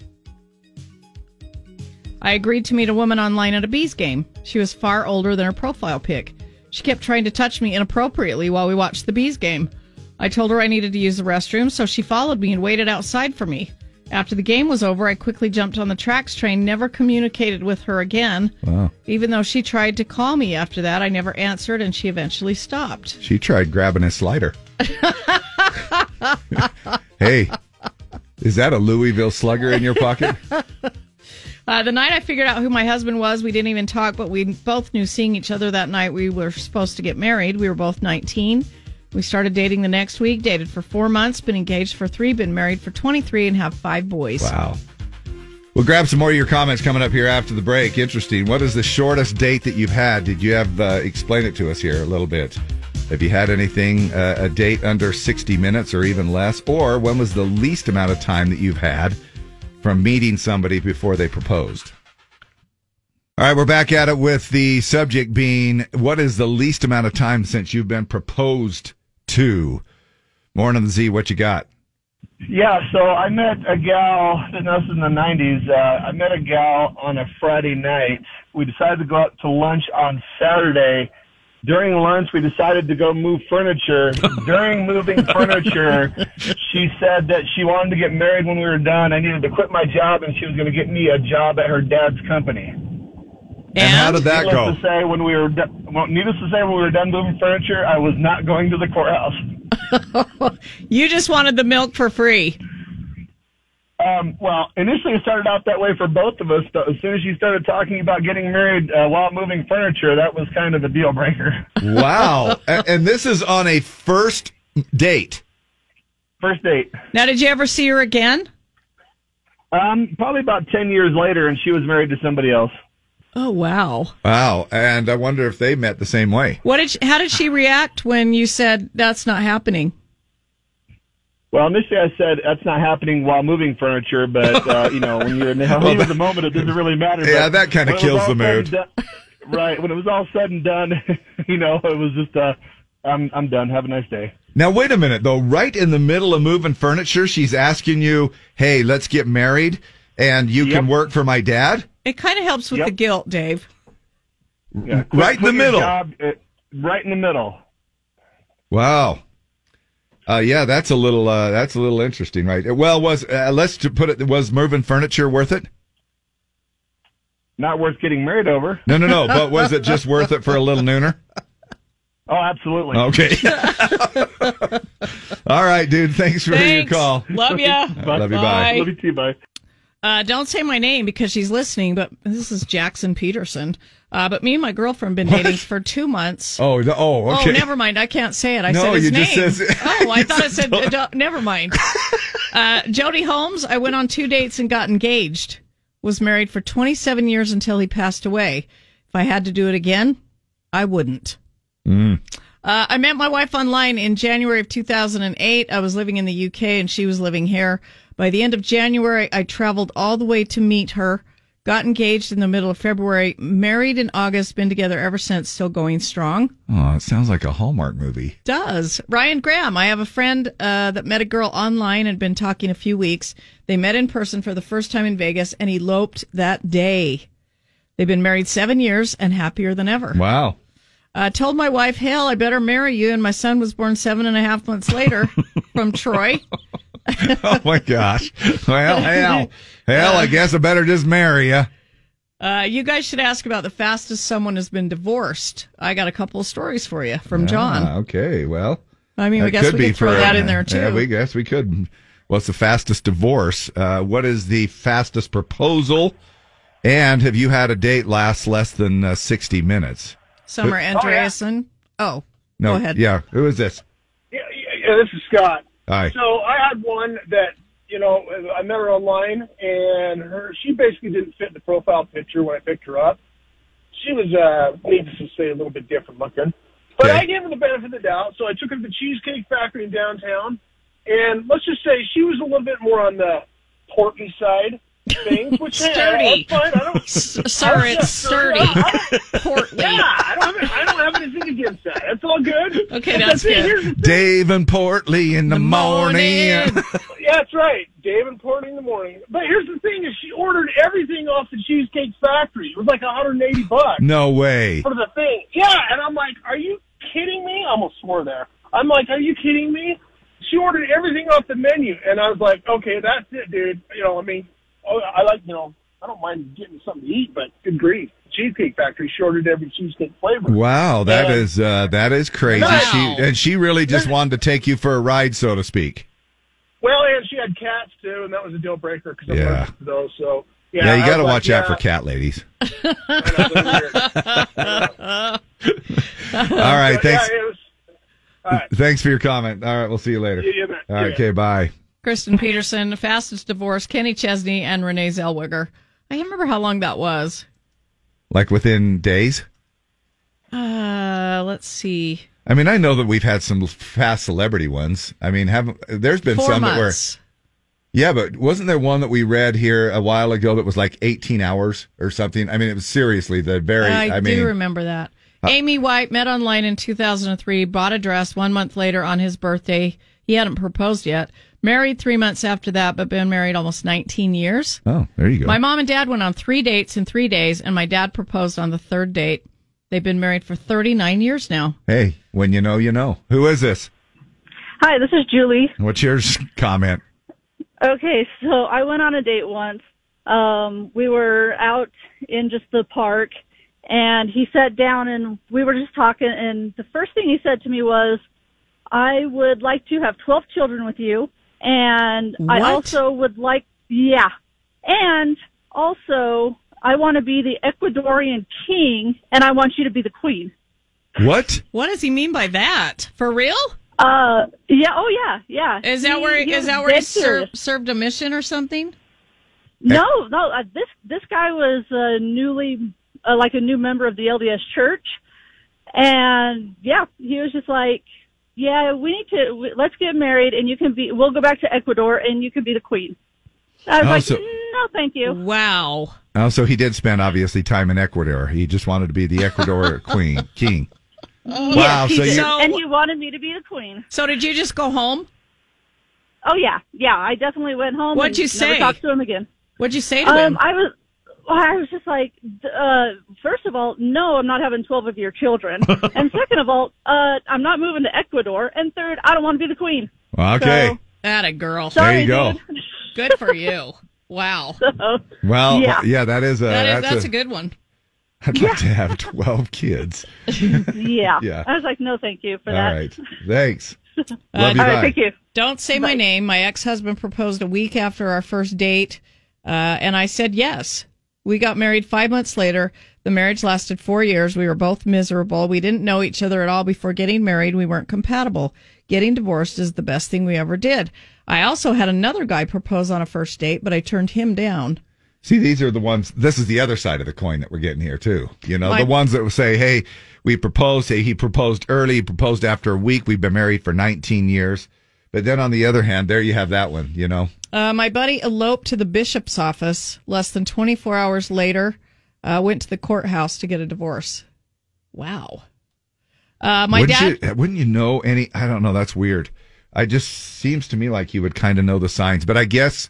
Speaker 2: I agreed to meet a woman online at a bees game. She was far older than her profile pic. She kept trying to touch me inappropriately while we watched the bees game. I told her I needed to use the restroom, so she followed me and waited outside for me. After the game was over, I quickly jumped on the tracks train, never communicated with her again.
Speaker 1: Wow.
Speaker 2: Even though she tried to call me after that, I never answered and she eventually stopped.
Speaker 1: She tried grabbing a slider. hey, is that a Louisville slugger in your pocket?
Speaker 2: Uh, the night I figured out who my husband was, we didn't even talk, but we both knew seeing each other that night we were supposed to get married. We were both 19. We started dating the next week, dated for four months, been engaged for three, been married for 23, and have five boys.
Speaker 1: Wow. We'll grab some more of your comments coming up here after the break. Interesting. What is the shortest date that you've had? Did you have uh, explain it to us here a little bit? Have you had anything uh, a date under sixty minutes or even less? Or when was the least amount of time that you've had from meeting somebody before they proposed? All right, we're back at it with the subject being what is the least amount of time since you've been proposed to? Morning Z, what you got?
Speaker 9: Yeah, so I met a gal, and this is in the 90s. Uh, I met a gal on a Friday night. We decided to go out to lunch on Saturday. During lunch, we decided to go move furniture. During moving furniture, she said that she wanted to get married when we were done. I needed to quit my job, and she was going to get me a job at her dad's company.
Speaker 1: And, how did that
Speaker 9: needless
Speaker 1: go?
Speaker 9: To say, when we were do- well, needless to say, when we were done moving furniture, I was not going to the courthouse.
Speaker 2: You just wanted the milk for free.
Speaker 9: Um, well, initially it started out that way for both of us, but as soon as she started talking about getting married uh, while moving furniture, that was kind of a deal breaker.
Speaker 1: Wow. A- and this is on a first date.
Speaker 9: First date.
Speaker 2: Now, did you ever see her again?
Speaker 9: Um, probably about 10 years later, and she was married to somebody else.
Speaker 2: Oh, wow.
Speaker 1: Wow. And I wonder if they met the same way.
Speaker 2: What did she, how did she react when you said that's not happening?
Speaker 9: Well, initially I said that's not happening while moving furniture, but uh, you know when you're in the
Speaker 1: Well,
Speaker 9: heat
Speaker 1: that-
Speaker 9: of the moment, it doesn't really matter.
Speaker 1: Yeah,
Speaker 9: But
Speaker 1: that kinda
Speaker 9: when it was
Speaker 1: kills
Speaker 9: all
Speaker 1: the
Speaker 9: said
Speaker 1: mood.
Speaker 9: and done- right when it was all said and done, you know, it was just uh, I'm I'm done. Have a nice day.
Speaker 1: Now, wait a minute, though. Right in the middle of moving furniture, she's asking you, hey, let's get married and you can work for my dad.
Speaker 2: It kind of helps with the guilt, Dave.
Speaker 1: Yeah, quit- Right in the quit your middle. job, eh,
Speaker 9: right in the middle.
Speaker 1: Wow. Uh, yeah, that's a little uh, that's a little interesting, right? Well, was uh, let's to put it was moving furniture worth it?
Speaker 9: Not worth getting married over.
Speaker 1: No, no, no. but was it just worth it for a little nooner?
Speaker 9: Oh, absolutely.
Speaker 1: Okay. All right, dude. Thanks for
Speaker 2: Thanks.
Speaker 1: your call.
Speaker 2: Love ya.
Speaker 1: Love you. Bye.
Speaker 2: Bye. Love you
Speaker 9: too. Bye.
Speaker 2: Uh, don't say my name because she's listening, but this is Jackson Peterson. Uh, but me and my girlfriend been dating for two months.
Speaker 1: Oh, no, oh, okay.
Speaker 2: Oh, never mind. I can't say it. I
Speaker 1: No,
Speaker 2: said his
Speaker 1: you
Speaker 2: name.
Speaker 1: just says-
Speaker 2: oh, I
Speaker 1: you
Speaker 2: thought it
Speaker 1: just
Speaker 2: said.
Speaker 1: don't-
Speaker 2: don't- never mind. Uh, Jody Holmes. I went on two dates and got engaged. Was married for 27 years until he passed away. If I had to do it again, I wouldn't.
Speaker 1: Mm.
Speaker 2: Uh, I met my wife online in January of 2008. I was living in the UK and she was living here. By the end of January, I traveled all the way to meet her, got engaged in the middle of February, married in August, been together ever since, still going strong.
Speaker 1: Oh, it sounds like a Hallmark movie.
Speaker 2: Does Ryan Graham? I have a friend uh, that met a girl online and been talking a few weeks. They met in person for the first time in Vegas and eloped that day. They've been married seven years and happier than ever.
Speaker 1: Wow.
Speaker 2: Uh, told my wife, "Hell, I better marry you." And my son was born seven and a half months later from Troy.
Speaker 1: Oh my gosh. Well, hell, hell. I guess I better just marry you.
Speaker 2: Uh, you guys should ask about the fastest someone has been divorced. I got a couple of stories for you from John.
Speaker 1: Ah, okay. Well,
Speaker 2: I mean, we
Speaker 1: that
Speaker 2: guess we could throw that in there,
Speaker 1: Yeah,
Speaker 2: too.
Speaker 1: we guess we could. What's the fastest divorce? Uh, what is the fastest proposal? And have you had a date last less than uh, sixty minutes?
Speaker 2: Summer
Speaker 1: Who-
Speaker 2: Andreasen. Oh,
Speaker 1: No.
Speaker 2: go ahead.
Speaker 1: Yeah. Who is this?
Speaker 12: Yeah, yeah, this is Scott.
Speaker 1: Hi.
Speaker 12: So I had one that you know I met her online, and her she basically didn't fit the profile picture when I picked her up. She was, uh, needless to say, a little bit different looking. But I gave her the benefit of the doubt, so I took her to the Cheesecake Factory in downtown, and let's just say she was a little bit more on the porky side. of Things, which hey,
Speaker 2: Sturdy.
Speaker 12: I, that's fine. I don't,
Speaker 2: Sir,
Speaker 12: Yeah,
Speaker 2: it's sturdy. Portly.
Speaker 12: Yeah, I don't, have, I don't have anything against that. That's all good.
Speaker 2: Okay,
Speaker 12: But
Speaker 2: that's
Speaker 12: the thing,
Speaker 2: good.
Speaker 12: here's the
Speaker 1: Dave and Portly in the, morning.
Speaker 12: yeah, that's right. Dave and Portland in the morning. But here's the thing: is she ordered everything off the Cheesecake Factory. It was like 180 bucks
Speaker 1: no way.
Speaker 12: for the thing. Yeah, and I'm like, are you kidding me? I almost swore there. I'm like, are you kidding me? She ordered everything off the menu, and I was like, okay, that's it, dude. You know, I mean, oh, I like, you know, I don't mind getting something to eat, but good grief, Cheesecake Factory she ordered every cheesecake flavor.
Speaker 1: Wow, that is uh, that is crazy. She and she really just wanted to take you for a ride, so to speak.
Speaker 12: Well, and she had cats too, and that was a deal breaker because I'm
Speaker 1: Yeah.
Speaker 12: allergic to those. So
Speaker 1: Yeah,
Speaker 12: yeah,
Speaker 1: you
Speaker 12: I
Speaker 1: got to
Speaker 12: was
Speaker 1: watch
Speaker 12: like,
Speaker 1: out for cat ladies.
Speaker 12: yeah.
Speaker 1: All right,
Speaker 12: So, yeah,
Speaker 1: thanks.
Speaker 12: it was-
Speaker 1: Thanks for your comment. All right, we'll see you later.
Speaker 2: See you, man.
Speaker 1: All right, okay, bye.
Speaker 2: Kristen Peterson, fastest divorce, Kenny Chesney and Renee Zellweger. I can't remember how long that was.
Speaker 1: Like within days.
Speaker 2: Uh, let's see.
Speaker 1: I mean, I know that we've had some fast celebrity ones. I mean, haven't there's been
Speaker 2: Four
Speaker 1: some
Speaker 2: months.
Speaker 1: that were. Yeah, but wasn't there one that we read here a while ago that was like 18 hours or something? I mean, it was seriously the very.
Speaker 2: I,
Speaker 1: I, mean,
Speaker 2: do remember that.
Speaker 1: Uh,
Speaker 2: Amy White met online in 2003, bought a dress one month later on his birthday. He hadn't proposed yet. Married three months after that, but been married almost 19 years.
Speaker 1: Oh, there you go.
Speaker 2: My mom and dad went on three dates in three days, and my dad proposed on the third date. They've been married for 39 years now.
Speaker 1: hey, when you know, you know. Who is this?
Speaker 10: Hi, this is Julie.
Speaker 1: What's your comment?
Speaker 10: Okay, so I went on a date once. Um, we were out in just the park and he sat down and we were just talking and the first thing he said to me was, I would like to have 12 children with you and
Speaker 14: What?
Speaker 10: I also would like, yeah. And also I want to be the Ecuadorian king and I want you to be the queen.
Speaker 1: What?
Speaker 2: What does he mean by that? For real?
Speaker 10: Uh, yeah. Oh, yeah. Yeah.
Speaker 2: Is that
Speaker 10: He-
Speaker 2: where
Speaker 10: he
Speaker 2: is
Speaker 10: was
Speaker 2: that where he
Speaker 10: dead
Speaker 2: ser-
Speaker 10: serious.
Speaker 2: served a mission or something?
Speaker 10: No, no. Uh, this this guy was uh, newly uh, like a new member of the LDS Church, and yeah, he was just like, yeah, we need to we, let's get married, and you can be. We'll go back to Ecuador, and you can be the queen. I was
Speaker 1: Oh,
Speaker 10: like,
Speaker 1: so-
Speaker 10: no, thank you.
Speaker 2: Wow.
Speaker 1: Oh, so he did spend obviously time in Ecuador. He just wanted to be the Ecuador queen king. Wow,
Speaker 2: Oh,
Speaker 10: Yes, he
Speaker 1: so
Speaker 10: did.
Speaker 1: you-
Speaker 10: and he wanted me to be the queen.
Speaker 2: So did you just go home?
Speaker 10: Oh yeah, yeah. I definitely went home.
Speaker 2: What'd
Speaker 10: and
Speaker 2: you
Speaker 10: never
Speaker 2: say?
Speaker 10: Talked to him again.
Speaker 2: What'd you say to
Speaker 10: um,
Speaker 2: him?
Speaker 10: I was. well, I was just like, d- uh, first of all, no, I'm not having 12 of your children. and second of all, uh, I'm not moving to Ecuador. And third, I don't want to be the queen.
Speaker 1: Okay.
Speaker 10: So-
Speaker 2: That a girl.
Speaker 1: There you Sorry, go.
Speaker 2: Good for you. Wow.
Speaker 1: well, yeah.
Speaker 2: Yeah.
Speaker 1: that is a
Speaker 2: That is-
Speaker 1: that's,
Speaker 2: that's a good one.
Speaker 1: I'd like to have twelve kids.
Speaker 10: yeah.
Speaker 1: Yeah.
Speaker 10: I was like, no, thank you for
Speaker 1: All
Speaker 10: that.
Speaker 1: right, thanks. Love you, bye.
Speaker 2: you. Don't say my name. My ex husband proposed a week after our first date, uh, and I said yes. We got married five months later. The marriage lasted four years. We were both miserable. We didn't know each other at all before getting married. We weren't compatible. Getting divorced is the best thing we ever did. I also had another guy propose on a first date, but I turned him down.
Speaker 1: See, these are the ones. This is the other side of the coin that we're getting here too. You know,
Speaker 2: My-
Speaker 1: the ones that say, "Hey, we proposed. Hey, he proposed early. He proposed after a week. We've been married for 19 years." But then on the other hand, there you have that one. You know,
Speaker 2: Uh, my buddy eloped to the bishop's office less than 24 hours later, uh, went to the courthouse to get a divorce. Wow. Uh, my
Speaker 1: wouldn't
Speaker 2: dad.
Speaker 1: You, wouldn't you know any? I don't know. That's weird. I just seems to me like you would kind of know the signs, but I guess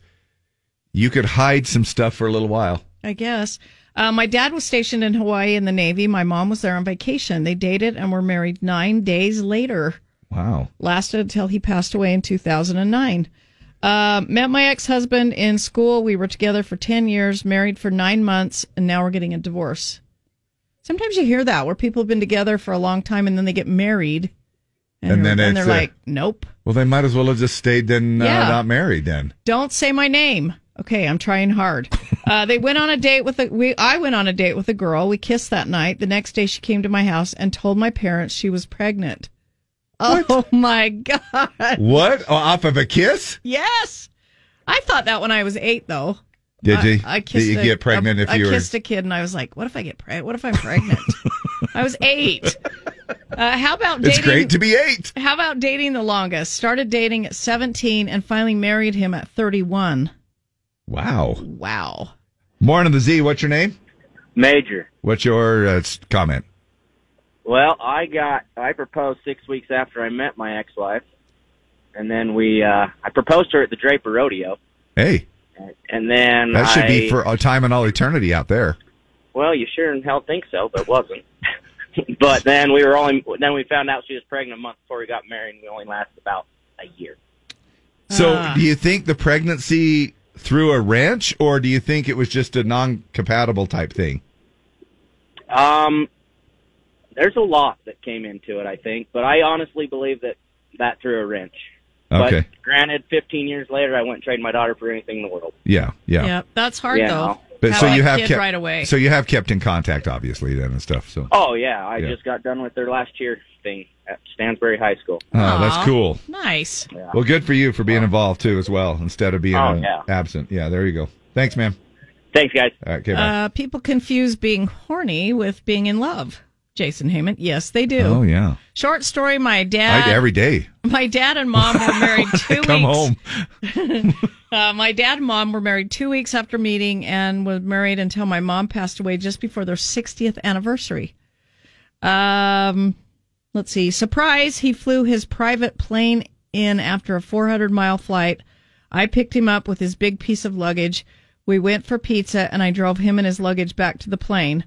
Speaker 1: you could hide some stuff for a little while.
Speaker 2: I guess. Uh, my dad was stationed in Hawaii in the Navy. My mom was there on vacation. They dated and were married nine days later.
Speaker 1: Wow.
Speaker 2: Lasted until he passed away in 2009. Uh, met my ex husband in school. We were together for 10 years, married for nine months, and now we're getting a divorce. Sometimes you hear that where people have been together for a long time and then they get married. And,
Speaker 1: And
Speaker 2: they're-
Speaker 1: then
Speaker 2: and
Speaker 1: it's
Speaker 2: they're
Speaker 1: a-
Speaker 2: like, nope.
Speaker 1: Well, they might as well have just stayed then, uh,
Speaker 2: Yeah.
Speaker 1: not married then.
Speaker 2: Don't say my name. Okay, I'm trying hard. Uh, they went on a date with a we. I went on a date with a girl. We kissed that night. The next day, she came to my house and told my parents she was pregnant. Oh my god!
Speaker 1: What? Oh, off of a kiss?
Speaker 2: Yes, I thought that when I was eight, though.
Speaker 1: Did
Speaker 2: I-
Speaker 1: you?
Speaker 2: I,
Speaker 1: Did
Speaker 2: kissed.
Speaker 1: you
Speaker 2: a-
Speaker 1: get pregnant
Speaker 2: a-
Speaker 1: if you
Speaker 2: I
Speaker 1: were-
Speaker 2: kissed a kid, and I was like, "What if I get pregnant? What if I'm pregnant?" I was eight. Uh, how about dating?
Speaker 1: It's great to be eight.
Speaker 2: How about dating the longest? Started dating at 17 and finally married him at 31.
Speaker 1: Wow.
Speaker 2: Wow.
Speaker 1: Morning of the Z. What's your name?
Speaker 23: Major.
Speaker 1: What's your uh, s- comment?
Speaker 23: Well, I got I proposed six weeks after I met my ex-wife, and then we uh, I proposed to her at the Draper Rodeo,
Speaker 1: Hey,
Speaker 23: and then
Speaker 1: that should
Speaker 23: I-
Speaker 1: be for a time and all eternity out there.
Speaker 23: Well, you sure in hell think so, but wasn't. but then we were only then we found out she was pregnant a month before we got married, and we only lasted about a year.
Speaker 1: So,
Speaker 23: Ah.
Speaker 1: do you think the pregnancy threw a wrench, or do you think it was just a non-compatible type thing?
Speaker 23: Um, there's a lot that came into it, I think, but I honestly believe that that threw a wrench.
Speaker 1: Okay.
Speaker 23: Granted, 15 years later, I wouldn't trade my daughter for anything in the world.
Speaker 1: yeah. Yeah.
Speaker 2: Yep, that's hard
Speaker 23: You
Speaker 2: though.
Speaker 23: know?
Speaker 1: But
Speaker 23: Have
Speaker 1: so
Speaker 23: a
Speaker 1: you have
Speaker 23: kid
Speaker 1: kept
Speaker 23: right away.
Speaker 1: So you have kept in contact, obviously, then and stuff. So
Speaker 23: Oh yeah, I
Speaker 1: Yeah.
Speaker 23: just got done with their last year thing at Stansbury High School.
Speaker 1: Oh, that's Aw. cool.
Speaker 2: Nice.
Speaker 1: well, good for you for being involved too, as well, instead of being
Speaker 23: Oh,
Speaker 1: uh,
Speaker 23: yeah.
Speaker 1: absent. Yeah, there you go. Thanks, ma'am.
Speaker 23: Thanks, guys.
Speaker 1: All right, okay, bye.
Speaker 2: Uh, people confuse being horny with being in love. Jason Heyman. Yes, they do.
Speaker 1: oh yeah,
Speaker 2: Short story. My
Speaker 1: I-
Speaker 2: dad.
Speaker 1: every day.
Speaker 2: My dad and mom were married Uh, two
Speaker 1: Come
Speaker 2: weeks.
Speaker 1: home.
Speaker 2: Uh, my dad and mom were married two weeks after meeting and was married until my mom passed away just before their 60th anniversary. Um, let's see. Surprise, he flew his private plane in after a 400 mile flight. I picked him up with his big piece of luggage. We went for pizza and I drove him and his luggage back to the plane.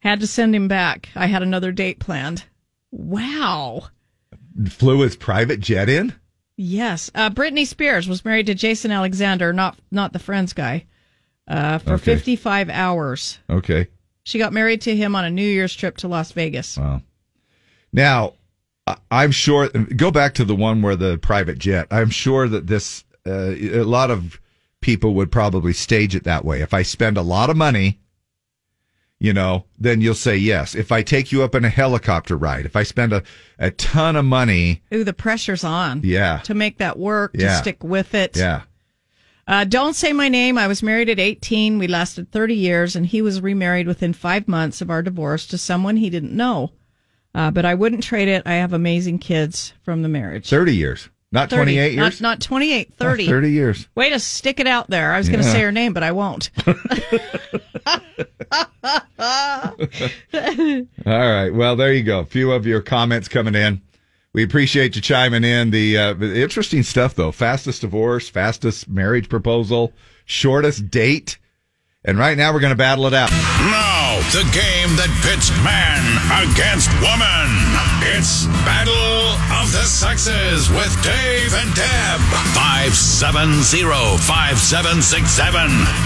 Speaker 2: Had to send him back. I had another date planned. Wow.
Speaker 1: Flew his private jet in.
Speaker 2: Yes, uh, Britney Spears was married to Jason Alexander, not not the Friends guy, uh, for
Speaker 1: Okay.
Speaker 2: 55 hours.
Speaker 1: Okay.
Speaker 2: She got married to him on a New Year's trip to Las Vegas.
Speaker 1: Wow. Now, I- I'm sure. Go back to the one where the private jet. I'm sure that this uh, a lot of people would probably stage it that way. If I spend a lot of money, you know, then you'll say yes. If I take you up in a helicopter ride, if I spend a, a ton of money,
Speaker 2: Ooh, the pressure's on.
Speaker 1: Yeah.
Speaker 2: to make that work,
Speaker 1: Yeah.
Speaker 2: to stick with it.
Speaker 1: yeah.
Speaker 2: Uh, don't say my name. I was married at 18. We lasted 30 years, and he was remarried within five months of our divorce to someone he didn't know. Uh, but I wouldn't trade it. I have amazing kids from the marriage.
Speaker 1: 30 years, not
Speaker 2: 30,
Speaker 1: 28 years.
Speaker 2: Not, not 28,
Speaker 1: Oh,
Speaker 2: 30.
Speaker 1: 30 years.
Speaker 2: Way to stick it out there. I was going to
Speaker 1: Yeah.
Speaker 2: say her name, but I won't.
Speaker 1: All right. Well, there you go. A few of your comments coming in. We appreciate you chiming in. The uh, the interesting stuff, though. Fastest divorce, fastest marriage proposal, shortest date. And right now, we're going to battle it out.
Speaker 17: Now, the game that pits man against woman. It's Battle of the Sexes with Dave and Deb. 570-5767.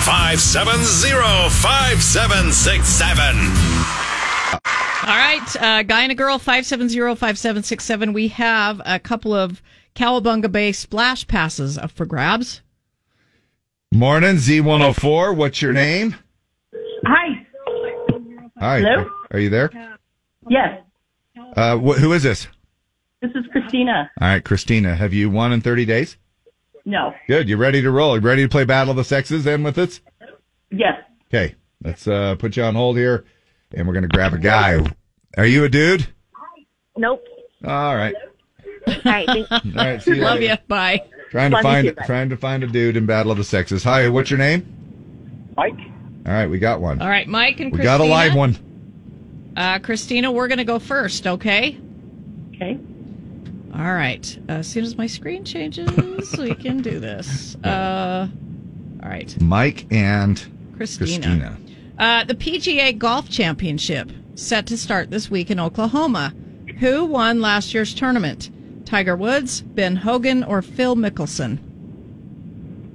Speaker 17: 570-5767.
Speaker 2: All right, uh, guy and a girl, 570-5767. We have a couple of Cowabunga Bay splash passes up for grabs.
Speaker 1: Morning, Z104. What's your name?
Speaker 14: Hi.
Speaker 1: Hi.
Speaker 14: Hello?
Speaker 1: Are you there?
Speaker 14: Yes,
Speaker 1: Uh, wh- who is this?
Speaker 14: this is Christina.
Speaker 1: All right, Christina. Have you won in 30 days?
Speaker 14: No.
Speaker 1: Good. You ready to roll? You ready to play Battle of the Sexes then with us?
Speaker 14: Yes.
Speaker 1: Okay, let's uh, put you on hold here, and we're gonna grab a guy. Are you a dude?
Speaker 14: Nope.
Speaker 1: All right,
Speaker 14: All right. All
Speaker 1: All right, see you
Speaker 2: Love
Speaker 1: later.
Speaker 2: you. Bye.
Speaker 1: trying to
Speaker 2: Love you
Speaker 1: find
Speaker 2: too, bye.
Speaker 1: trying to find a dude in Battle of the Sexes. Hi, what's your name?
Speaker 14: Mike.
Speaker 1: All right, we got one.
Speaker 2: All right, Mike and
Speaker 1: we
Speaker 2: Christina.
Speaker 1: got a live one.
Speaker 2: Uh, Christina, we're going to go first, okay?
Speaker 14: Okay.
Speaker 2: All right. as soon as my screen changes, we can do this. Uh, all right.
Speaker 1: Mike and
Speaker 2: Christina.
Speaker 1: Christina.
Speaker 2: Uh, the PGA Golf Championship set to start this week in Oklahoma. Who won last year's tournament? Tiger Woods, Ben Hogan, or Phil Mickelson?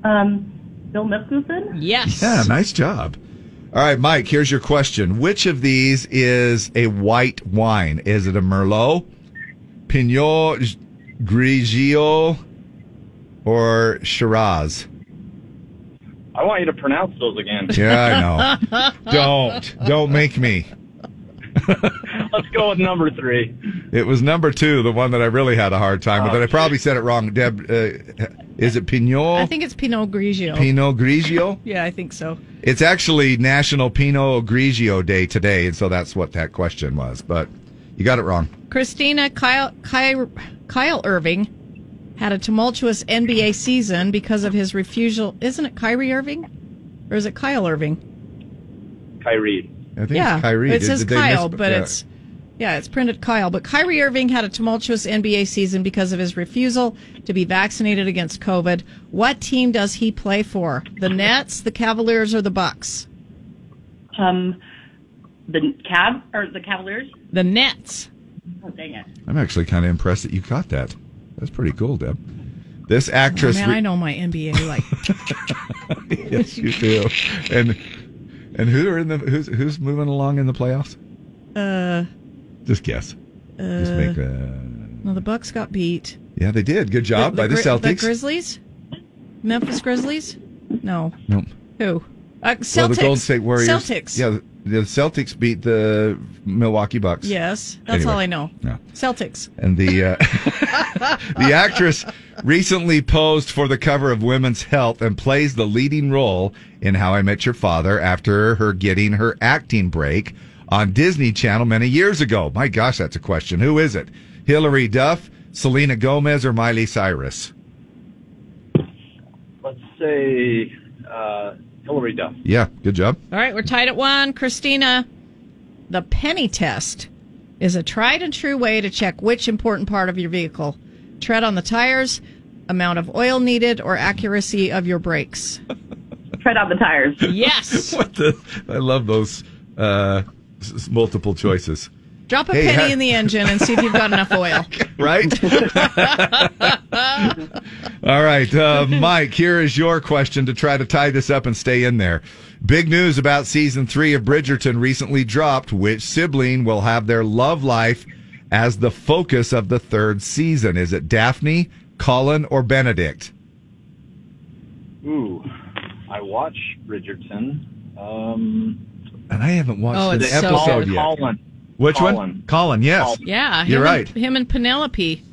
Speaker 14: Um, Bill Mickelson.
Speaker 2: Yes.
Speaker 1: Yeah, nice job. All right, Mike. Here's your question: Which of these is a white wine? Is it a Merlot, Pinot Grigio, or Shiraz?
Speaker 21: I want you to pronounce those again.
Speaker 1: Yeah, I know. don't don't make me.
Speaker 21: Let's go with number three. Oh,
Speaker 1: It was number two, the one that I really had a hard time with. And I probably said it wrong. Deb, uh, is it Pinot?
Speaker 2: I think it's Pinot Grigio.
Speaker 1: Pinot Grigio.
Speaker 2: yeah, I think so.
Speaker 1: It's actually National Pinot Grigio Day today, and so that's what that question was. But you got it wrong.
Speaker 2: Christina Kyle, Kyle, Kyle Irving had a tumultuous NBA season because of his refusal. Isn't it Kyrie Irving? Or is it Kyle Irving?
Speaker 21: Kyrie.
Speaker 1: I think
Speaker 2: yeah,
Speaker 1: it's Kyrie.
Speaker 2: It
Speaker 1: Did-
Speaker 2: says
Speaker 1: did they
Speaker 2: Kyle,
Speaker 1: mis-
Speaker 2: but
Speaker 1: yeah.
Speaker 2: it's yeah, it's printed Kyle. But Kyrie Irving had a tumultuous NBA season because of his refusal to be vaccinated against COVID. What team does he play for? The Nets, the Cavaliers, or the Bucks?
Speaker 14: Um, the Cab or the Cavaliers.
Speaker 2: The Nets.
Speaker 14: Oh dang it.
Speaker 1: I'm actually kind of impressed that you got that. That's pretty cool, Deb. This actress.
Speaker 2: Oh, man,
Speaker 1: re-
Speaker 2: I know my NBA like
Speaker 1: yes, you do. And and who are in the who's who's moving along in the playoffs?
Speaker 2: uh,
Speaker 1: Just guess. Just
Speaker 2: Uh,
Speaker 1: make a.
Speaker 2: no, the Bucks got beat.
Speaker 1: Yeah, they did. Good job by the
Speaker 2: Gri-
Speaker 1: Celtics.
Speaker 2: Grizzlies? Memphis Grizzlies? No.
Speaker 1: Nope.
Speaker 2: Who? Uh, Celtics.
Speaker 1: Well, the Golden State Warriors.
Speaker 2: Celtics.
Speaker 1: Yeah, the Celtics beat the Milwaukee Bucks.
Speaker 2: Yes, that's
Speaker 1: Anyway.
Speaker 2: all I know.
Speaker 1: Yeah.
Speaker 2: Celtics.
Speaker 1: And the uh, the actress recently posed for the cover of Women's Health and plays the leading role in How I Met Your Father after her getting her acting break on Disney Channel many years ago. My gosh, that's a question. Who is it? Hilary Duff, Selena Gomez, or Miley Cyrus?
Speaker 22: Let's say uh, Hillary Duff.
Speaker 1: Yeah, good job.
Speaker 2: All right, we're tied at one. Christina, the penny test is a tried and true way to check which important part of your vehicle tread on the tires, amount of oil needed, or accuracy of your brakes.
Speaker 14: Tread on the tires.
Speaker 2: Yes.
Speaker 1: what the? I love those uh, s- s- multiple choices.
Speaker 2: Drop a
Speaker 1: Hey,
Speaker 2: penny
Speaker 1: how-
Speaker 2: in the engine and see if you've got enough oil.
Speaker 1: right? All right, uh, Mike, here is your question to try to tie this up and stay in there. Big news about season three of Bridgerton recently dropped. Which sibling will have their love life as the focus of the third season? Is it Daphne, Colin, or Benedict?
Speaker 8: Ooh, I watch Richardson. Um,
Speaker 1: And I haven't watched
Speaker 8: Oh,
Speaker 1: this
Speaker 8: it's so
Speaker 1: episode
Speaker 8: good.
Speaker 1: yet.
Speaker 8: Colin.
Speaker 1: Which one?
Speaker 8: Colin.
Speaker 1: Colin, yes.
Speaker 2: Yeah, him
Speaker 1: You're
Speaker 2: and-
Speaker 1: right.
Speaker 2: him and Penelope.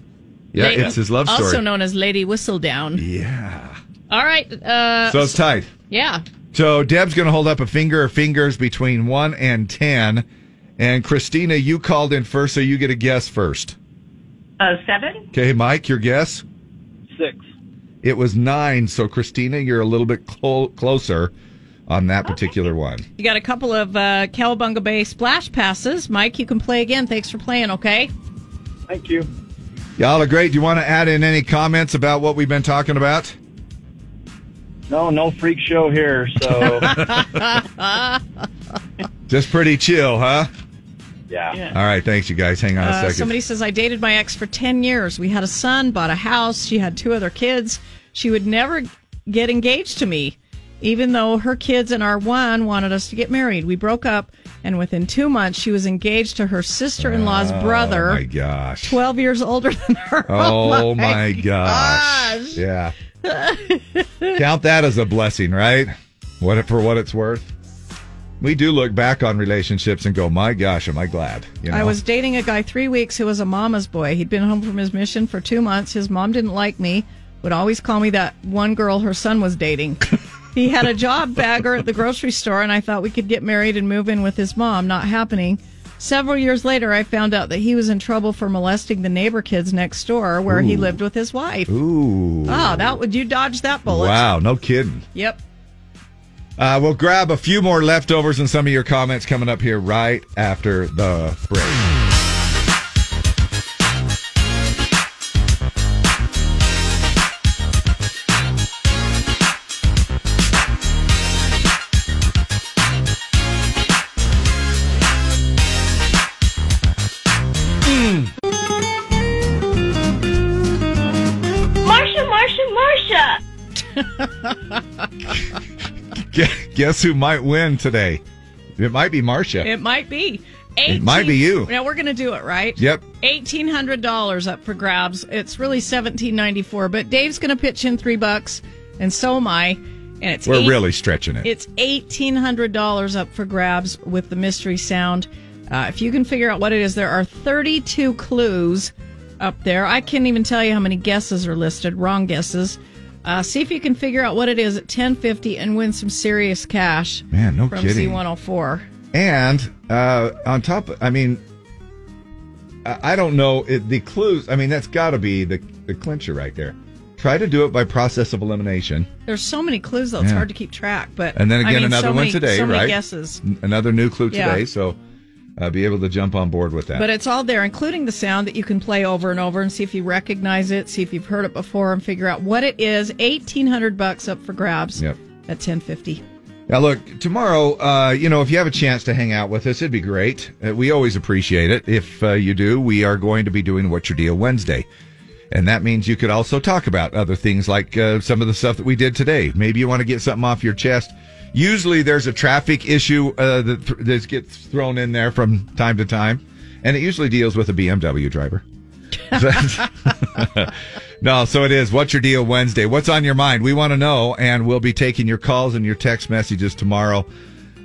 Speaker 1: Yeah, it's his love story.
Speaker 2: Also known as Lady Whistledown.
Speaker 1: Yeah.
Speaker 2: All right. Uh,
Speaker 1: so it's tied.
Speaker 2: yeah.
Speaker 1: So Deb's going to hold up a finger or fingers between one and ten. And Christina, you called in first, so you get a guess first.
Speaker 14: Uh, seven?
Speaker 1: Okay, Mike, your guess?
Speaker 14: Six.
Speaker 1: It was nine. So Christina, you're a little bit clo- closer on that particular one.
Speaker 2: You got a couple of uh, Calabunga Bay splash passes. Mike, you can play again. Thanks for playing, okay?
Speaker 22: Thank you.
Speaker 1: Y'all are great. Do you want to add in any comments about what we've been talking about?
Speaker 8: No, no freak show here. So
Speaker 1: Just pretty chill, huh?
Speaker 2: Yeah.
Speaker 1: All right, thanks, you guys. Hang on a
Speaker 2: Uh,
Speaker 1: second.
Speaker 2: somebody says, I dated my ex for 10 years. We had a son, bought a house. She had two other kids. She would never get engaged to me, even though her kids and our one wanted us to get married. We broke up, and within two months, she was engaged to her sister in law's
Speaker 1: Oh,
Speaker 2: brother,
Speaker 1: my gosh.
Speaker 2: 12 years older than her.
Speaker 1: Oh, my gosh. Yeah. Count that as a blessing, right? What for what it's worth. We do look back on relationships and go, "My gosh, am I glad?" You know?
Speaker 2: I was dating a guy three weeks who was a mama's boy. He'd been home from his mission for two months. His mom didn't like me, would always call me that one girl her son was dating. he had a job bagger at the grocery store, and I thought we could get married and move in with his mom. Not happening. Several years later, I found out that he was in trouble for molesting the neighbor kids next door where he
Speaker 1: Ooh.
Speaker 2: lived with his wife.
Speaker 1: Ooh.
Speaker 2: Oh, that would you dodge that bullet?
Speaker 1: Wow, no kidding.
Speaker 2: Yep.
Speaker 1: Uh, we'll grab a few more leftovers and some of your comments coming up here right after the break.
Speaker 15: Marsha, Marsha, Marsha!
Speaker 1: Gu- Guess who might win today? It might be Marcia.
Speaker 2: It might be.
Speaker 1: It might be
Speaker 2: 18
Speaker 1: you.
Speaker 2: Now we're going to do it, right?
Speaker 1: Yep.
Speaker 2: Eighteen hundred dollars up for grabs. It's really seventeen ninety four, but Dave's going to pitch in three bucks, and so am I. And it's
Speaker 1: We're
Speaker 2: eight-
Speaker 1: really stretching it.
Speaker 2: It's eighteen hundred dollars up for grabs with the mystery sound. Uh, if you can figure out what it is, there are thirty two clues up there. I can't even tell you how many guesses are listed. Wrong guesses. Uh, see if you can figure out what it is at ten fifty and win some serious cash.
Speaker 1: Man, no
Speaker 2: from
Speaker 1: kidding.
Speaker 2: C one hundred four.
Speaker 1: And uh, on top, I mean, I I don't know it, the clues. I mean, that's got to be the the clincher right there. Try to do it by process of elimination,
Speaker 2: There's so many clues though; it's
Speaker 1: Yeah.
Speaker 2: hard to keep track. But
Speaker 1: and then
Speaker 2: I
Speaker 1: again
Speaker 2: mean,
Speaker 1: another
Speaker 2: so
Speaker 1: one
Speaker 2: many-
Speaker 1: today,
Speaker 2: so many
Speaker 1: right?
Speaker 2: Guesses,
Speaker 1: N- another new clue
Speaker 2: Yeah.
Speaker 1: today, so uh, be able to jump on board with that.
Speaker 2: but it's all there, including the sound that you can play over and over and see if you recognize it, see if you've heard it before, and figure out what it is. Eighteen hundred bucks up for grabs
Speaker 1: yep.
Speaker 2: at ten fifty.
Speaker 1: Now, look, tomorrow, uh, you know, if you have a chance to hang out with us, it'd be great. Uh, we always appreciate it. If uh, you do, we are going to be doing What's Your Deal Wednesday. And that means you could also talk about other things like uh, some of the stuff that we did today. Maybe you want to get something off your chest. Usually there's a traffic issue uh, that, th- that gets thrown in there from time to time, and it usually deals with a BMW driver. no, so it is. What's your deal Wednesday? What's on your mind? We want to know, and we'll be taking your calls and your text messages tomorrow,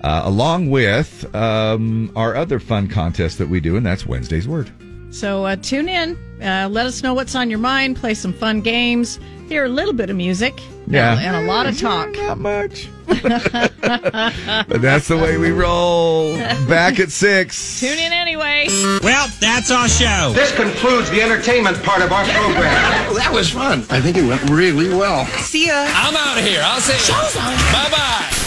Speaker 1: uh, along with um, our other fun contest that we do, and that's Wednesday's Word.
Speaker 2: So uh, tune in. Uh, let us know what's on your mind. Play some fun games. Hear a little bit of music.
Speaker 1: Yeah. Mm-hmm.
Speaker 2: And, and a lot of talk.
Speaker 1: Not much. But that's the way we roll. Back at six.
Speaker 2: Tune in anyway.
Speaker 5: Well, that's our show. This concludes the entertainment part of our program. that was fun. I think it went really well.
Speaker 24: See ya.
Speaker 5: I'm out of here. I'll see you.
Speaker 24: Show's on.
Speaker 5: Bye bye.